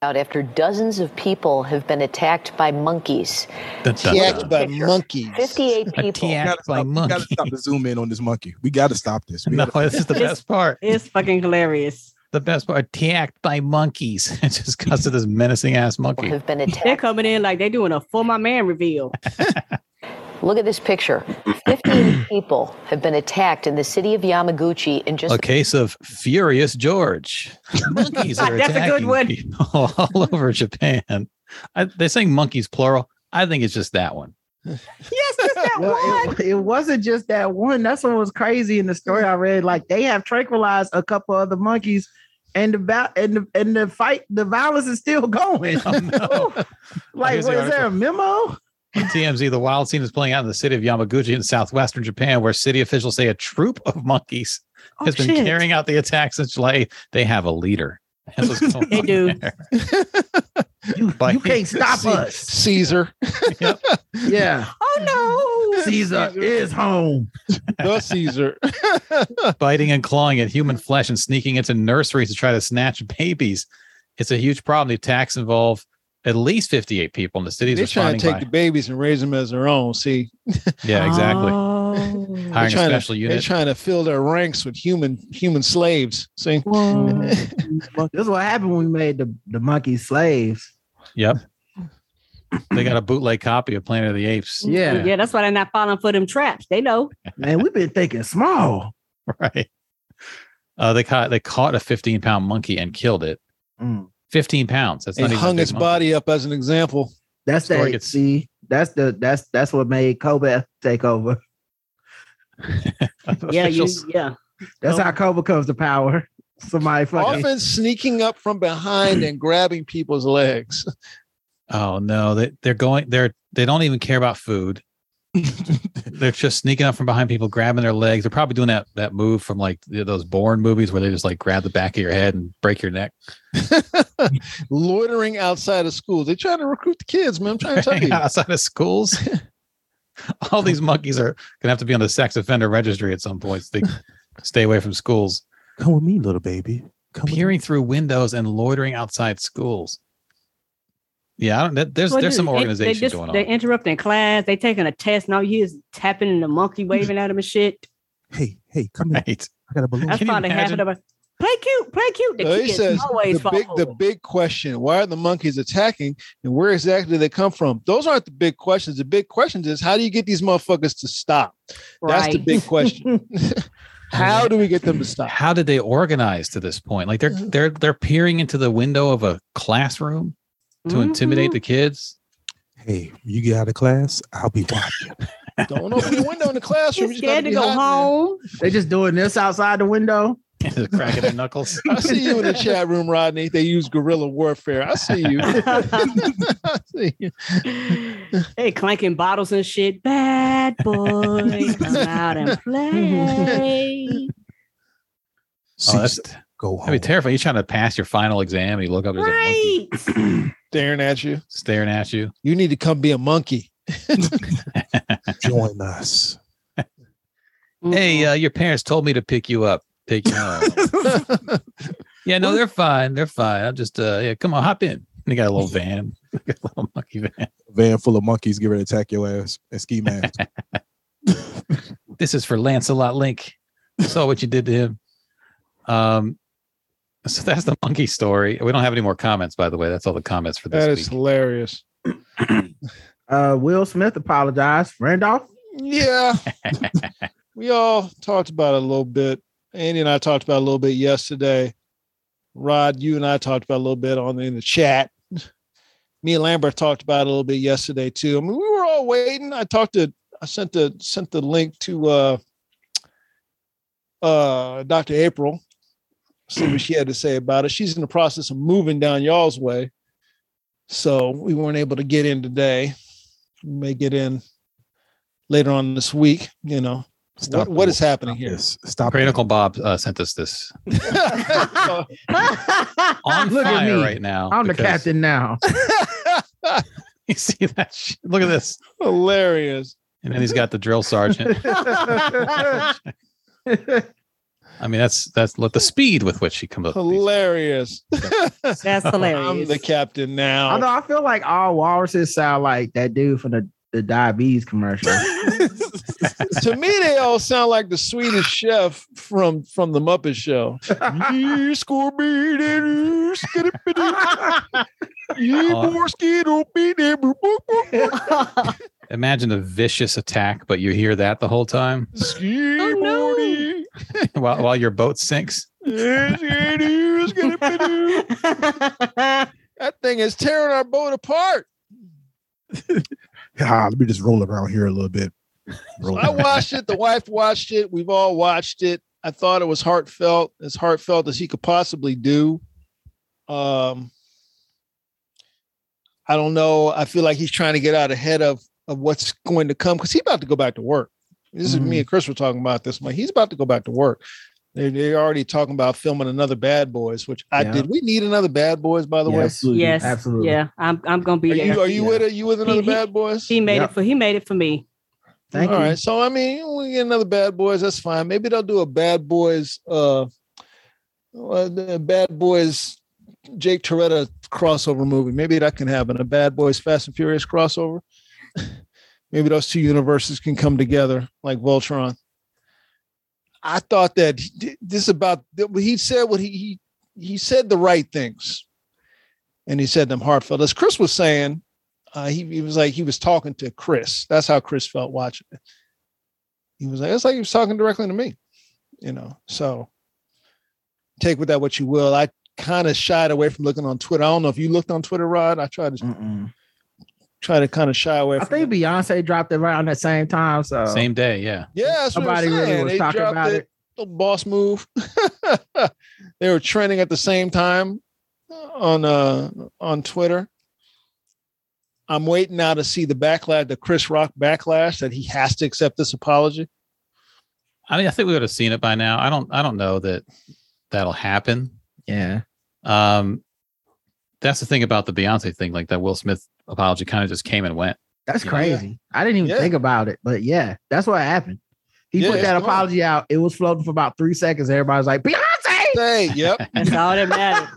out after dozens of people have been attacked by monkeys.
Dun, dun,
Attacked
dun.
by monkeys.
58 people.
Attacked by
We gotta
monkeys.
stop the zoom in on this monkey. We gotta stop this. We
No,
gotta-
[laughs] this is
[laughs]
the best part.
It's fucking hilarious.
The best part. Attacked by monkeys. [laughs] It's just because of this menacing ass monkey.
Have
[laughs]
been
They're
attacked.
coming in like they're doing a for my man reveal.
Look at this picture.
[clears throat]
15 people have been attacked in the city of Yamaguchi in just
A case of furious George. Monkeys
[laughs]
are
That's a good
attacking
one.
people [laughs] all over Japan. I, they're saying monkeys plural. I think it's just that one.
yes, just that one.
Well, it, it wasn't just that one. That's what was crazy in the story I read. Like they have tranquilized a couple other monkeys, and the ba- and the, and the fight, the violence is still [laughs] going.
Oh, no.
like,
Here's
what,
the
is there a memo?
[laughs]
TMZ, the wild scene is playing out in the city of Yamaguchi in southwestern Japan, where city officials say a troop of monkeys
Oh,
has been
shit.
carrying out the attack since July. They have a leader. That's
[laughs]
what's going
They
on
do.
there.
You,
Like-
you
[laughs]
can't stop
See-
us.
Caesar.
Yeah,
Oh no.
Caesar is home.
The Caesar.
[laughs] biting and clawing at human flesh and sneaking into nurseries to try to snatch babies. It's a huge problem. The attacks involve at least 58 people in the cities
They're trying
responding
to take
by.
the babies and raise them as their own. See,
[laughs] yeah, exactly.
Oh.
Hiring a
trying to-
special
they're
unit.
trying to fill their ranks with human human slaves. See, [laughs]
Whoa.
This is what happened when we made the the
[laughs]
monkey slaves.
yep. They got a bootleg copy of Planet of the Apes.
Yeah.
Yeah, that's why they're not falling for them traps. They know.
Man, we've been thinking small.
[laughs] Right. Uh, they caught they caught a 15 pound monkey and killed it.
Mm.
15 pounds. That's
and
not even a
hung
big
its
monkey.
body up as an example.
That's
Story
that. [laughs]
gets- [laughs]
see, that's the that's that's what made Kobe take over.
Yeah, you,
Officials.
yeah.
That's how Cobra comes to power. Somebody fucking
Often sneaking up from behind and grabbing people's legs. [laughs]
Oh no, they they're going they're they don't even care
[laughs]
about food. they're just sneaking up from behind people, grabbing their legs. They're probably doing that that move from like th- those Bourne movies where they just like grab the back of your head and break your neck.
loitering outside of schools. They're trying to recruit the kids, man. I'm trying to
[laughs]
tell you.
outside of schools. All these monkeys are gonna have to be on the sex offender registry at some point.
[laughs]
so They stay away from schools.
Come with me, little baby.
Peering through windows and loitering outside schools. Yeah, I don't, that, there's
Well,
there's some
they-
organization
they just-
going on.
They interrupting class. They taking a test. Now you is tapping and the
[laughs]
monkey waving at him and shit.
Hey, [laughs] hey, come
right. here.
I got a balloon.
That's probably half of them. are, Play cute, play cute. The
So he
kids
says
always
the
fall
big,
forward.
the big question: Why are the monkeys attacking, and where exactly do they come from? Those aren't the big questions. The big questions is how do you get these motherfuckers to stop? That's the
Right.
big question. how do we get them to stop? Mm-hmm.
How did they organize to this point? Like they're they're they're peering into the window of a classroom to
Mm-hmm.
intimidate the kids. Oh,
Hey, you get out of class, I'll be watching.
Don't open the window in the classroom.
He's
You gotta
scared to
be
go
hot in
home.
They just doing this outside the window.
[laughs] the crack of their knuckles.
there. [laughs] I see you in the chat room, Rodney. They use guerrilla warfare. I see
[laughs]
you. I see you.
They clanking bottles and shit.
[laughs]
Bad boy,
[laughs]
come out and play.
Oh, that's,
go
That'd be terrifying. You're trying to pass your final exam and you look up there's a monkey
right.
Staring at you.
staring at you.
You need to come be a
[laughs]
monkey.
Join us.
Mm-hmm.
Hey, uh, your parents told me to pick you up. Take
[laughs]
you home. yeah, no, they're fine. They're fine. I'm just uh yeah, come on, hop in. And they got a little van. [laughs] They got a little monkey van.
Van full of monkeys get ready to attack your ass and ski mask.
[laughs] this is for
[laughs]
Lancelot Link. I saw what you did to him. Um, so that's the monkey story. We don't have any more comments, by the way. That's all the comments for this
That
week.
is hilarious.
uh Will Smith apologized. Randolph.
Yeah. we all talked about it a little bit. Andy and I talked about it a little bit yesterday. Rod, you and I talked about it a little bit on in the chat. Me and Lambert talked about it a little bit yesterday too. I mean, we were all waiting. I talked to I sent the sent the link to uh uh Dr. April. See what she had to say about it. She's in the process of moving down y'all's way. So we weren't able to get in today. We may get in later on this week, you know.
Stop
what, what is
stop
happening here?
Yes, stop.
Cranical Bob uh, sent
[laughs]
us this
So-
on
Look at
fire
me.
right now.
I'm the
because-
captain now.
[laughs] You see that? shit? Look at this.
Hilarious.
And then he's got the drill sergeant.
[laughs]
I mean, that's that's look the speed with which he comes up. with these-
Hilarious.
That's
I'm the
hilarious.
[laughs] captain now.
Although I feel like all walruses sound like that dude from the, the
[laughs]
diabetes commercial.
to me, they all sound like the Swedish chef from from the Muppet Show.
[laughs]
[laughs]
You score me, then you skid it, bit it. You
Oh.
more skid on me, then boop, boop, boop, boop.
Imagine a vicious attack, but you hear that the whole time [laughs]
Skid morning.
while while your boat sinks.
Yes, skid you, skid it, bit it. That thing is tearing our boat apart.
Ah, let me just roll around here a little bit. Roll
I
around.
watched it. The wife watched it. We've all watched it. I thought it was heartfelt, as heartfelt as he could possibly do. Um, I don't know. I feel like he's trying to get out ahead of of what's going to come because he's about to go back to work. This
Mm-hmm.
is me and Chris were talking about this. Like he's about to go back to work. They're, they're already talking about filming another Bad Boys, which I
Yeah.
did. We need another Bad Boys, by the way.
absolutely.
yes,
Absolutely.
Yeah, I'm. I'm gonna be
Are
there.
you are you
Yeah.
with it? You with another
he-
Bad Boys?
he made
Yep.
it for. He made it for me.
Thank
All
you.
right, So I mean, we get another Bad Boys. That's fine. Maybe they'll do a Bad Boys, uh, uh the Bad Boys, Jake Toretta crossover movie. Maybe that can happen. A Bad Boys Fast and Furious crossover. [laughs] Maybe those two universes can come together like Voltron. I thought that he- this about he said what he he he said the right things, and he said them heartfelt. As Chris was saying, uh, he, he was like he was talking to Chris. That's how Chris felt watching it. He was like, it's like he was talking directly to me, you know. So take with that what you will. I kind of shied away from looking on Twitter. I don't know if you looked on Twitter, Rod. I tried to
Mm-mm.
try to kind of shy away
I
from.
think Beyonce dropped it around that same time. So
Same day, yeah.
Yeah, that's what I'm
Nobody really
saying.
was
They
talking
dropped
about
the-
it.
the boss move. [laughs] they were trending at the same time on uh on Twitter. I'm waiting now to see the backlash, the Chris Rock backlash that he has to accept this apology.
I mean, I think we would have seen it by now. I don't. I don't know that that'll happen.
Yeah.
Um, that's the thing about the Beyonce thing. Like that Will Smith apology kind of just came and went.
That's
Yeah.
crazy. I didn't even think about it, but yeah, that's what happened. He
Yeah,
put
it's
that
gone.
apology out. It was floating for about three seconds. Everybody was like, Beyonce.
Hey, yep.
[laughs]
That's all that matters.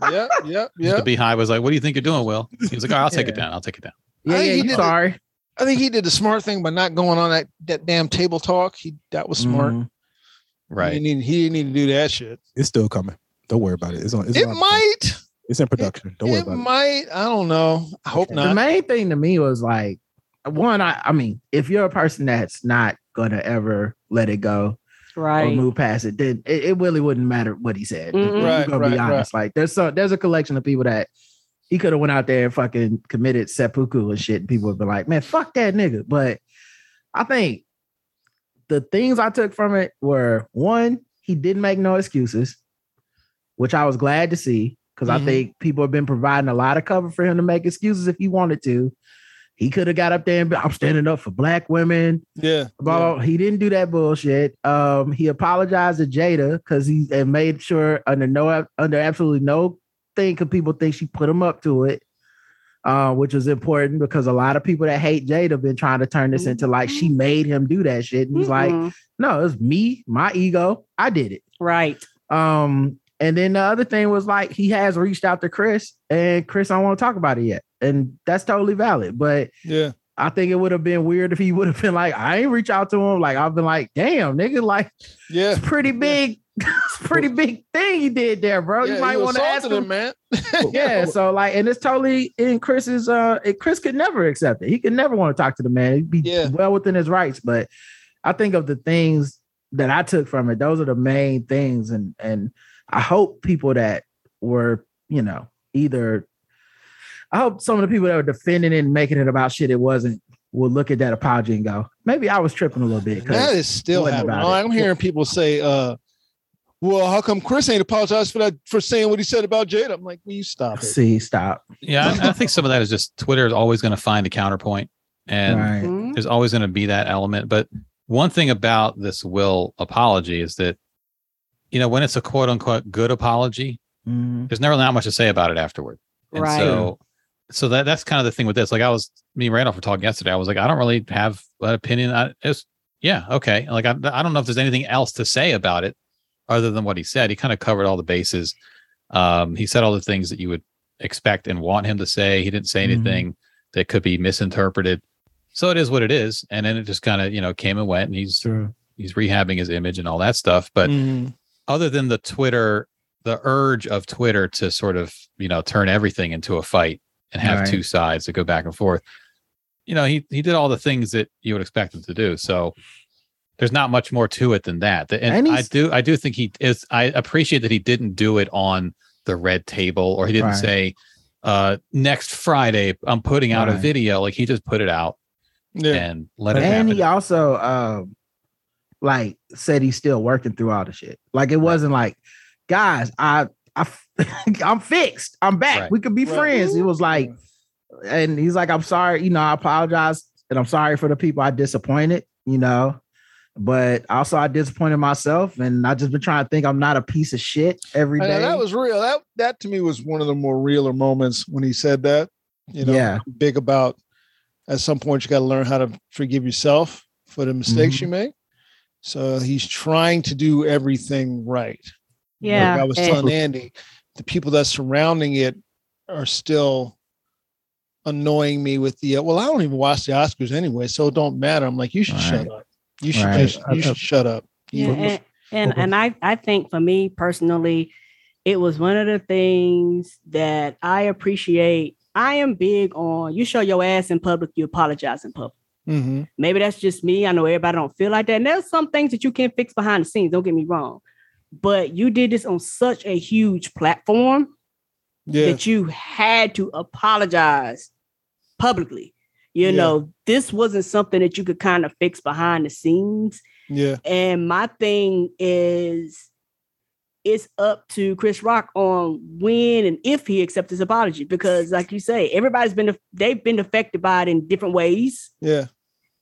yep, yep,
The Beehive was like, "What do you think you're doing, Will?" He was like, "All right, "I'll take it down. I'll take it down."
I think he did the-
sorry.
I think he did the smart thing by not going on that, that damn table talk. He that was smart.
Right.
He didn't, need, he didn't need to do that shit.
It's still coming. Don't worry about it. It's on. It's,
It
on-
might.
it's in production. Don't worry
It
about it.
might. I don't know. I hope
The
not.
main thing to me was like, one, I, I mean, if you're a person that's not gonna ever let it go or
Right.
move past it, then it, it really wouldn't matter what he said.
Mhm.
If you're
Right,
gonna
right,
be
right.
honest. Like there's so there's a collection of people that he could have went out there and fucking committed seppuku and shit. And people would be like, man, fuck that nigga. But I think the things I took from it were one, he didn't make no excuses, which I was glad to see because
Mhm.
I think people have been providing a lot of cover for him to make excuses if he wanted to. He could have got up there and been, I'm standing up for black women.
Yeah.
Blah, blah, blah. He didn't do that bullshit. Um, he apologized to Jada because he and made sure under no under absolutely no thing could people think she put him up to it. Uh, which is important because a lot of people that hate Jada have been trying to turn this into like she made him do that shit. And he's
Mhm.
like, no, it was me, my ego. I did it.
Right.
Um, and then the other thing was like he has reached out to Chris, and Chris, I don't want to talk about it yet. And that's totally valid. But
Yeah.
I think it would have been weird if he would have been like, I ain't reach out to him. Like I've been like, damn, nigga, like
Yeah.
it's pretty big, [laughs] it's pretty big thing he did there, bro.
Yeah,
Oh, you might
you
want to ask
assaulted
him,
him, man.
[laughs] yeah, so like, and it's totally in Chris's. Uh, it- Chris could never accept it. He could never want to talk to the man. He'd be well within his rights. But I think of the things that I took from it. Those are the main things, and and I hope people that were, you know, either. I hope some of the people that were defending it and making it about shit it wasn't will look at that apology and go, maybe I was tripping a little bit. 'cause
That is
it
still
wasn't
happening.
about it."
I'm hearing people say, uh, well, how come Chris ain't apologized for that for saying what he said about Jada? I'm like, will you stop it?
See, stop.
Yeah, I, I think some of that is just Twitter is always going to find a counterpoint, and
Right.
Mhm.
there's always going to be that element. But one thing about this Will apology is that, you know, when it's a quote unquote good apology,
Mhm.
there's never that much to say about it afterward. And
Mm-hmm. Right.
so, so that that's kind of the thing with this. Like I was, me and Randolph were talking yesterday. I was like, I don't really have an opinion. I, it's yeah, okay. Like I, I don't know if there's anything else to say about it other than what he said. He kind of covered all the bases. Um, he said all the things that you would expect and want him to say. He didn't say
Mhm.
anything that could be misinterpreted. So it is what it is. And then it just kind of, you know, came and went and he's he's rehabbing his image and all that stuff. But
Mm-hmm.
other than the Twitter, the urge of Twitter to sort of, you know, turn everything into a fight and have
Right.
two sides that go back and forth. You know, he he did all the things that you would expect him to do. So there's not much more to it than that. The- And,
And
I
he's-
do I do think he is I appreciate that he didn't do it on the red table or he didn't
Right.
say uh next Friday I'm putting out a
Right.
video. Like he just put it out and let it
and
happen.
he also um like said he's still working through all the shit. Like it wasn't like, guys, I I [laughs] I'm fixed. I'm back.
Right.
We could be
Right.
friends. It was like, and he's like, I'm sorry, you know, I apologize and I'm sorry for the people I disappointed, you know. But also I disappointed myself and I just been trying to think I'm not a piece of shit every
I know,
day.
that was real. That that to me was one of the more realer moments when he said that. You know,
Yeah.
I'm big about at some point you got to learn how to forgive yourself for the mistakes
Mm-hmm.
you make. So he's trying to do everything right. Like
Yeah,
I was
and-
telling Andy, the people that's surrounding it are still annoying me with the uh, well, I don't even watch the Oscars anyway, so it don't matter. I'm like, you should shut up. You should
Right.
just, you should shut up.
Yeah, eh.
You-
and and, and I, I think for me personally, it was one of the things that I appreciate. I am big on you show your ass in public, you apologize in public.
Mhm.
Maybe that's just me. I know everybody don't feel like that. And there's some things that you can fix behind the scenes, don't get me wrong. But you did this on such a huge platform
Yeah.
that you had to apologize publicly. You
Yeah.
know, this wasn't something that you could kind of fix behind the scenes.
Yeah.
And my thing is, it's up to Chris Rock on when and if he accepts his apology because, like you say, everybody's been they've been affected by it in different ways.
Yeah.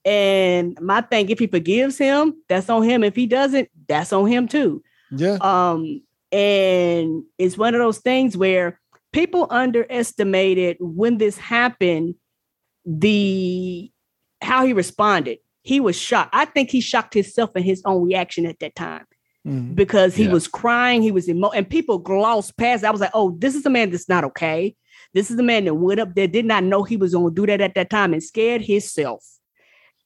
And my thing, if he forgives him, that's on him. If he doesn't, that's on him too.
Yeah.
Um, and it's one of those things where people underestimated when this happened, the how he responded. He was shocked. I think he shocked himself in his own reaction at that time
Mm-hmm.
Mm-hmm.
because he
Yeah.
was crying, he was emo, and people glossed past. it. I was like, "Oh, this is a man that's not okay. This is a man that went up there, did not know he was going to do that at that time, and scared himself."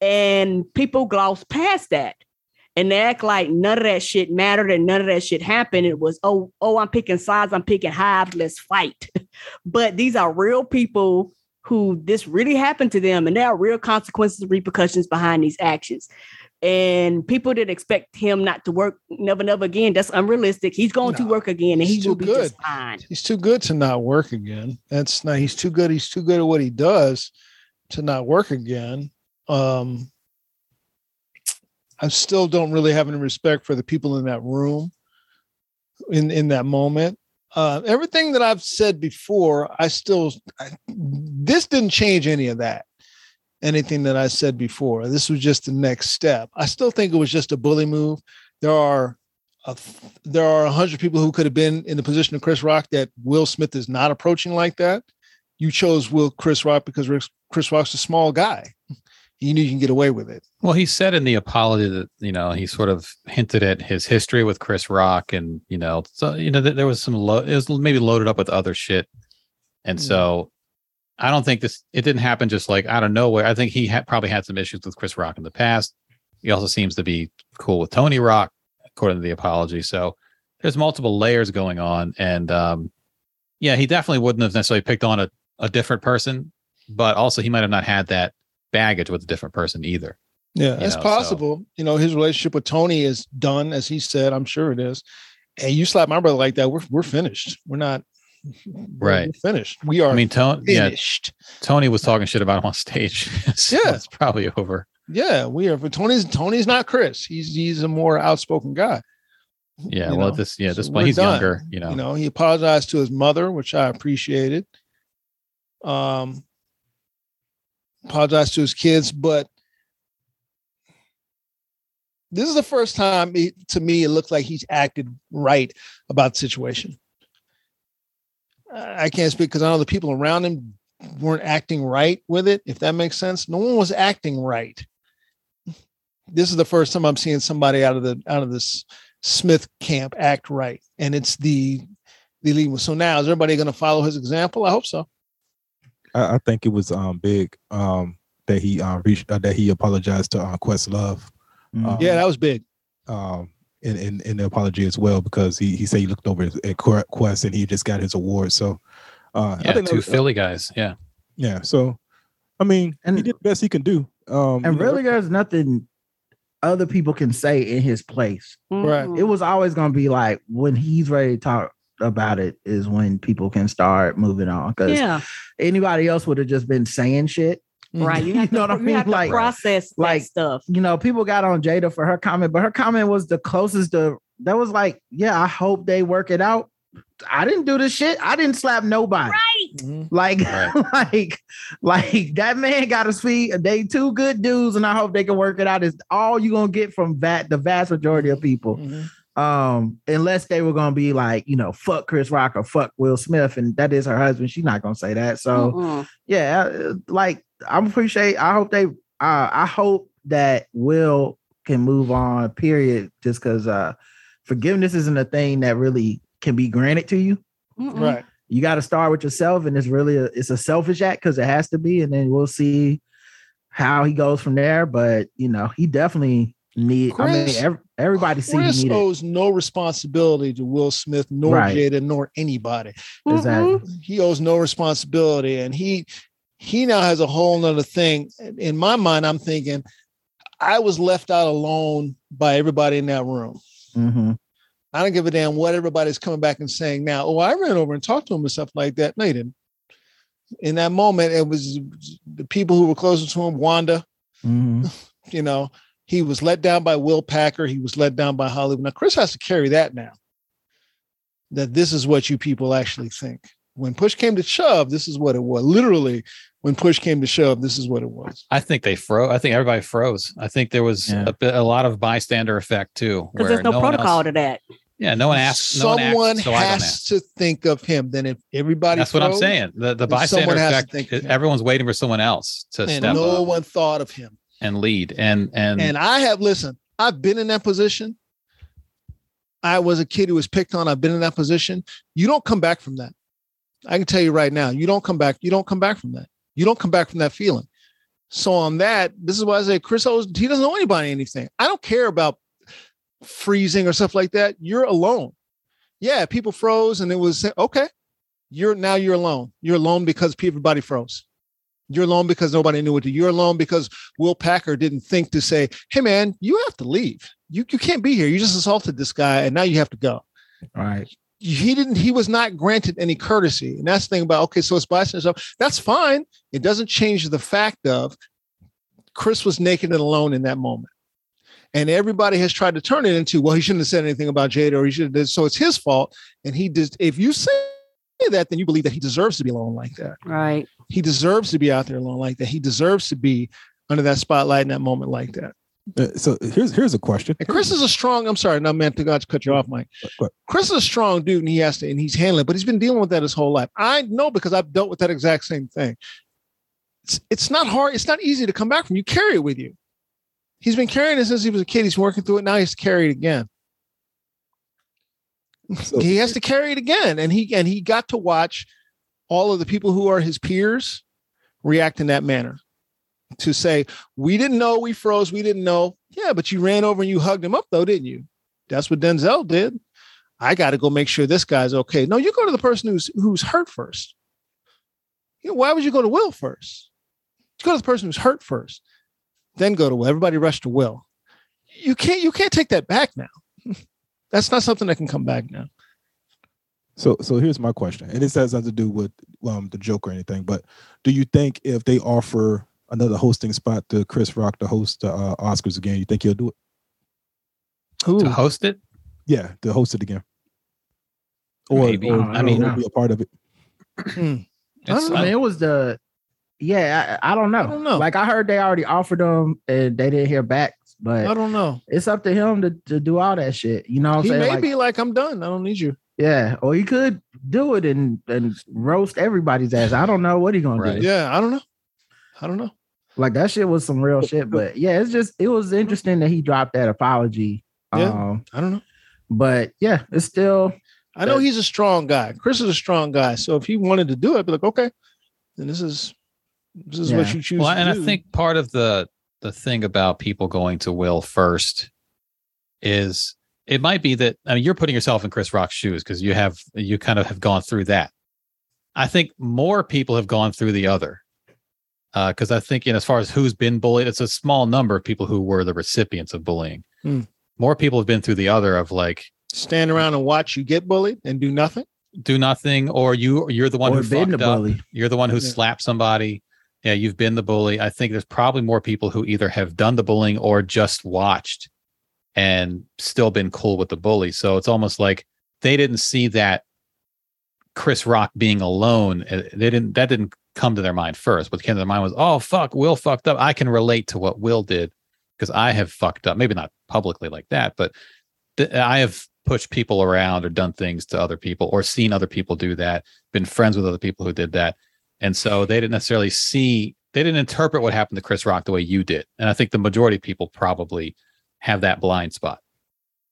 And people glossed past that, and they act like none of that shit mattered and none of that shit happened. It was, "Oh, oh, I'm picking sides. I'm picking hives. Let's fight." [laughs] but these are real people who this really happened to them, and there are real consequences and repercussions behind these actions and people that expect him not to work never never again that's unrealistic he's going to work again and he will be just fine
He's too good to not work again. That's not he's too good. He's too good at what he does to not work again. Um I still don't really have any respect for the people in that room in in that moment. Uh, everything that I've said before, I still I, this didn't change any of that. Anything that I said before, this was just the next step. I still think it was just a bully move. There are a th- there are a hundred people who could have been in the position of Chris Rock that Will Smith is not approaching like that. You chose Will Chris Rock because Rick- Chris Rock's a small guy. You knew you can get away with it.
Well, he said in the apology that you know he sort of hinted at his history with Chris Rock, and you know, so you know th- there was some lo- it was maybe loaded up with other shit, and so I don't think this it didn't happen just like out of nowhere. I think he had probably had some issues with Chris Rock in the past. He also seems to be cool with Tony Rock, according to the apology. So there's multiple layers going on, and um, yeah, he definitely wouldn't have necessarily picked on a, a different person, but also he might have not had that baggage with a different person either.
Yeah,
You
it's
know, so-
possible. You know, his relationship with Tony is done, as he said. I'm sure it is. And you slap my brother like that, we're we're finished. We're not we're-
Right.
We're finished. We are.
I mean, Tony.
finished.
Yeah, Tony was talking shit about him on stage. [laughs] so
Yeah.
it's probably over.
yeah, we are. But Tony's Tony's not Chris. He's he's a more outspoken guy.
Yeah.
You
well,
know,
at this. Yeah, at this
so
point
we're
he's
done.
younger. You know.
You know, he apologized to his mother, which I appreciated. Um, apologized to his kids, but this is the first time he, to me it looked like he's acted right about the situation. I I can't speak because I know the people around him weren't acting right with it, if that makes sense. No one was acting right. This is the first time I'm seeing somebody out of the out of this Smith camp act right, and it's the the lead one. So now is everybody going to follow his example? I hope so.
I, I think it was um big um that he um reached uh, that he apologized to uh, Questlove. Um,
yeah, that was big.
um in, in in the apology as well because he he said he looked over at- at Que- Quest and he just got his award. So uh, I
yeah,
think that
two
was-
Philly guys. Yeah.
Yeah, so I mean,
and
he did the best he can do. Um,
and
you know,
really, there's nothing other people can say in his place.
Right.
It was always going to be like when he's ready to talk about it is when people can start moving on. Because
Yeah.
anybody else would have just been saying shit.
right
[laughs]
you, have to,
Mm. know what I
you
mean?
have to
Like-
process
like
stuff.
You know, people got on Jada for her comment, but her comment was the closest to that was like, yeah, I hope they work it out. I didn't do this shit. I didn't slap nobody.
Right.
[laughs] Like,
Right.
like, like that man got his feet. They two good dudes, and I hope they can work it out. Is all you gonna get from that the vast majority of people. Um, unless they were gonna be like, you know, fuck Chris Rock or fuck Will Smith, and that is her husband. She's not gonna say that. So
Mm-mm.
yeah, uh, like I appreciate. I hope they. Uh, I hope that Will can move on. Period. Just because uh, forgiveness isn't a thing that really can be granted to you.
Mm-mm.
Right.
You got to start with yourself, and it's really a, it's a selfish act because it has to be, and then we'll see how he goes from there. But you know, he definitely need. I
Chris- [clears throat]
mean, ev- everybody sees
Chris
he needed.
owes no responsibility to Will Smith, nor
Right. Mm-hmm.
Jada, nor anybody.
Exactly.
He owes no responsibility, and he he now has a whole nother thing. In my mind, I'm thinking I was left out alone by everybody in that room.
Mm-hmm.
I don't give a damn what everybody's coming back and saying now. Oh, I ran over and talked to him and stuff like that. No, you didn't. in that moment, it was the people who were closest to him, Wanda.
Mm-hmm.
You know, he was let down by Will Packer. He was let down by Hollywood. Now, Chris has to carry that now. That this is what you people actually think. When push came to shove, this is what it was. Literally, when push came to shove, this is what it was.
I think they froze. I think everybody froze. I think there was a, bit, a lot of bystander effect too.
because
where
there's no,
one
protocol
else-
to that.
yeah, no one asked. No one,
Someone
asked, so I don't ask.
has to think of him. Then if everybody
That's what I'm
froze,
saying. The the
then
bystander
someone has to
effect. Everyone's waiting for someone else to
and
step
no
up
one thought of him.
and lead. And and,
And I have listen, I've been in that position. I was a kid who was picked on. I've been in that position. You don't come back from that. I can tell you right now, you don't come back. You don't come back from that. You don't come back from that feeling. So on that, this is why I say Chris Owens, he doesn't owe anybody anything. I don't care about freezing or stuff like that. You're alone. Yeah, people froze and it was okay. You're now you're alone. You're alone because everybody froze. You're alone because nobody knew what to. You're alone because Will Packer didn't think to say, "Hey, man, you have to leave. You you can't be here. You just assaulted this guy, and now you have to go."
Right.
He didn't. He was not granted any courtesy, and that's the thing about okay. So it's bystander stuff. That's fine. It doesn't change the fact of Chris was naked and alone in that moment, and everybody has tried to turn it into, "Well, he shouldn't have said anything about Jada, or he should have." Did, so it's his fault, and he did. If you say that, then you believe that he deserves to be alone like that.
Right.
He deserves to be out there alone like that. He deserves to be under that spotlight in that moment like that.
Uh, so here's here's a question.
And Chris is a strong. I'm sorry, no man, to God to cut you off, Mike. Chris is a strong dude, and he has to, and he's handling. it, But he's been dealing with that his whole life. I know because I've dealt with that exact same thing. It's, it's not hard. It's not easy to come back from. You carry it with you. He's been carrying it since he was a kid. He's working through it now. He's carried it again. he has to carry it again, and he and he got to watch all of the people who are his peers react in that manner to say, we didn't know we froze, we didn't know. Yeah, but you ran over and you hugged him up though, didn't you? That's what Denzel did. I got to go make sure this guy's okay. No, you go to the person who's who's hurt first. You know, why would you go to Will first? You go to the person who's hurt first, then go to Will. Everybody rush to Will. You can't you can't take that back now. [laughs] That's not something that can come back now.
So so here's my question, and this has nothing to do with um the joke or anything, but do you think if they offer another hosting spot to Chris Rock to host the uh, Oscars again, you think he'll do it?
to host it.
Yeah, to host it again. Or,
Maybe.
or-
I
or
mean-
be a part of it.
I don't know. man, it was the yeah. I, I don't know. I don't know. Like I heard they already offered them and they didn't hear back. But
I don't know.
It's up to him to, to do all that shit. You know what I'm
He
saying?
may
Like,
be like, I'm done. I don't need you.
yeah, or he could do it and and roast everybody's ass. I don't know what he gonna do.
Yeah, I don't know. I don't know.
Like that shit was
[laughs]
some real shit. But yeah, it's just it was interesting that he dropped that apology.
Yeah,
Um,
I don't know.
But yeah, it's still.
I know he's a strong guy. Chris is a strong guy. So if he wanted to do it, I'd be like, okay, then this is this is what you choose.
Well,
to
and
do.
I think part of the the thing about people going to Will first is it might be that I mean you're putting yourself in Chris Rock's shoes because you have you kind of have gone through that. I think more people have gone through the other. Because I think, you know, as far as who's been bullied, it's a small number of people who were the recipients of bullying.
Hmm.
More people have been through the other of like
stand around and watch you get bullied and do nothing.
do nothing, or you you're the one
Or
who
been
fucked
the
up.
bully.
You're the one who
Yeah.
slapped somebody. Yeah, you've been the bully. I think there's probably more people who either have done the bullying or just watched and still been cool with the bully. So it's almost like they didn't see that Chris Rock being alone. uh, They didn't that didn't come to their mind first. What came to their mind was, oh fuck, Will fucked up. I can relate to what Will did because I have fucked up. Maybe not publicly like that, but th- I have pushed people around or done things to other people or seen other people do that, been friends with other people who did that. And so they didn't necessarily see, they didn't interpret what happened to Chris Rock the way you did. And I think the majority of people probably have that blind spot.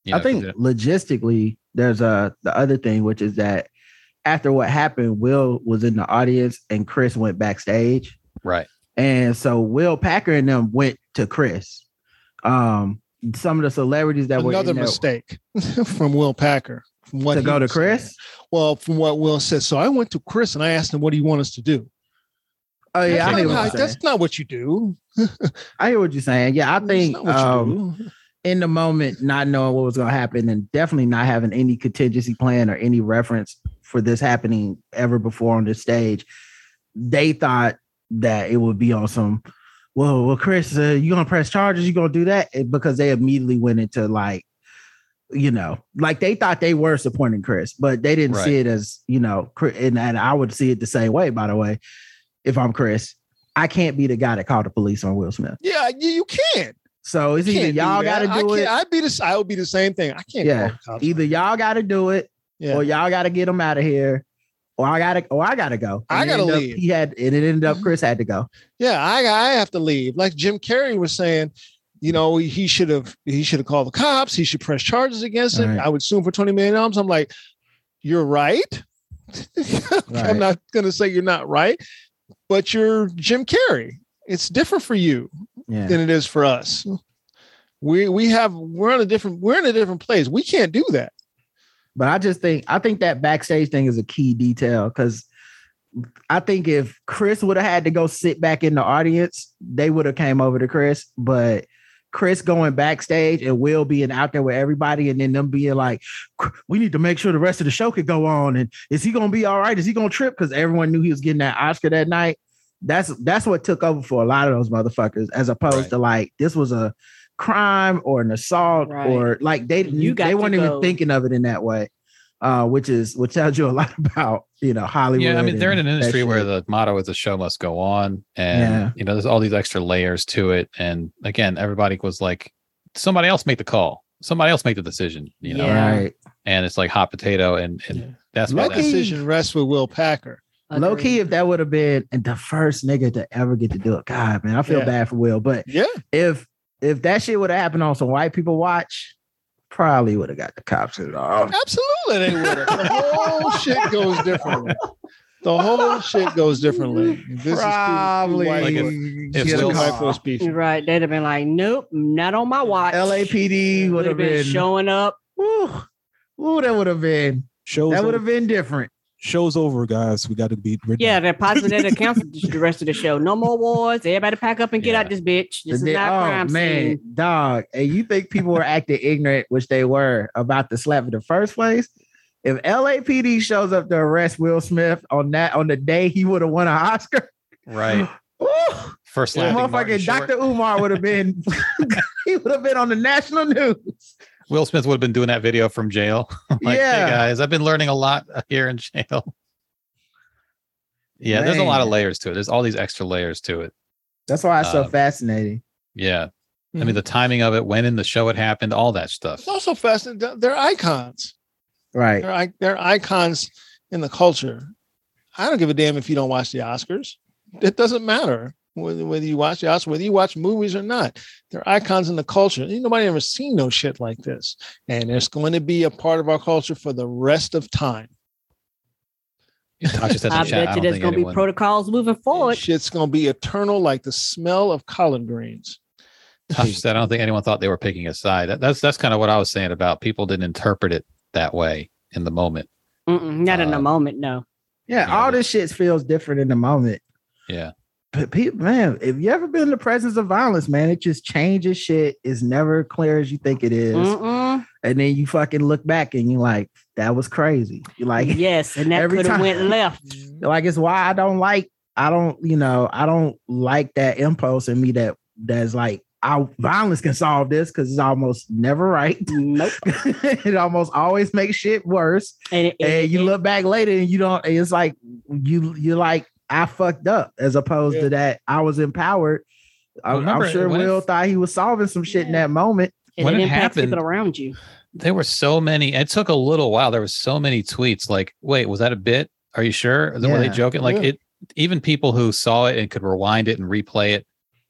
You
I
know, 'cause
think
they don't-
logistically, there's uh the other thing, which is that after what happened, Will was in the audience and Chris went backstage,
right.
and so Will Packer and them went to Chris. Um, some of the celebrities that were
Another
in there-
mistake [laughs] from Will Packer. From what
To
he
go to
was saying.
Chris?
Well, from what Will said. So I went to Chris and I asked him, "What do you want us to do?"
Oh yeah, I
that's,
hear
not,
what
how-
you're saying.
that's not what you do.
I hear what you're saying. Yeah, I think
what you
um, in the moment, not knowing what was going to happen, and definitely not having any contingency plan or any reference for this happening ever before on this stage, they thought that it would be on some. Well, well, Chris, uh, you gonna press charges? You gonna do that? It- because they immediately went into like, you know, like they thought they were supporting Chris, but they didn't see
Right.
it as you know. Chri- And, and I would see it the same way. By the way, if I'm Chris, I can't be the guy that called the police on Will Smith.
Yeah, you, you can't.
So it's
You
either
can't do
y'all got
that.
to
I
do
can't-
it.
I'd be the. I would be the same thing. I can't.
yeah,
call the cops.
either y'all got to do it,
Yeah.
or y'all got to get him out of here, or I gotta, or I gotta go.
I
And it
gotta
ended up-
leave. Mm-hmm.
He had, and it ended up Chris had to go.
Yeah, I I have to leave. Like Jim Carrey was saying, you know, he should have he should have called the cops. He should press charges against him. I would sue him for twenty million dollars. I'm like, you're right. [laughs] I'm not gonna say you're not right, but you're Jim Carrey. It's different for you
Yeah.
than it is for us. We we have we're on a different we're in a different place. We can't do that.
But I just think I think that backstage thing is a key detail because I think if Chris would have had to go sit back in the audience, they would have came over to Chris. But Chris going backstage and Will being out there with everybody, and then them being like, "We need to make sure the rest of the show could go on." And is he gonna be all right? Is he gonna trip? Because everyone knew he was getting that Oscar that night. That's that's what took over for a lot of those motherfuckers, as opposed to like this was a crime or an assault
Right.
or like they
You got
they
to
weren't even
go.
thinking of it in that way, uh, which is which tells you a [laughs] lot about you know Hollywood.
Yeah, I mean, they're in an
and that
industry
shit.
where the motto is the show must go on. And,
Yeah.
you know, there's all these extra layers to it. And again, everybody was like, somebody else make the call. Somebody else make the decision, you know?
Yeah. Right.
And it's like hot potato. And, and that's why
That
that
decision rests with Will Packer.
Low key, if that would have been and the first nigga to ever get to do it, God man, I feel
Yeah.
bad for Will. But
yeah,
if if that shit would have happened on some white people watch, probably would have got the cops involved.
Absolutely, they would. have. The whole shit goes differently. The whole shit goes differently. This
Probably.
is
Like
too,
if-
too
if
white. It's too
Will's-
white for us beef.
You're right. They'd have been like, nope, not on my watch.
LAPD would have been-
showing up.
Woo, woo, that would have been
shows.
That would
have been different.
Shows over, guys. We got to be. rid-
Yeah, they're positive to cancel the rest of the show. No more awards. Everybody pack up and get out this bitch. This
And
is
then- oh,
not a crime
man,
scene.
dog. And you think people were acting ignorant, which they were, about the slap in the first place? If LAPD shows up to arrest Will Smith on that on the day he would have won an Oscar, [gasps]
right.
Oh,
First
that
lap.
motherfucking Dr. Umar would have
[laughs]
been he would have been on the national news.
Will Smith would have been doing that video from jail. [laughs] like,
Yeah.
hey guys, I've been learning a lot [laughs] here in jail. Yeah, there's a lot of
Man.
layers to it. There's all these extra layers to it.
That's why it's so
Um,
fascinating.
Yeah. I mean, the
Hmm.
timing of it, when in the show it happened, all that stuff.
It's also fascinating. They're icons.
Right.
They're, i- they're icons in the culture. I don't give a damn if you don't watch the Oscars. It doesn't matter whether, whether you watch the Oscars, whether you watch movies or not. They're icons in the culture. Ain't nobody ever seen no shit like this. And it's going to be a part of our culture for the rest of time.
Tasha said in
I
the chat, I
bet you
don't
there's
think
gonna
anyone.
be protocols moving forward.
Shit's going to be eternal like the smell of collard greens.
Tasha said, I don't think anyone thought they were picking a side. That- that's that's kind of what I was saying about people didn't interpret it that way in the moment.
Mm-mm, not
Uh,
in the moment, no.
Yeah, all this shit feels different in the moment.
Yeah.
But people, man, if you ever been in the presence of violence, man, it just changes shit. It's never clear as you think it is.
Mm-mm.
And then you fucking look back and you're like, that was crazy. You're like, [laughs]
yes, and that could have went left.
Like it's why I don't like, I don't, you know, I don't like that impulse in me that that's like, I violence can solve this because it's almost never right. [laughs]
Nope.
it almost always makes shit worse.
And,
you look back later and you don't, it's like you you're like, I fucked up as opposed to that I was empowered. I-
Well, remember,
I'm sure
when it-
Will thought he was solving some shit in that moment.
And When it it impacts people happened-
around you.
There were so many. It took a little while. There were so many tweets like, wait, was that a bit? Are you sure? Then Were they
Yeah.
joking? Like
Yeah.
it even people who saw it and could rewind it and replay it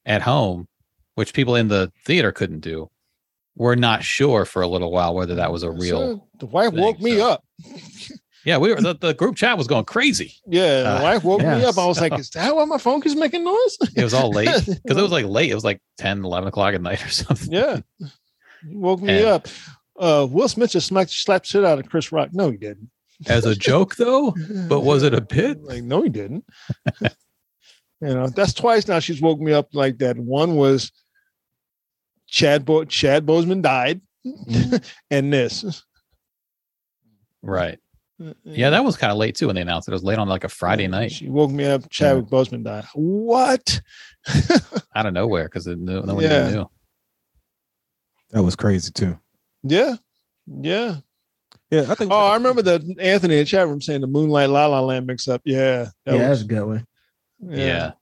at home, which people in the theater couldn't do, were not sure for a little while whether that was a real
The wife woke me up.
Yeah, we were the, the group chat was going crazy.
Yeah, the
Uh,
wife woke me
yeah, [laughs]
up. I was like,
so-
is that why my phone keeps making
[laughs]
noise?
It was
[laughs]
all late because it was like late. It was like 10, 11 o'clock at night or [laughs] something.
Yeah. You woke me
And-
up. Uh, Will Smith just smacked, slapped shit out of Chris Rock. No, he didn't.
As a joke though, but was it a bit?
[laughs] Like, no, he didn't. you know, that's twice now she's woke me up like that. One was Chad Bo- [laughs]
Mm-hmm.
Chad Bozeman died, and this.
Right. Yeah, that was kind of late too when they announced it. It was late on like a Friday night.
She woke me up. Chadwick Boseman died. What?
out of nowhere because no, no one
Yeah.
even knew.
That was crazy too.
Yeah, yeah,
yeah. I think.
Oh, I remember the Anthony in the chat room saying the Moonlight La La Land mix up. Yeah, that
yeah,
was-
that's a good one.
Yeah.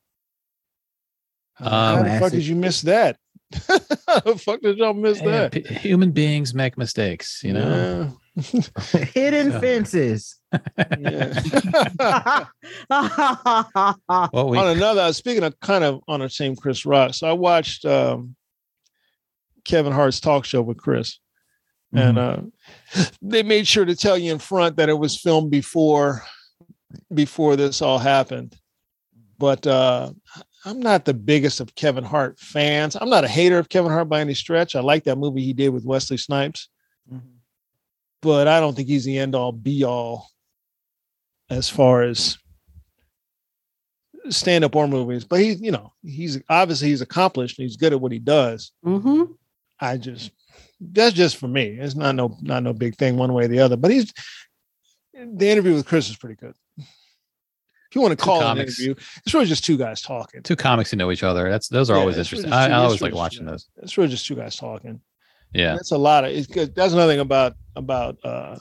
How the
Um,
fuck did you miss that? [laughs] How the fuck did y'all miss
yeah,
that?
p- human beings make mistakes, you know.
[laughs]
Hidden
So-
fences.
Well, we-
on [laughs] another, speaking of kind of on the same Chris Rock, so I watched um, Kevin Hart's talk show with Chris, and uh,
Mm-hmm.
they made sure to tell you in front that it was filmed before before this all happened. But uh, I'm not the biggest of Kevin Hart fans. I'm not a hater of Kevin Hart by any stretch. I like that movie he did with Wesley Snipes, but I don't think he's the end all be all as far as stand up or movies. But he's, you know, he's obviously he's accomplished and he's good at what he does.
Mm-hmm.
I just that's just for me. It's not no not no big thing one way or the other. But he's the interview with Chris is pretty good. If you want to call it an
comics.
interview, it's really just two guys talking.
Two comics who know each other. That's those are
Yeah,
always
that's what
interesting.
it's-
I, I
that's what
always like
it's-
watching those.
It's really just two guys talking.
Yeah.
That's a lot of it's good. That's another thing about about uh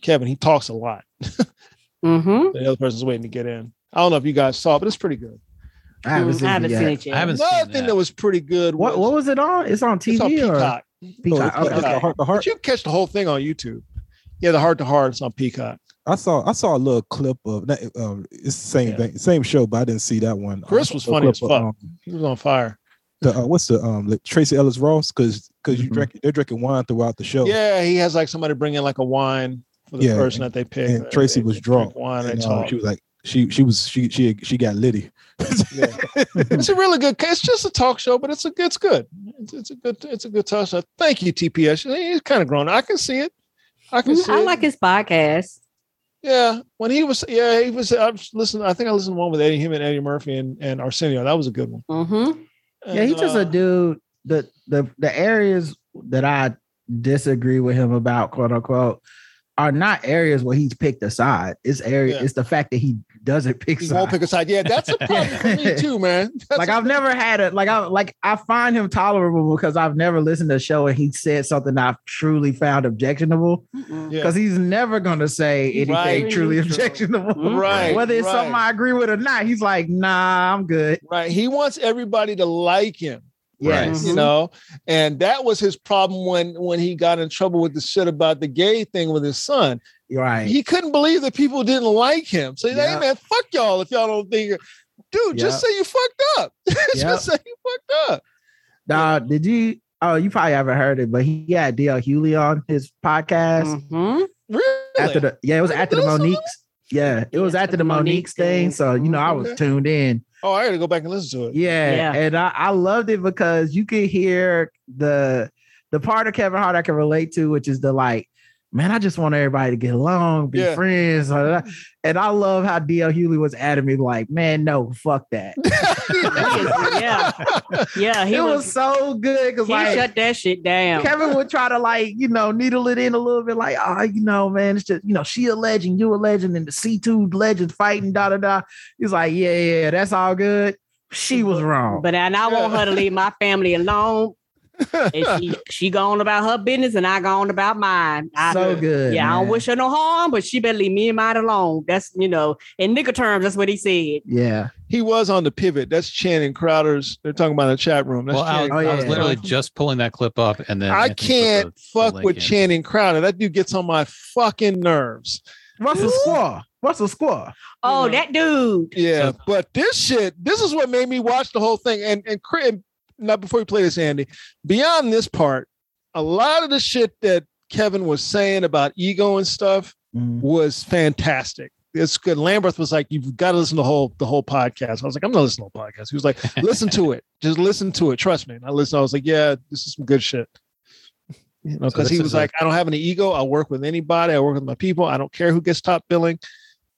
Kevin. He talks a lot. [laughs]
Mm-hmm.
The other person's waiting to get in. I don't know if you guys saw, it, but it's pretty good.
Mm, I haven't seen I haven't it yet. seen it yet. I haven't seen
Another thing
that.
that was pretty good.
What what was it on? It's on TV
It's on
or
Peacock.
Peacock.
No, it's
okay.
Peacock. Did you catch the whole thing on YouTube? Yeah, the heart to heart. It's on Peacock.
I saw I saw a little clip of that. Um, it's the same thing, same show, but I didn't see that one.
Chris
I
was
saw a
funny
clip
as
of,
fuck.
um,
He was on fire.
the, uh, what's the um like Tracy Ellis Ross? Because because
Mm-hmm.
you drink they're drinking wine throughout the show.
Yeah, he has like somebody bring in like a wine for the
Yeah,
person that they pick.
and Tracy was drunk.
wine, they
and, uh,
talk.
she was like she she was she she she got litty.
it's a really good. It's just a talk show, but it's a it's good. It's, it's a good it's a good talk show. Thank you, TPS. He's kind of grown. I can see it. I can.
Mm,
See
I
it.
like his
[laughs]
podcast.
Yeah, when he was, yeah, he was. I was listening. I think I listened to one with Eddie, him and Eddie Murphy and, and Arsenio. That was a good one. uh,
Mm-hmm.
Yeah, he's just a dude. The the the areas that I disagree with him about, quote unquote, are not areas where he's picked a side. It's area.
Yeah.
It's the fact that he doesn't pick.
He
sides.
won't pick a side. Yeah, that's a problem for me
[laughs]
too, man.
like I've never had a like I like I find him tolerable because I've never listened to a show and he said something I've truly found objectionable. Because he's never gonna say anything
Right.
truly objectionable.
Right,
Mm-hmm. Whether it's
right.
something I agree with or not, he's like, nah, I'm good.
Right. He wants everybody to like him.
Yes.
Mm-hmm.
You know, and that was his problem when when he got in trouble with the shit about the gay thing with his son.
Right.
He couldn't believe that people didn't like him. So he's like, hey
Yeah.
man, fuck y'all if y'all don't think dude, just
Yeah.
say you fucked up. [laughs]
Yeah.
just say you fucked up.
Nah, did you oh you probably haven't heard it, but he had DL Hewley on his podcast.
Hmm?
Really?
After the yeah, it was after the Monique's. Yeah, it was after the Monique's thing. So you know, I was
Okay.
tuned in.
Oh, I gotta go back and listen to it.
Yeah, and I, I loved it because you could hear the the part of Kevin Hart I can relate to, which is the like, man, I just want everybody to get along, be
Yeah.
friends. blah, blah, blah." And I love how DL Hewley was adamant, like, man, no, fuck that.
yeah, yeah. He
it was,
was.
so good because
he
like
shut that shit down.
Kevin would try to like, you know, needle it in a little bit, like, oh, you know, man, it's just, you know, she a legend, you a legend, and the C2 legends fighting, da da da. He's like, yeah, yeah, that's all good. She was wrong.
But and I want her to leave my family
[laughs]
alone. And she she gone about her business, and I gone about mine. I,
So good,
Yeah, I don't
man.
wish her no harm, but she better leave me and mine alone. That's you know, in nigger terms, that's what he said.
Yeah.
He was on the pivot. That's Channing Crowder's. They're talking about in the chat room. That's
Well, I,
Channing
I was
Crowder's
literally just pulling that clip up, and then
I
Anthony put the-
can't fuck
link
with
in.
Channing Crowder. That dude gets on my fucking nerves.
Russell Squaw. Russell Squaw.
Oh, that dude.
Yeah, but this shit, this is what made me watch the whole thing. And and Chris, not before you play this, Andy. Beyond this part, a lot of the shit that Kevin was saying about ego and stuff
Mm.
was fantastic. It's good. Lambert was like, "You've got to listen to the whole the whole podcast." I was like, "I'm not listening to the whole podcast." He was like, "Listen to it. Just listen to it. Trust me." And I listened. I was like, "Yeah, this is some good shit." you know,
So
because
this
he
is
was
a-
like, I don't have any ego. I work with anybody. I work with my people. I don't care who gets top billing.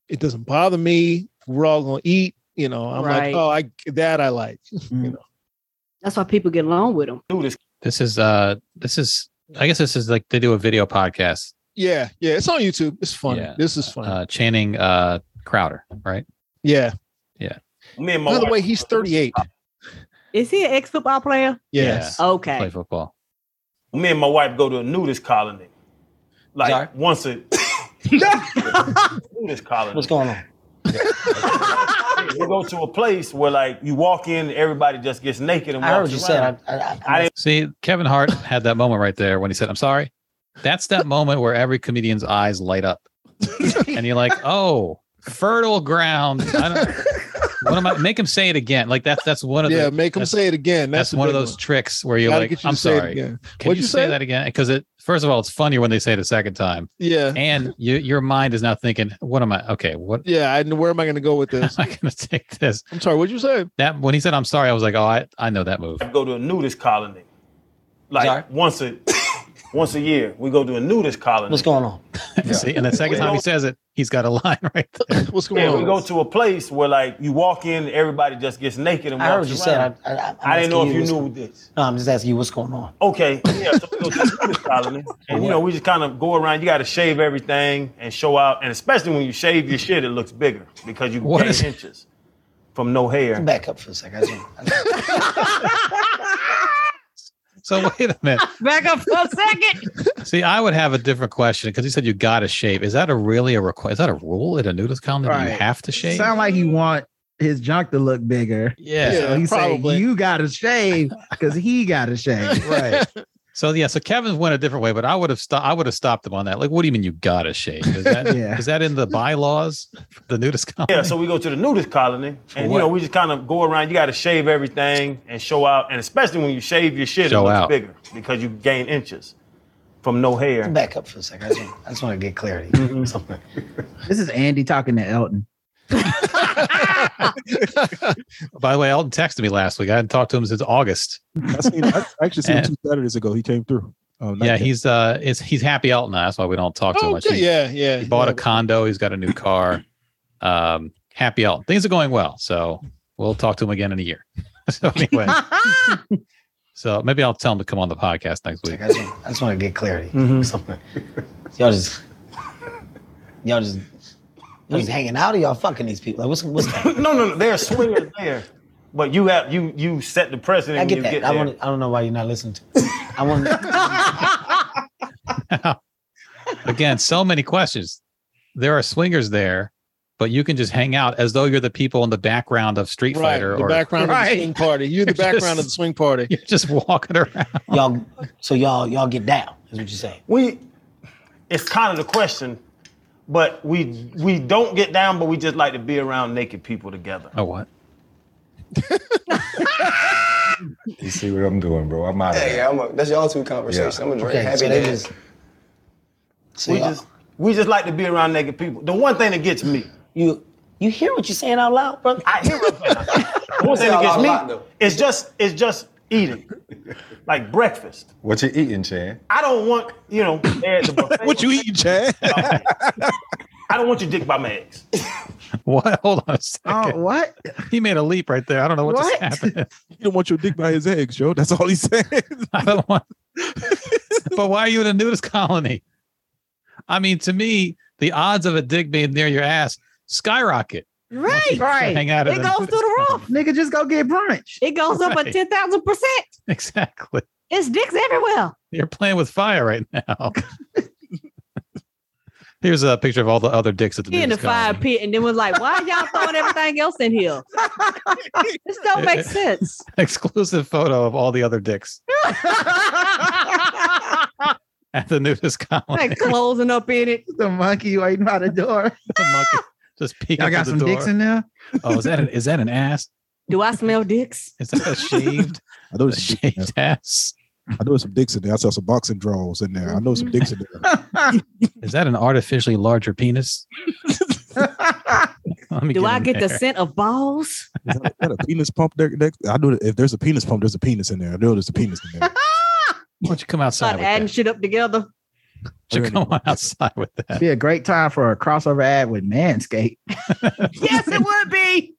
It doesn't bother me. We're all gonna eat. You know, I'm like,
Right.
oh, I that I like. [laughs]
Mm.
You know,
That's why people get along with him.
This is uh this is I guess this is like they do a video podcast
Yeah, yeah. It's on YouTube. It's funny.
Yeah.
This is funny.
Uh, Channing uh, Crowder, right?
Yeah.
Yeah.
Me and my By the way, he's 38.
Is he an ex football player?
Yes.
Okay.
Play football.
Me and my wife go to a nudist colony, like once
[laughs]
a nudist colony. What's going on? we go to a place where like you walk in, everybody just gets naked and
I
walks
heard you said
around.
I, I,
I didn't
See, Kevin Hart had that moment right there when he said, I'm sorry. That's that moment where every comedian's eyes light up. and
[laughs]
you're like, oh, fertile ground. I don't, what am I? Make him say it again. Like that's that's one of
yeah,
the
make him
that's-
say it again.
That's,
That's, a
one of
big
those tricks where you're
Gotta
like,
get you to
I'm
say it
sorry.
again.
Can
What'd
you
you
say,
say?
that again? Because it first of all, it's funnier when they say it a second time.
Yeah.
And you, your mind is now thinking, what am I? Okay, what
Yeah, I where am I going to go with this?
[laughs] I'm going to take this.
I'm sorry. What'd you say?
that when he said I'm sorry, I was like, oh, I, I know that move.
go to a nudist colony, like once a once a year. We go to a nudist colony.
What's going on? [laughs] See, and the second
We
time he
go-
says it, he's got a line [laughs] right there.
What's
yeah, we go to a place where like you walk in, everybody just gets naked and
I heard
walks
you
around.
said I, I, I'm
didn't know if
asking
you
what's-
knew this.
No, I'm just asking you what's going on.
Okay, yeah, so we go to the nudist
[laughs]
colony, and you know we just kind of go around. You got to shave everything and show out, and especially when you shave your shit, it looks bigger because you
What
gain
is-
inches from no hair.
Back up for a second. I just-
So [laughs] wait a minute.
Back up for a second.
See, I would have a different question because he said you got to shave. Is that a really a request? Is that a rule at a nudist colony? that You
Right.
have to shave.
Sound like he want his junk to look bigger.
Yeah.
so
Yeah,
he
probably.
said you got to shave because he got to shave.
right. [laughs] So yeah, so Kevin's went a different way, but I would have stopped. I would have stopped him on that. Like, what do you mean you got to shave? Is that
Yeah.
is that in the bylaws? for The nudist colony.
Yeah, so we go to the nudist colony, and you
Oh. what?
know we just kind of go around. You got to shave everything and show out, and especially when you shave your shit,
Show
it looks
out.
bigger because you gain inches from no hair.
Back up for a second. I just, I just want to get clarity. Something.
This is Andy talking to Elton.
By the way, Elton texted me last week. I hadn't talked to him since August.
I, seen, I actually
[laughs]
seen him
And-
two Saturdays ago. He came through. Um,
yeah, he's uh, it's he's happy Elton. now. That's why we don't talk so
Oh,
much.
good.
He-
Yeah, yeah.
He bought a condo. He's got a new car. Um, happy Elton. Things are going well. So we'll talk to him again in a year. [laughs] so
[laughs]
anyway, so maybe I'll tell him to come on the podcast next week.
I just want to get clarity.
Mm-hmm.
Something. [laughs] Y'all just, y'all just, y'all just hanging out or y'all fucking these people? Like,
[laughs]
what's, what's
no, no, no, there are swingers there, but you have you you set the precedent.
I
when
get
you
that.
Get
I
there.
want. I don't know why you're not listening to. I want.
[laughs]
Again, so many questions. There are swingers there, but you can just hang out as though you're the people in the background of Street
Right,
Fighter
the
or
background of the swing party. You're the
[laughs]
[laughs]
You're just-
background of the swing party.
You're just walking around.
Y'all, so y'all, y'all get down. Is what you say.
We, it's kind of the question, but we we don't get down, but we just like to be around naked people together.
Oh what?
You see what I'm doing, bro? I'm out of
Hey,
here.
I'm a, that's y'all two conversation.
Yeah.
I'm a drink.
Okay,
Happy
so they
days.
just-
we just we just like to be around naked people. The one thing that gets me.
You you hear what you're saying out loud, brother?
I hear what you're saying.
[laughs]
The one thing
Say out
that
loud a
gets
lot,
me
though.
is just it's just
[laughs]
eating, like breakfast.
What you eating, Chan?
I don't want you know there at
[laughs]
the buffet. what you
eating, Chad?
I don't want you dick by my eggs.
What? Hold
Oh,
on a second.
what?
He made a leap right there. I don't know what,
What?
just happened.
You don't want your dick by his eggs, Joe. That's all he said.
I don't want. but why are you in a nudist [laughs] colony? I mean, to me, the odds of a dick being near your ass skyrocket.
Right.
Right. Hang out at
It
a
goes through
nudist
the roof.
Nigga, just go get brunch.
It goes up a
Right.
ten thousand percent.
[laughs] Exactly.
It's dicks everywhere.
You're playing with fire right now. [laughs] Here's a picture of all the other dicks at the
He in the
nudist colony.
fire pit, and then was like, "Why y'all throwing everything else in
[laughs]
here? this don't make sense."
Exclusive photo of all the other dicks at the nudist colony.
[laughs] like closing up in it.
The monkey waiting by
[laughs]
the door.
the monkey [laughs] just peeking.
Y'all got some dicks in there?
Oh, is that an, is that an ass?
Do I smell dicks?
Is
[laughs]
that a shaved?
I know there's some
shaved ass.
I know there's some dicks in there. I saw some boxing draws in there. I know some dicks in there.
[laughs]
Is that an artificially larger penis? Let me
Do I
in
get the
there.
scent of balls?
Is that, is that a penis pump there? next? I know that if there's a penis pump, there's a penis in there. I know there's a penis in there.
Why don't you come outside?
Start
With
adding shit up together.
that? Why don't you come outside with that?
Be a great time for a crossover ad with Manscaped.
yes, it would be.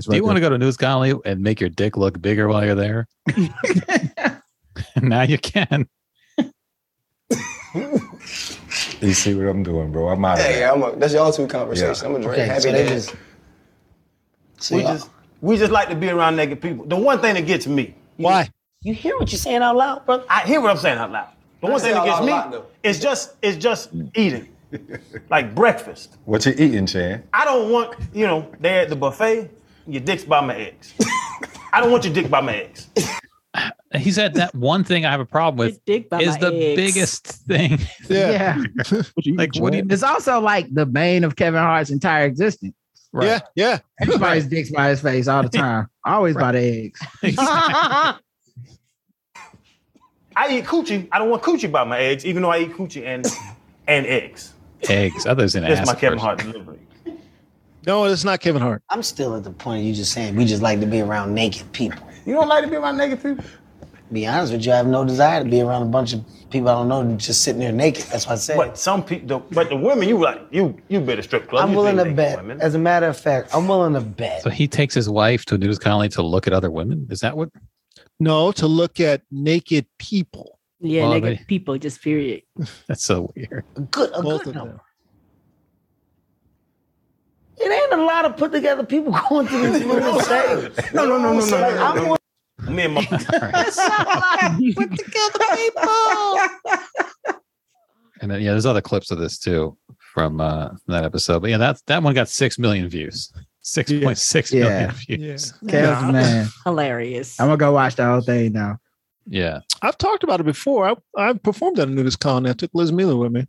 Do you want to go to News Colony and make your dick look bigger while
[laughs]
you're there? now you can.
You see what I'm doing, bro? I'm out of
Hey,
here.
I'm a, that's y'all two conversation. I'm a drink.
Okay,
Happy
so they
days.
just-
we
uh,
just we just like to be around naked people. The one thing that gets me. Why?
You hear what you're saying out loud, brother?
I hear what I'm saying out loud. The
I
one
say
thing that
out
gets
loud a
me
lot, though.
is just is just eating, like breakfast.
What you eating, Chan?
I don't want you know they're at the buffet. Your dick's by my
[laughs]
eggs. I don't want your dick by my eggs.
He said that one thing I have a problem with
dick by
is
my
the
eggs.
biggest thing.
Yeah.
like what do you
it's also like the bane of Kevin Hart's entire existence.
Right. Yeah,
yeah. Everybody's dicks by his face [laughs] all the time. Always by the eggs.
I eat coochie. I don't want coochie by my eggs, even though I eat coochie and and eggs.
eggs? Others in
That's
ass.
my Kevin
first.
Hart delivery.
No, it's not Kevin Hart. I'm still at the point you just saying we just like to be around naked people.
You don't like to be around naked people?
Be honest with you, I have no desire to be around a bunch of people I don't know just sitting there naked. That's what I said.
But some people, but the women, you like you you been to strip club.
I'm
you
willing
been
to
naked
bet.
women.
As a matter of fact, I'm willing to bet.
So he takes his wife to a nudist colony to look at other women. Is that what?
No, to look at naked people.
Yeah,
Well,
nigga,
they-
people just period.
That's so weird.
Good, a
Both
good
of
number. It ain't a lot of put together people [laughs] going to these women's stages.
No, no, no, no, no,
Like,
no,
I'm
no, no. [laughs] Me and my
It's not a lot of put together people.
And then, yeah, there's other clips of this too from uh, from that episode. But yeah, that that one got six million views. Six point six million
Yeah.
views.
Kev's man.
Hilarious.
I'm gonna go watch the whole thing now.
Yeah.
I've talked about it before. I, I performed at a nudist con. I took Liz Miller with me.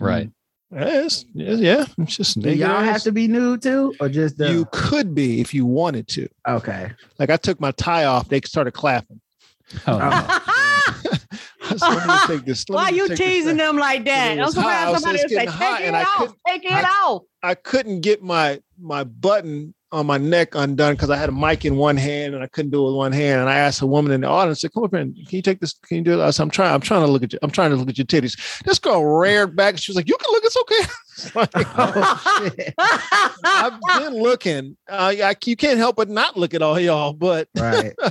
Right.
Yes, yes, yeah. It's just
Do
naked
y'all have
ass.
to be nude too, or just the
You could be if you wanted to.
Okay.
Like I took my tie off, they started clapping.
Oh, no.
[laughs] I said, "Let me take this- let
Why
me
you
take this
teasing
thing."
them like that?
It
I'm
was hot. I
surprised
was
somebody
just
would say,
getting hot,
"Take it
and I
off,
couldn't-
take it
I-
off."
I couldn't get my my button on my neck undone because I had a mic in one hand and I couldn't do it with one hand. And I asked a woman in the audience, I said, "Come up here, and can you take this? Can you do it?" I said, "I'm trying. I'm trying to look at you. I'm trying to look at your titties." This
[laughs]
girl reared back. She was like, "You can look. It's okay." It's like, I've been looking. Uh, I, you can't help but not look at all y'all, but
right.
[laughs]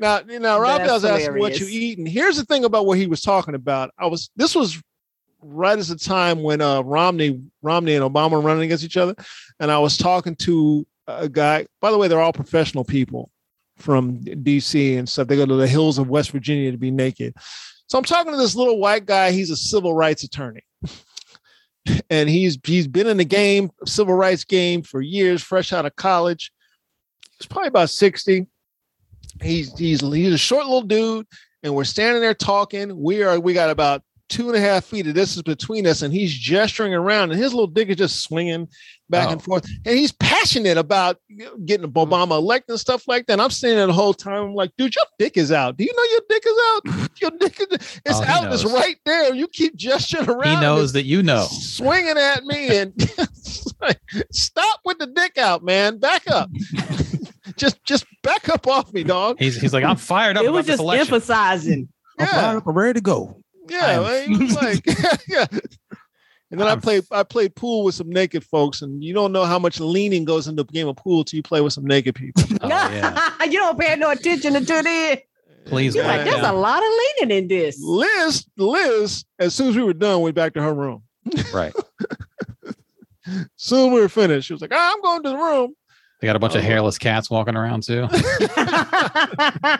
Now, you know, Rob
That's
does ask what you
hilarious.
eat, and here's the thing about what he was talking about. I was this was right as the time when uh, Romney, Romney and Obama were running against each other, and I was talking to a guy. By the way, they're all professional people from D.C. and stuff. They go to the hills of West Virginia to be naked. So I'm talking to this little white guy. He's a civil rights attorney and he's he's been in the game, civil rights game for years, fresh out of college. He's probably about 60. He's he's he's a short little dude, and we're standing there talking. We are we got about two and a half feet of distance between us, and he's gesturing around, and his little dick is just swinging back
Oh.
and forth. And he's passionate about getting
Mm-hmm.
Obama elected and stuff like that. And I'm standing there the whole time. I'm like, dude, your dick is out. Do you know your dick is out?
[laughs]
Your dick is it's
Oh, he
out. It's
knows.
right there. You keep gesturing around.
He
and
knows that you [laughs] know.
swinging at me and [laughs] it's like, stop with the dick out, man. Back up. [laughs] just just back up off me, dog.
He's he's like I'm fired up.
It was
about this
just
election.
emphasizing.
I'm fired
up. I'm ready to go.
Yeah, man, he was like [laughs] yeah. And then i played I played pool with some naked folks, and you don't know how much leaning goes into a game of pool till you play with some naked
[laughs]
people.
Oh,
[laughs]
Uh,
you don't pay no attention to this.
Please
You're
back
like, there's a
down.
lot of leaning in this.
Liz, Liz, as soon as we were done, went back to her room.
Right.
Soon we were finished. She was like, "Ah, I'm going to the room.
They got a bunch of hairless cats walking around too.
Well,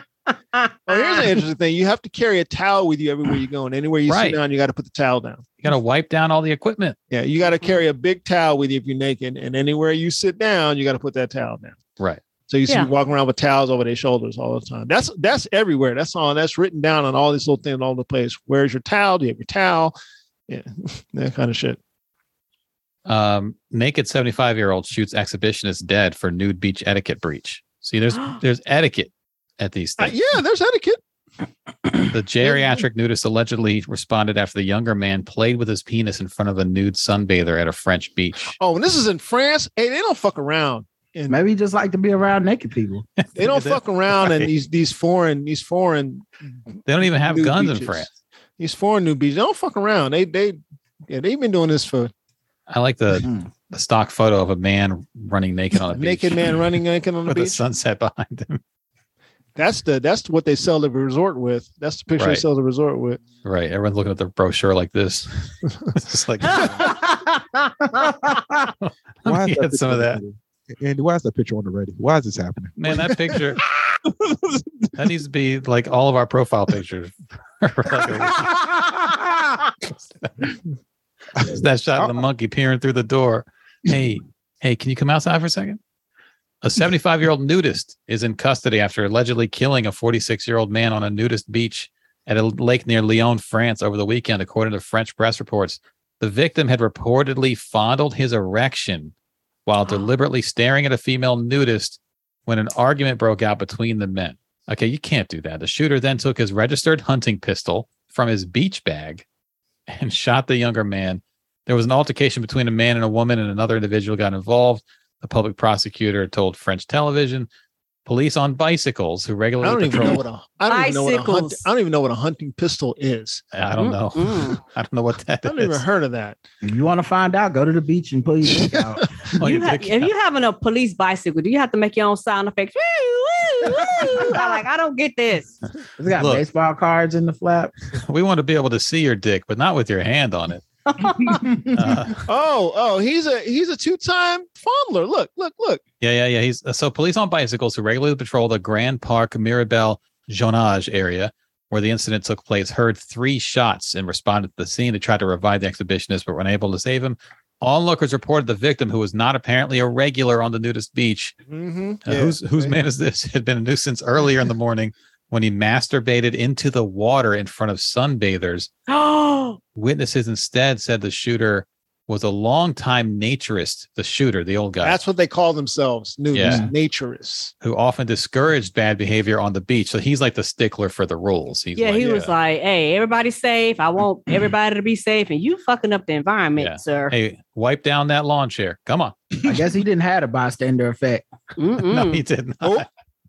Oh, here's
Um,
an interesting thing. You have to carry a towel with you everywhere you're going. Anywhere you
Right.
sit down, you got to put the towel down.
You Mm-hmm. got to wipe down all the equipment.
Yeah, you got to carry a big towel with you if you're naked, and anywhere you sit down, you got to put that towel down.
Right.
So you see
Yeah.
people walking around with towels over their shoulders all the time. That's that's everywhere. That's on. That's written down on all these little things all over the place. Where's your towel? Do you have your towel? Yeah, [laughs] that kind of shit.
Um, naked 75 year old shoots exhibitionist dead for nude beach etiquette breach. See, [gasps] there's there's etiquette at these
Uh,
things.
yeah, there's etiquette.
The geriatric nudist allegedly responded after the younger man played with his penis in front of a nude sunbather at a French beach.
Oh, and this is in France. Hey, they don't fuck around. And
Maybe you just like to be around naked
[laughs]
people.
They don't fuck around in these these foreign these foreign
They don't even have
new
guns in
beaches.
France.
These foreign new beaches. They don't fuck around. They they yeah, they've been doing this for
I like the, the stock photo of a man running Hmm. [laughs] naked on a beach
naked man running naked on the
[laughs] with a
beach.
sunset behind him.
That's the that's what they sell the resort with. That's the picture
Right.
they sell the resort with.
Right. Everyone's looking at the brochure like this. [laughs] it's just like
Why
We
is that
had
picture
some of that.
on the Reddit? Andy, why is that picture on the Reddit? Why is this happening?
Man, that picture that needs to be like all of our profile pictures. [laughs]
[laughs]
[laughs]
It's that shot of the monkey peering through the door. Hey, hey, can you come outside for a second? A 75 year old nudist is in custody after allegedly killing a 46 year old man on a nudist beach at a lake near Lyon, France, over the weekend, according to French press reports. The victim had reportedly fondled his erection while deliberately staring at a female nudist when an argument broke out between the men. Okay, you can't do that. The shooter then took his registered hunting pistol from his beach bag [laughs] and shot the younger man. There was an altercation between a man and a woman, and another individual got involved. The public prosecutor told French television. Police on bicycles who
I
regularly
don't even know
patrol-
what a I don't even know what a hunt,
Bicycles.
I don't even know what a hunting pistol is.
I don't know.
Mm-mm.
[laughs] I don't know what that
I
is.
haven't even heard of that.
If you want to find out, go to the beach and pull your dick out.
Oh,
You ha- if you having a police bicycle, do you have to make your own sound effects? [laughs] Woo, woo, woo. I like I don't get this.
It's got
Look.
baseball cards in the flap.
[laughs] we want to be able to see your dick, but not with your hand on it.
[laughs] Oh, oh, he's a he's a two-time fondler. Look, look, look.
Yeah, yeah, yeah. He's so police on bicycles who regularly patrol the Grand Park Mirabel Jonage area where the incident took place heard three shots and responded to the scene to try to revive the exhibitionist, but were unable to save him. Onlookers reported the victim, who was not apparently a regular on the nudist beach,
Mm-hmm.
uh,
[gasps]
whose whose man is this? [laughs] Had been a nuisance earlier in the morning when he masturbated into the water in front of sunbathers.
Oh,
Witnesses instead said the shooter was a longtime naturist. The shooter, the old guy,
That's what they call themselves, nudes,
Yeah.
naturists.
who often discouraged bad behavior on the beach. So he's like the stickler for the rules. He's
yeah,
like,
he was like, "Hey, everybody's safe. I
[clears throat]
want everybody to be safe, and you fucking up the environment, sir."
hey, wipe down that lawn chair. Come on. [laughs]
I guess he didn't have a bystander effect.
No, he didn't.
Oh,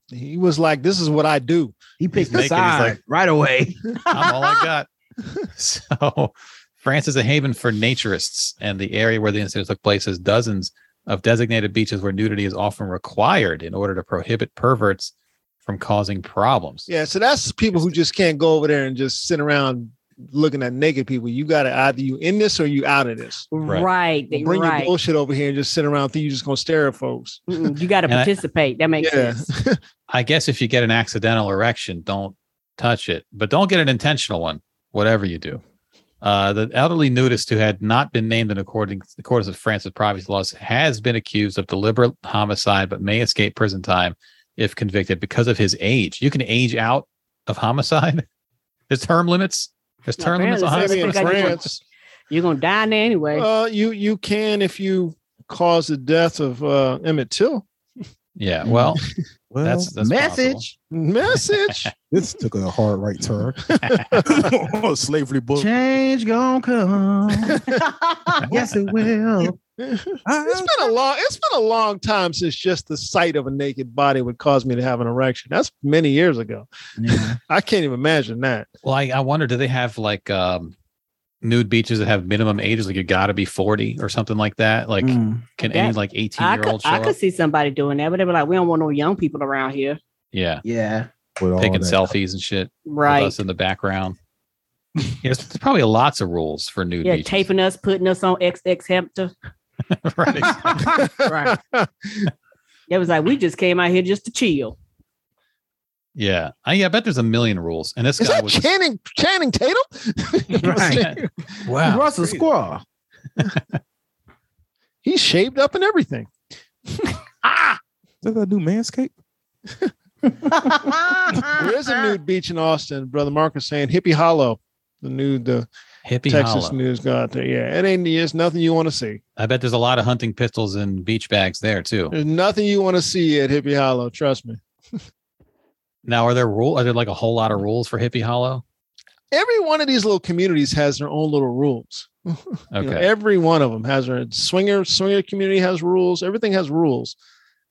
he was like, "This is what I do."
He picked the
naked. He's
side
like-
[laughs]
right away.
I'm all I got. so France is a haven for naturists, and the area where the incident took place has dozens of designated beaches where nudity is often required in order to prohibit perverts from causing problems.
Yeah, so that's people who just can't go over there and just sit around looking at naked people. You got to either you in this or you out of this.
Right, they-
Bring
right.
your bullshit over here and just sit around. Think you're just gonna stare at folks.
Mm-mm, you got to
[laughs] And I-
participate. that makes
Yeah.
sense.
I guess if you get an accidental erection, don't touch it, but don't get an intentional one, whatever you do. Uh, the elderly nudist who had not been named in according accordance with France's privacy laws has been accused of deliberate homicide, but may escape prison time if convicted because of his age. You can age out of homicide. [laughs] There's term limits. There's term limits on
Maybe in
homicide.
France,
You're gonna die in there anyway.
uh, you you can if you cause the death of uh, Emmett Till.
Yeah. Well,
Well,
that's that's possible.
Message.
Message.
This took a hard right
[laughs]
turn. [laughs] Slavery book.
Change
[laughs]
gonna come. yes, it will.
It's been a long it's been a long time since just the sight of a naked body would cause me to have an erection. That's many years ago.
Yeah.
[laughs] I can't even imagine that.
Well, I, I wonder, do they have like um nude beaches that have minimum ages? Like you gotta be 40 or something like that? Like
Mm.
can any
That-
like 18
I
year
could,
old show
I could
up?
see somebody doing that, but they were like, "We don't want no young people around here."
Yeah.
Yeah.
With all
Taking
that.
selfies and shit. with
Right.
us in the background. yes, there's probably lots of rules for nude
Yeah,
beaches.
taping us, putting us on XX Hempter.
[laughs]
[laughs]
right. [laughs]
right. It was like we just came out here just to chill.
Yeah. I, yeah, I bet there's a million rules. And this
Is
guy
that
was
Channing Channing Tatum? [laughs]
wow.
Russell
crazy.
Squaw.
[laughs] He's shaved up and everything.
Is that that new Manscaped?
[laughs] there is a nude beach in Austin, brother Marcus saying Hippie Hollow, the nude the
Hippie
Texas
Hollow.
news guy out there. Yeah, it ain't it's nothing you want to see.
I bet there's a lot of hunting pistols and beach bags there too.
There's nothing you want to see at Hippie Hollow. Trust me.
Now, are there rule? Are there like a whole lot of rules for Hippie Hollow?
Every one of these little communities has their own little rules. [laughs]
Okay.
You know, every one of them has their swinger swinger community has rules. Everything has rules.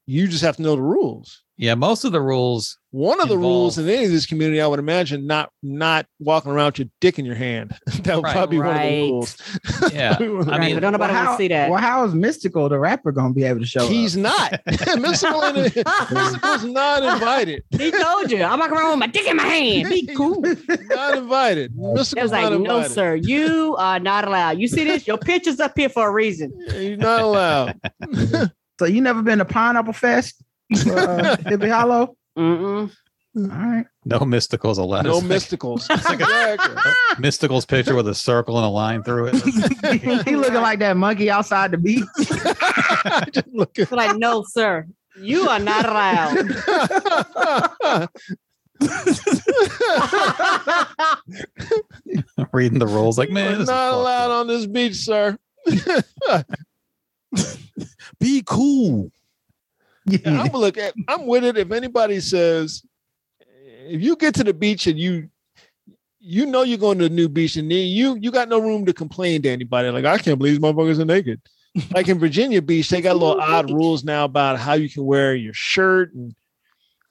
You just have to know the rules.
Yeah, most of the rules.
One of the rules in any of this community, I would imagine, not not walking around with your dick in your hand. [laughs] that would
Right.
probably be one of the
Right.
rules.
[laughs]
[laughs]
Yeah, I mean,
well, how, Well, how is Mystical the rapper gonna be able to show?
He's
[laughs]
[laughs]
[laughs]
not. [laughs] Mystical,
[laughs]
ain't- Mystical's not invited.
He told you, I'm walking around with my dick in my
[laughs]
hand. Be cool.
not invited.
It was like,
not
no,
invited."
sir, you are not allowed. You see this? Your picture's up here for a reason.
You're not
Oh,
allowed.
[laughs] so you never been to
[laughs]
Pineapple Fest, uh, Hippie Hollow?
Mm-mm.
All right.
No [laughs] mysticals allowed.
No
It's like
mysticals.
[laughs] mysticals picture with a circle and a line through it.
he looking like that monkey outside the beach.
It's [laughs] like, no, sir, you are not allowed.
[laughs] Reading the
[laughs]
rules, like
We're
man, this is
not
fucked.
allowed on this beach, sir.
Be cool.
Yeah, I'm look at. I'm with it. If anybody says, if you get to the beach and you, you know you're going to the new beach and then you you got no room to complain to anybody. Like I can't believe these motherfuckers are naked. like in Virginia Beach, they got little odd rules now about how you can wear your shirt and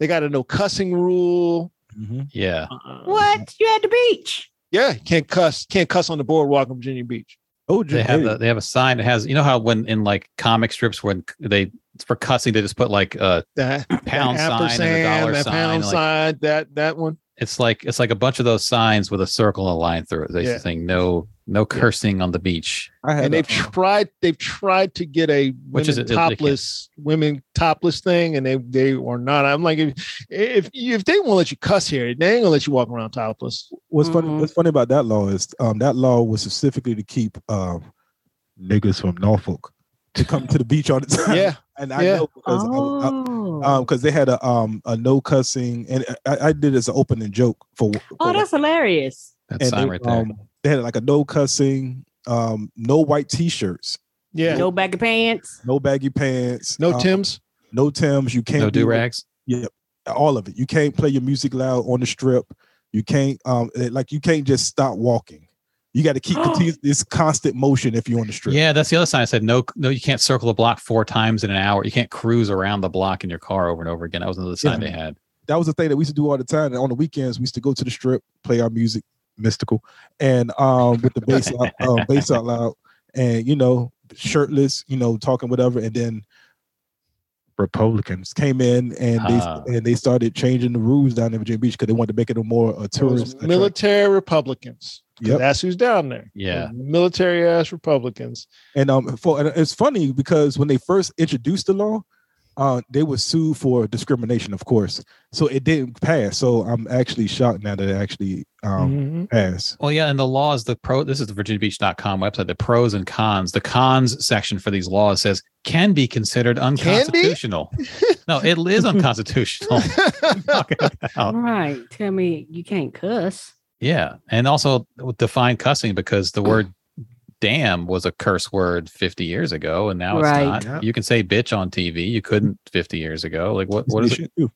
they got a no cussing rule.
[laughs] Yeah.
Uh-uh.
what? You at the beach?
Yeah, can't cuss. Can't cuss on the boardwalk in Virginia Beach.
Oh,
they have the, they have a sign that has you know how when in like comic strips when they for cussing they just put like a
that
pound
that
sign and a dollar
that
sign.
pound
like,
sign, that that one.
It's like it's like a bunch of those signs with a circle and a line through it. They
Yeah.
saying no no cursing on the beach.
and they've tried they've tried to get a
Which
women
is it- they can't.
topless women topless thing and they they are not i'm like if if, if they won't let you cuss here they ain't gonna let you walk around topless
What's funny? What's funny about that law is um, that law was specifically to keep um, niggas from Norfolk to come to the beach all the time.
Yeah,
[laughs] and I
yeah.
know because I- I- um, 'cause they had a um, a no cussing, and I, I did it as an opening joke for.
Oh, that's hilarious.
That sign right there.
Um, they had like a no cussing, um, no white T-shirts,
Yeah.
No bag of pants.
no baggy pants,
No
um,
Timbs?
no Tims. You can't
No
do-
do-rags?
Yep, all of it. You can't play your music loud on the strip. You can't um, eh, like you can't just stop walking. You got to keep continue this constant motion if you're on the strip.
Yeah, that's the other sign. I said no no you can't circle the block four times in an hour. You can't cruise around the block in your car over and over again. That was another sign they had.
That was the thing that we used to do all the time. And on the weekends, we used to go to the strip, play our music, mystical, and um, with the bass
[laughs]
out, um, bass out loud, and you know, shirtless, you know, talking whatever, and then Republicans came in and they
Ah.
and they started changing the rules down in Virginia Beach because they wanted to make it a more a tourist.
Those military republicans 'Cause
Yep.
that's who's down there
Yeah.
military ass republicans
And um, for and it's funny because when they first introduced the law, uh, they were sued for discrimination, of course. So it didn't pass. So I'm actually shocked now that it actually um, passed.
Well, yeah, and the laws, the pro this is the virginiabeach.com website, the pros and cons. The cons section for these laws says can be considered unconstitutional. no, it [laughs] is unconstitutional. Uh,
All right. Tell me you can't cuss.
Yeah, and also define cussing because the word "damn" was a curse word 50 years ago, and now
Right.
it's not.
Yep.
You can say "bitch" on TV. You couldn't 50 years ago. Like what? What
You
is it?
should do.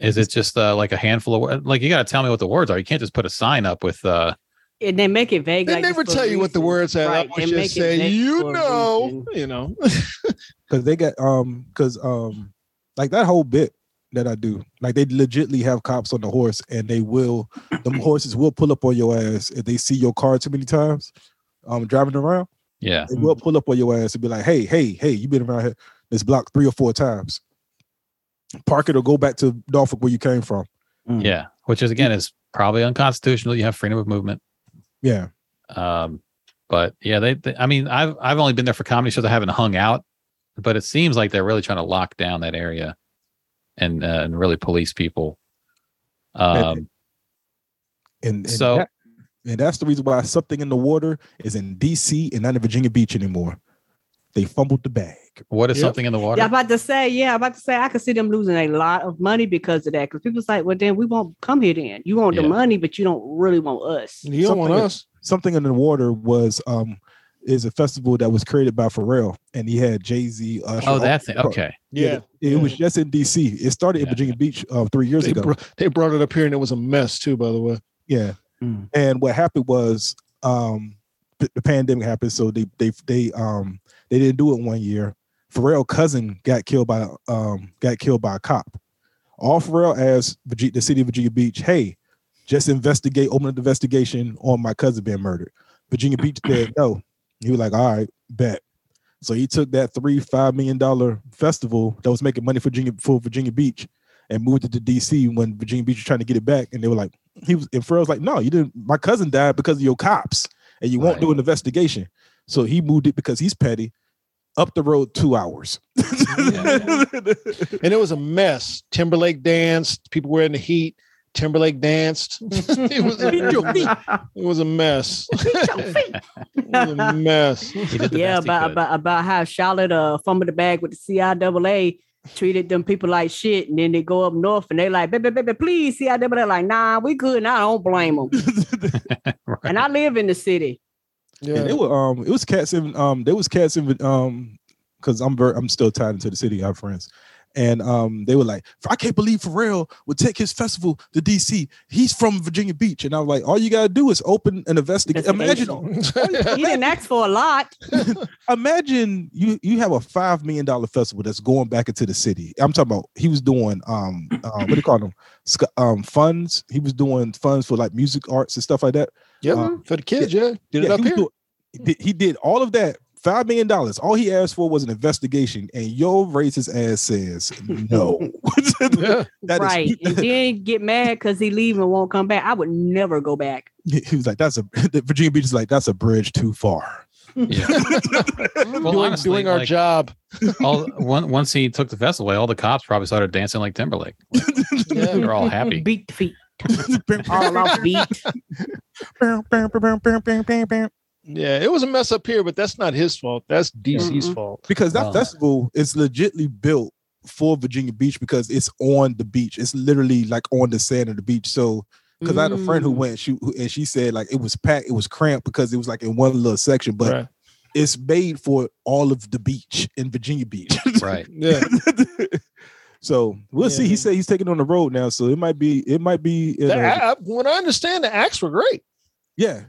Is it just uh, like a handful of words? Like you got to tell me what the words are. You can't just put a sign up with. uh
And they make it vague.
they
like it's
never
for a
tell you what the
reason.
words are
Right,
I always
they
just
make it
say
vague for
you
a
know you know
because they got um because um like that whole bit that I do like they legitly have cops on the horse and they will them horses will pull up on your ass if they see your car too many times um driving around
Yeah.
they will pull up on your ass and be like hey hey hey you've been around here this block three or four times park it or go back to Norfolk where you came from
Yeah, which is again is probably unconstitutional. You have freedom of movement.
yeah
Um, but yeah, they, they. I mean, I've I've only been there for comedy shows. I haven't hung out, but it seems like they're really trying to lock down that area, and uh, and really police people. Um,
and, and
So-
that- and that's the reason why something in the water is in D.C. and not in Virginia Beach anymore they fumbled the bag
what is
Yep.
something in the water?
Yeah, I'm about to say, yeah, I'm about to say, I could see them losing a lot of money because of that. Because people's like, well, then we won't come here. Then you want
Yeah.
the money, but you don't really want us.
Something in the water was um is a festival that was created by Pharrell, and he had Jay Z.
Oh, that thing. Okay.
Yeah, it was just in D.C. It started in Virginia Beach uh, three years
they,
ago.
brought, they brought it up here and it was a mess too by the way
Yeah. And what happened was um th- the pandemic happened, so they they they um they didn't do it one year. Pharrell cousin got killed by um got killed by a cop. Off rail asked Virgi- the city of Virginia Beach, hey, just investigate, open an investigation on my cousin being murdered. Virginia Beach said no. He was like, all right, bet. So he took that three, five million dollar festival that was making money for Virginia for Virginia Beach and moved it to DC when Virginia Beach was trying to get it back. And they were like, he was and Pharrell was like, no, you didn't. My cousin died because of your cops, and you won't do an investigation. So he moved it because he's petty. Up the road two hours.
[laughs] and it was a mess. Timberlake danced. People were in the heat. Timberlake danced. [laughs] it was it was a mess. [laughs] it was a mess.
yeah, about, about about how Charlotte uh fumbled the bag with the CIAA treated them people like shit, and then they go up north and they like, baby, baby, please, CIAA, like, nah, we good, and I don't blame them. And I live in the city.
And they were um it was cats in um there was cats in um because I'm very I'm still tied into the city, our friends. And um they were like, I can't believe Pharrell would take his festival to DC. He's from Virginia Beach. And I was like, all you gotta do is open an investigation. Imagine
he didn't ask for a lot.
imagine you you have a five million dollar festival that's going back into the city. I'm talking about he was doing um uh, what do you call them Sc- um funds. He was doing funds for like music arts and stuff like that.
Yeah,
Um,
for the kids, yeah. Did it up
he was
here.
doing- he did- he did all of that. Five million dollars. All he asked for was an investigation, and your racist ass says
[laughs]
no. That is-
right. and then get mad because he leave and won't come back. I would never go back.
He he was like, "That's a [laughs] the Virginia Beach is like that's a bridge too far."
Well,
doing,
honestly,
doing our
like-
job.
[laughs] all one, once he took the festival away, all the cops probably started dancing
[laughs]
like Timberlake. They're all happy.
[laughs] Beat feet.
[laughs]
All off [laughs] beat.
Yeah, it was a mess up here, but that's not his fault. That's DC's fault.
because that
Oh.
festival is legitly built for Virginia Beach because it's on the beach. It's literally like on the sand of the beach. So because I had a friend who went, she who- and she said like it was packed, it was cramped because it was like in one little section, but
Right.
it's made for all of the beach in Virginia Beach. [laughs]
Right.
Yeah.
so we'll see. He said he's taking it on the road now, so it might be it might be in
The-
a-
I- I- when I understand, the acts were great.
Yeah.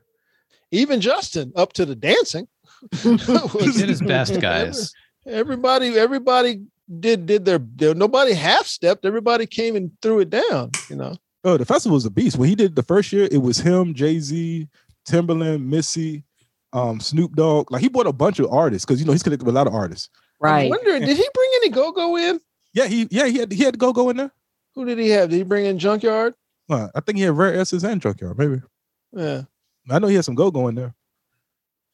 Even Justin, up to
[laughs]
the dancing. [laughs]
He did his best, guys.
Everybody, everybody did did their, their- nobody half stepped. Everybody came and threw it down, you know.
Oh, the festival was a beast. When he did it the first year, it was him, Jay Z, Timberland, Missy, um, Snoop Dogg. Like he brought a bunch of artists because you know he's connected with a lot of artists.
I'm wondering, did he bring any go go in?
Yeah, he yeah he had he had go go in there.
Who did he have? Did he bring in Junkyard?
Uh, I think he had Rare Essence and Junkyard, maybe.
Yeah.
I know he had some go go in there.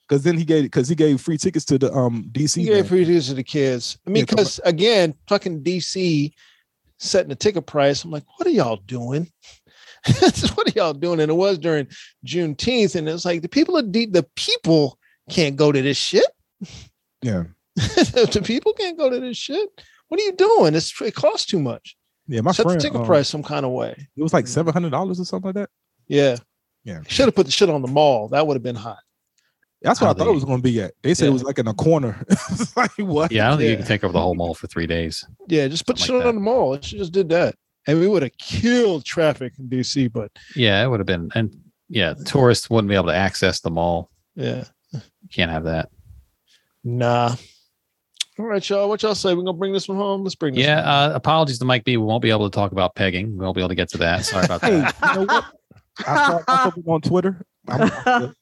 Cause then he gave because he gave free tickets to the um DC.
He gave
band.
free tickets to the kids. I mean,
Yeah, come
because again, fucking DC setting the ticket price. I'm like, what are y'all doing? [laughs] what are y'all doing? And it was during Juneteenth, and it's like the people of D- the people can't go to this shit. [laughs]
Yeah.
the people can't go to this shit. What are you doing? It's, it costs too much.
Yeah, my
Set
friend,
the ticket
um,
price some kind of way.
It was like seven hundred dollars or something like that.
Yeah.
Yeah.
Should have put the shit on the mall. That would have been hot.
That's what I thought it was going to be at. They said
Yeah.
it was like in a corner. It's [laughs] like what?
Yeah, I don't think
Yeah.
you can take over the whole mall for three days.
Yeah, just put shit
Something like
on the mall. It should just did that. And we would have killed traffic in DC, but
Yeah, it would have been, and yeah, tourists wouldn't be able to access the mall.
yeah.
You can't have that.
Nah. All right, y'all. What y'all say? We're gonna bring this one home. Let's bring this
Yeah, uh, apologies to Mike B. We won't be able to talk about pegging. We won't be able to get to that. Sorry about
Hey,
[laughs]
that.
you know what? I saw myself on Twitter. I'm-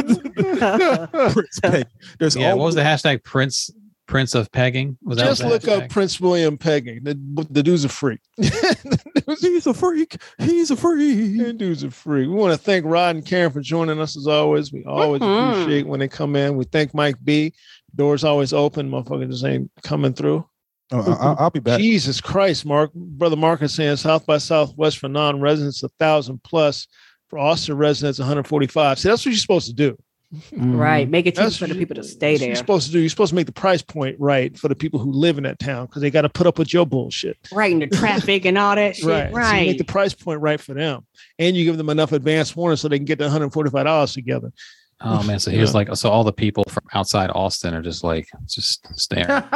[laughs]
Prince Peg. There's
yeah, what
always
was the hashtag? Prince Prince of pegging. Was that
Just
the
look
hashtag?
up Prince William pegging. The, the dude's a freak.
[laughs] He's a freak. He's a freak.
The dude's a freak. We want to thank Rod and Karen for joining us as always. We always
Mhm.
appreciate when they come in. We thank Mike B. Doors always open. Motherfucker just ain't coming through.
Oh, I, I'll be back.
Jesus Christ, Mark. Brother Mark is saying South by Southwest for non residents, 1,000 plus. For Austin residents, 145. See, that's what you're supposed to do.
Right. Make it cheaper
That's
for
what
the
you-
people to
That's
stay
what
there.
You're supposed to do. You're supposed to make the price point right for the people who live in that town because they got to put up with your bullshit.
Right. And the traffic and all that shit. Right.
So you make the price point right for them, and you give them enough advance warning so they can get the 145 dollars together.
Oh man, so he was
Yeah.
like, so all the people from outside Austin are just like just staring.
[laughs]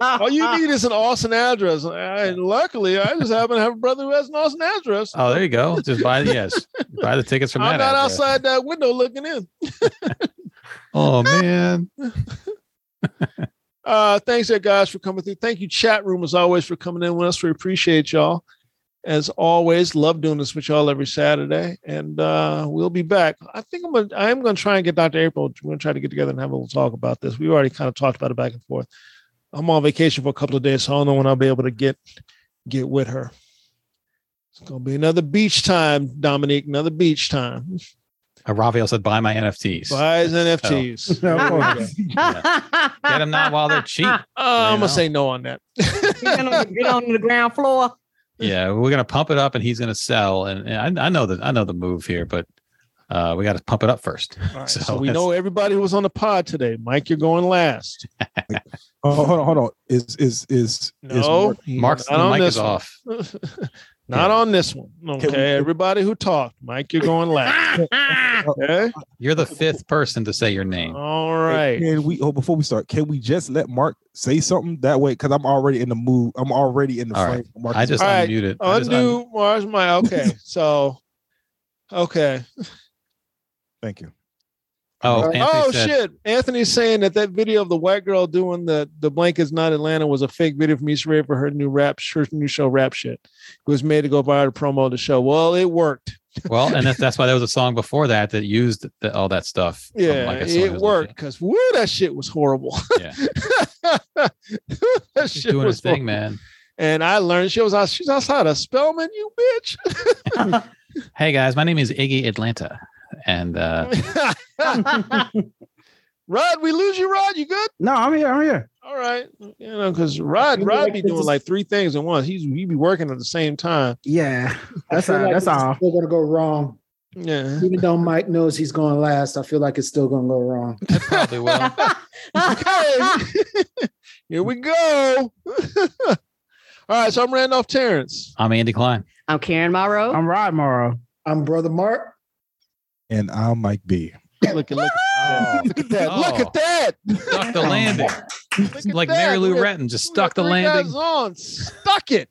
All you need is an Austin address, and luckily, I just happen to have a brother who has an Austin address.
oh, there you go. Just buy the yes, buy the tickets from
I'm
that.
not
address.
outside that window looking in.
Oh man,
Uh, thanks, there, guys, for coming through. Thank you, chat room, as always, for coming in with us. We appreciate y'all. As always, love doing this with y'all every Saturday, and uh, we'll be back. I think I'm gonna, I am gonna try and get Dr. April. We're gonna try to get together and have a little talk about this. We already kind of talked about it back and forth. I'm on vacation for a couple of days, so I don't know when I'll be able to get get with her. It's gonna be another beach time, Dominique. Another beach time.
Uh, Raphael said, "Buy my NFTs.
Buys NFTs.
So,
Get
them now while they're cheap.
Uh, I'm gonna say no on that.
[laughs] get, on, get on the ground floor.
yeah, we're gonna pump it up, and he's gonna sell. And, and I, I know that I know the move here, but uh, we got to pump it up first.
All right, so,
[laughs]
we know everybody who was on the pod today. Mike, you're going last.
Oh, hold on, hold on. Is is is is
No,
Mark-
Mark's one. [laughs] not on this one. Okay, everybody who talked, Mike, you're going last. okay.
You're the fifth person to say your name.
All right.
Can we? Oh, before we start, can we just let Mark say something that way? Because I'm already in the mood. I'm already in the
All
frame.
right.
of Mark.
I just
All right,
unmuted. I just
Undo Mars my okay. So okay.
Thank you.
Oh, Anthony
oh
said-
shit! Anthony's saying that that video of the white girl doing the the blank is not Atlanta was a fake video from Issa Rae for her new rap, her new show rap shit. It was made to go viral to promote the show. Well, it worked.
Well, and that's, that's why there was a song before that that used the, all that stuff. from,
Yeah,
like, a song that
it
was
worked because woo, that shit was horrible. [laughs]
Yeah.
that shit
doing
was
his
horrible.
thing, man.
And I learned she was out, she's outside of Spellman, you bitch. [laughs]
Hey guys, my name is Iggy Atlanta,
[laughs]
and uh,
[laughs] Rod, we lose you, Rod. You good?
No, I'm here. I'm here.
All right. You know, because Rod, Rod be doing like three things at once. He's he be working at the same time.
Yeah. That's
all.
all. That's all.
Still gonna go wrong.
Yeah.
Even though Mike knows he's going last, I feel like it's still gonna go wrong.
probably will.
okay. Here we go. [laughs] All right. So I'm Randolph Terrence.
I'm Andy Klein.
I'm Karen Morrow.
I'm Rod Morrow.
I'm Brother Mark.
And I'm Mike B.
Look
[laughs]
at look at look at that. Look at that.
stuck the landing.
Look at
like
that.
Mary Lou
We got-
Retton, just stuck the
three
landing.
guys on. Stuck it.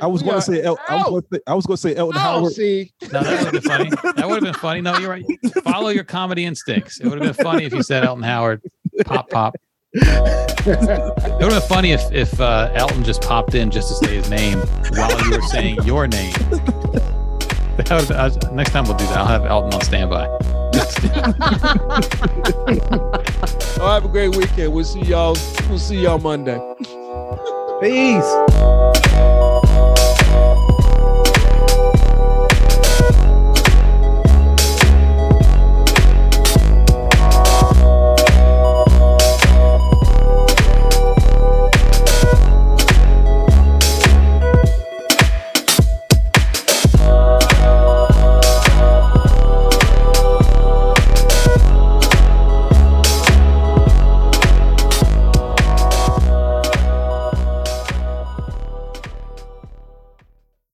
I was going to say. El, I was going to say. I was going to say Elton Howard.
See.
No, that would have been funny. That would have been funny. No, you're right. Follow your comedy instincts. It would have been funny if you said Elton Howard, pop pop. It would have been funny if if uh, Elton just popped in just to say his name while you were saying your name. [laughs] That would have been, next time we'll do that. I'll have Elton on standby.
All right, have a great weekend. We'll see y'all. We'll see y'all Monday.
Peace.